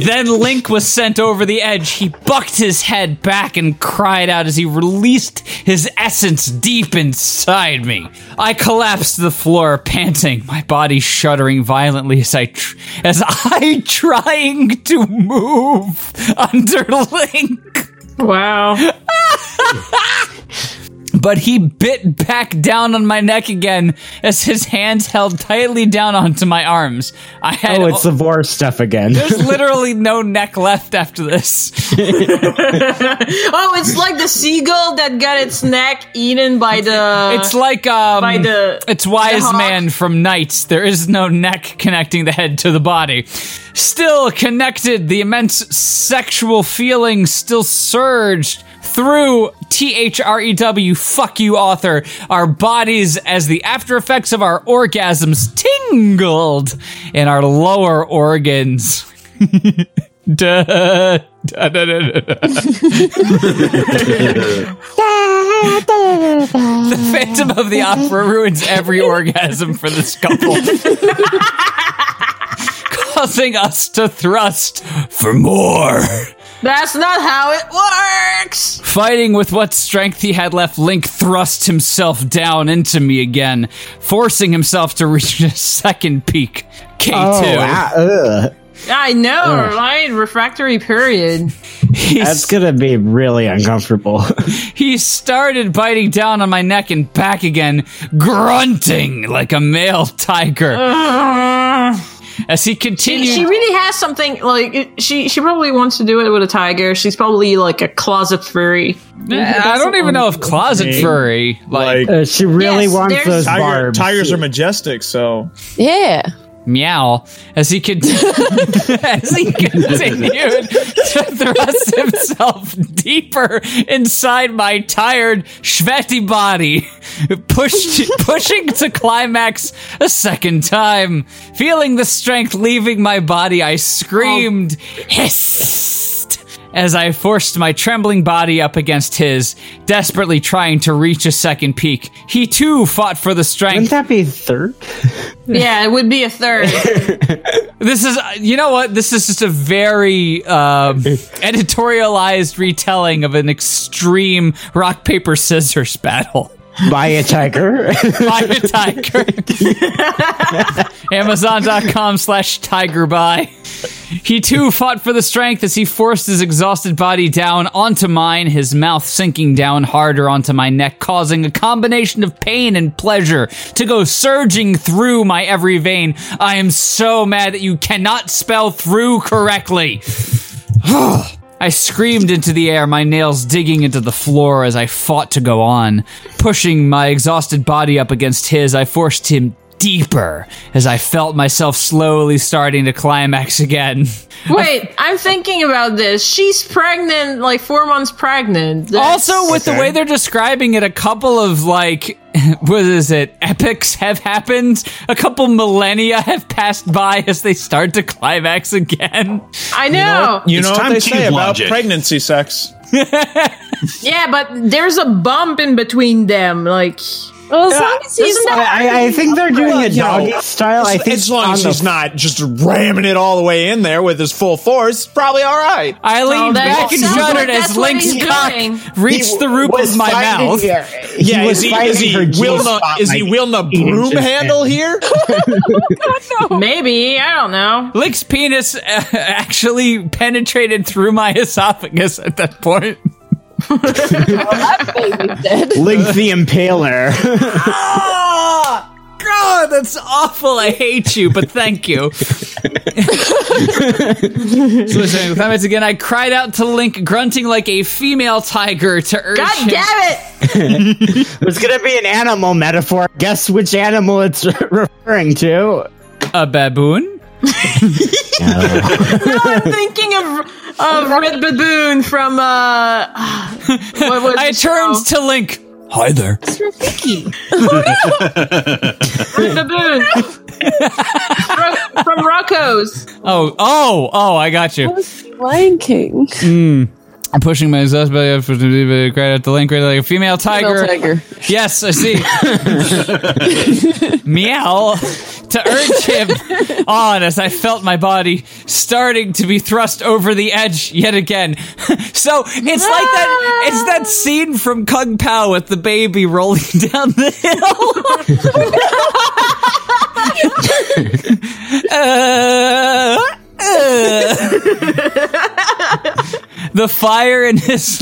then Link was sent over the edge. He bucked his head back and cried out as he released his essence deep inside me. I collapsed to the floor, panting, my body shuddering violently as I tr- as I trying to move under Link.
Wow.
but he bit back down on my neck again as his hands held tightly down onto my arms. I had
Oh, it's the vor stuff again.
there's literally no neck left after this.
oh, it's like the seagull that got its neck eaten by the.
it's like um,
Uh, by the.
it's wise
the hawk.
man from Knights. There is no neck connecting the head to the body. Still connected, the immense sexual feeling still surged through T H R E W. Fuck you, author. Our bodies, as the after effects of our orgasms, tingled in our lower organs. Duh. Da, da, da, da, da. the Phantom of the Opera ruins every orgasm for this couple, causing us to thrust for more.
That's not how it works!
Fighting with what strength he had left, Link thrust himself down into me again, forcing himself to reach a second peak. K2.
Uh,
I know,
Ugh.
right? Refractory period.
That's gonna be really uncomfortable.
He started biting down on my neck and back again, grunting like a male tiger. As he
She,
continued,
she really has something like it- she she probably wants to do it with a tiger. She's probably like a closet furry.
I don't even know if closet furry like,
Uh, she really wants those
Tiger-
barbs.
tigers are
majestic, so
yeah. Meow. As he could, as he continued to thrust himself deeper inside my tired Shveti body, pushed, pushing to climax a second time. Feeling the strength leaving my body, I screamed, hissed, as I forced my trembling body up against his, desperately trying to reach a second peak. He too fought for the strength. Wouldn't
that be third? Hmm.
Yeah, it would be a third.
This is, you know what? This is just a very um, editorialized retelling of an extreme rock, paper, scissors battle.
by a tiger.
Buy a tiger. Amazon.com slash tiger buy. He too fought for the strength as he forced his exhausted body down onto mine, his mouth sinking down harder onto my neck, causing a combination of pain and pleasure to go surging through my every vein. I am so mad that you cannot spell through correctly. I screamed into the air, my nails digging into the floor as I fought to go on. Pushing my exhausted body up against his, I forced him deeper as I felt myself slowly starting to climax again.
Wait, I'm thinking about this. She's pregnant, like four months pregnant.
Oh.
That's-
also, with the way they're describing it, a couple of like, what is it, epics have happened. A couple millennia have passed by as they start to climax again.
I know.
You know what they say about
logic.
pregnancy sex.
yeah, but there's a bump in between them. Like,
Well, as long as he's not.
I, I think they're doing a
You know,
doggy style. I
as-
think
as long as
on
he's
the-
not just ramming it all the way in there with his full force, it's probably all right.
I leaned back and shuddered as Link's cock reached the roof of my mouth.
Yeah, is he, is he wielding a, is he wielding a broom handle here?
Maybe I don't know.
Lick's penis uh, actually penetrated through my esophagus at that point.
Link the Impaler.
Ah! God, that's awful. I hate you, but thank you. so listen, with comments again, I cried out to Link, grunting like a female tiger to urge
God
him.
damn it!
It's gonna be an animal metaphor. Guess which animal it's referring to?
A baboon.
No, I'm thinking of of Red Baboon from. uh I
turned to Link. Hi there.
It's Rafiki. Red Baboon Ro- from Rocco's.
Oh, oh, oh, I got you.
Lion King.
Mm. I'm pushing my exhaust belly up for cried out to Link, cried like a female tiger.
tiger.
Yes, I see. Meow to urge him on as I felt my body starting to be thrust over the edge yet again. so it's like that it's that scene from Kung Pao with the baby rolling down the hill. Uh, uh. the fire in his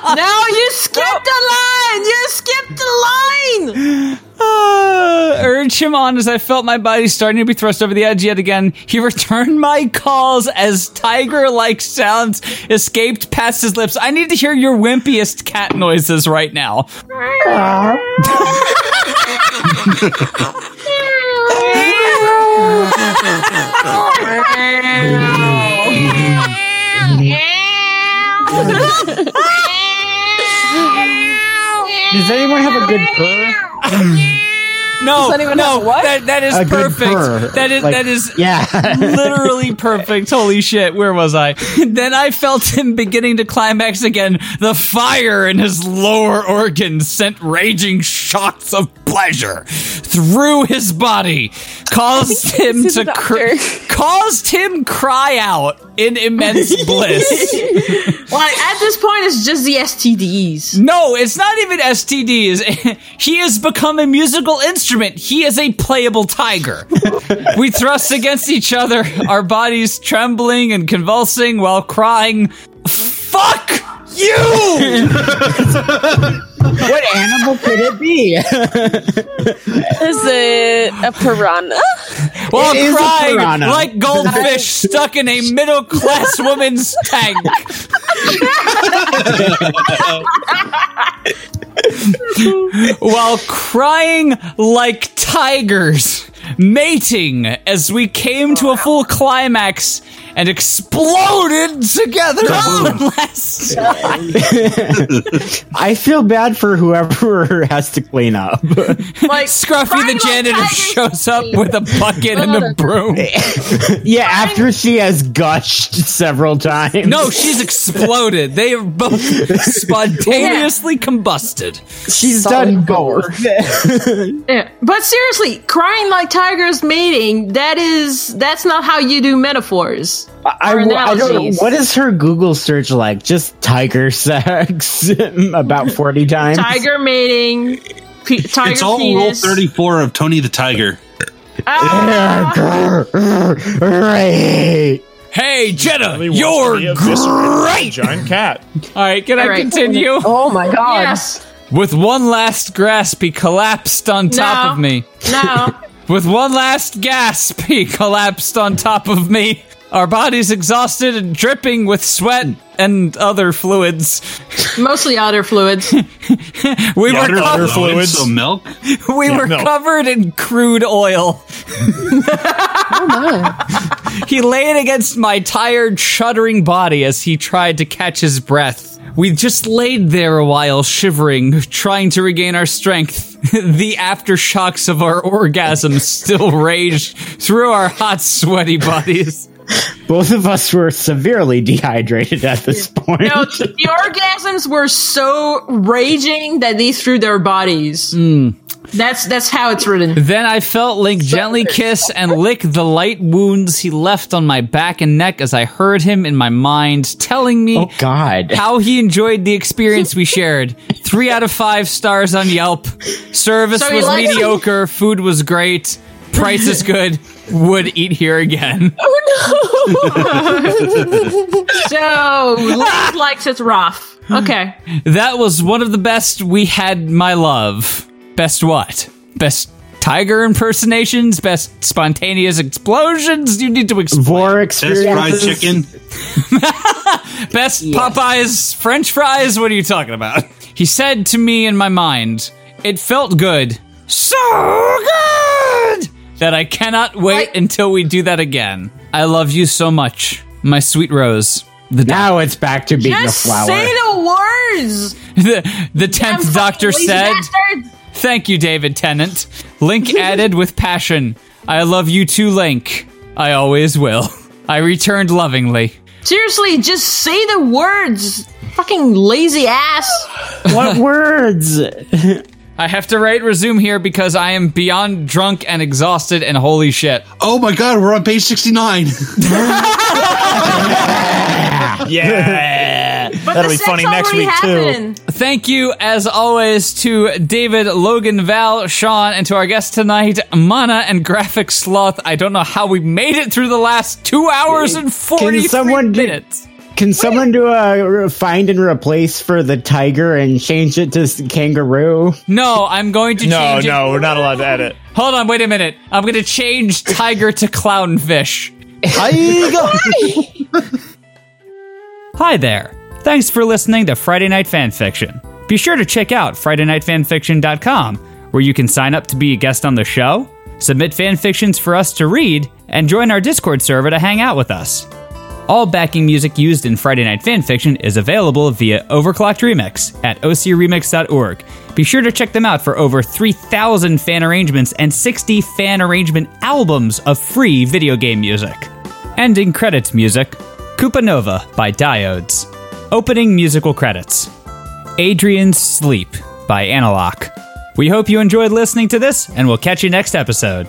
no, you skipped the line. You skipped the line.
Uh, urge him on as I felt my body starting to be thrust over the edge yet again. He returned my calls as tiger like sounds escaped past his lips. I need to hear your wimpiest cat noises right now.
Does anyone have a good purr?
No,
Does anyone
no,
have what?
That, that is
A good purr.
perfect. That is
Like,
that is
yeah.
literally perfect. Holy shit, where was I? Then I felt him beginning to climax again. The fire in his lower organs sent raging shocks of pleasure through his body, caused him to cr- caused him cry out in immense bliss.
Like at this point, it's just the STDs.
No, it's not even STDs. he has become a musical instrument. He is a playable tiger. we thrust against each other, our bodies trembling and convulsing while crying, Fuck you!
what animal could it be?
Is it a piranha?
While
It is a
crying
piranha.
like goldfish stuck in a middle class woman's tank. While crying like tigers, mating as we came to a full climax and exploded together one last time.
I feel bad for whoever has to clean up.
Like Scruffy the janitor shows up with a bucket and a broom.
yeah, after she has gushed several times.
No, she's exploded. They are both spontaneously combusted.
she's done both.
Yeah. But seriously, crying like tigers mating, that is that's not how you do metaphors.
I,
or
I don't know.
analogies.
What is her Google search like? Just tiger sex about 40 times.
tiger mating, pe- tiger
it's all roll
penis.
34 of Tony the Tiger.
Great.
Hey, Jenna, you're great.
Giant cat.
All right, can I
All right.
continue?
Oh my god.
Yes.
With one last grasp, he collapsed on top
No.
of me.
No.
With one last gasp, he collapsed on top of me. Our bodies exhausted and dripping with sweat and other fluids.
Mostly outer fluids.
We
Yeah,
were
other
covered.
fluids, so milk.
We
Yeah,
were
milk.
covered in crude oil. he laid against my tired, shuddering body as he tried to catch his breath. We just laid there a while, shivering, trying to regain our strength. the aftershocks of our orgasm still raged through our hot, sweaty bodies.
Both of us were severely dehydrated at this point.
No, the, the orgasms were so raging that they threw their bodies.
Hmm.
That's that's how it's written.
Then I felt Link gently kiss and lick the light wounds he left on my back and neck as I heard him in my mind telling me oh,
God.
how he enjoyed the experience we shared. Three out of five stars on Yelp. Service
So he
was
likes-
mediocre, food was great, price is good, would eat here again.
Oh, so Link likes it rough. Okay.
That was one of the best we had, my love. Best what? Best tiger impersonations? Best spontaneous explosions? You need to explain.
War
experiences? Best Popeyes French fries? What are you talking about? He said to me in my mind, It felt good. So good! That I cannot wait until we do that again. I love you so much, my sweet rose. The
now it's back to being
Just say the words.
the, the tenth doctor
lazy
said,
bastards.
"Thank you, David Tennant." Link added with passion, "I love you too, Link. I always will." I returned lovingly.
Seriously, just say the words. Fucking lazy ass.
What words?
I have to write resume here because I am beyond drunk and exhausted and holy shit.
Oh my god, we're on page 69.
yeah.
But That'll the be sex funny next already week, too. happened.
Thank you, as always, to David, Logan, Val, Sean, and to our guest tonight, Mana and Graphic Sloth. I don't know how we made it through the last two hours and 40 minutes.
Can someone do a re- find and replace for the tiger and change it to s- kangaroo?
No, I'm going to
No,
change.
no,
we're not allowed to edit. Hold on, wait a minute. I'm going to change tiger to clownfish. Hi there. Thanks for listening to Friday Night Fanfiction. Be sure to check out FridayNightFanfiction.com, where you can sign up to be a guest on the show, submit fanfictions for us to read, and join our Discord server to hang out with us. All backing music used in Friday Night Fanfiction is available via Overclocked Remix at ocremix.org. Be sure to check them out for over 3,000 fan arrangements and 60 fan arrangement albums of free video game music. Ending credits music Koopa Nova by Diodes. Opening musical credits Adrian's Sleep by Analog. We hope you enjoyed listening to this, and we'll catch you next episode.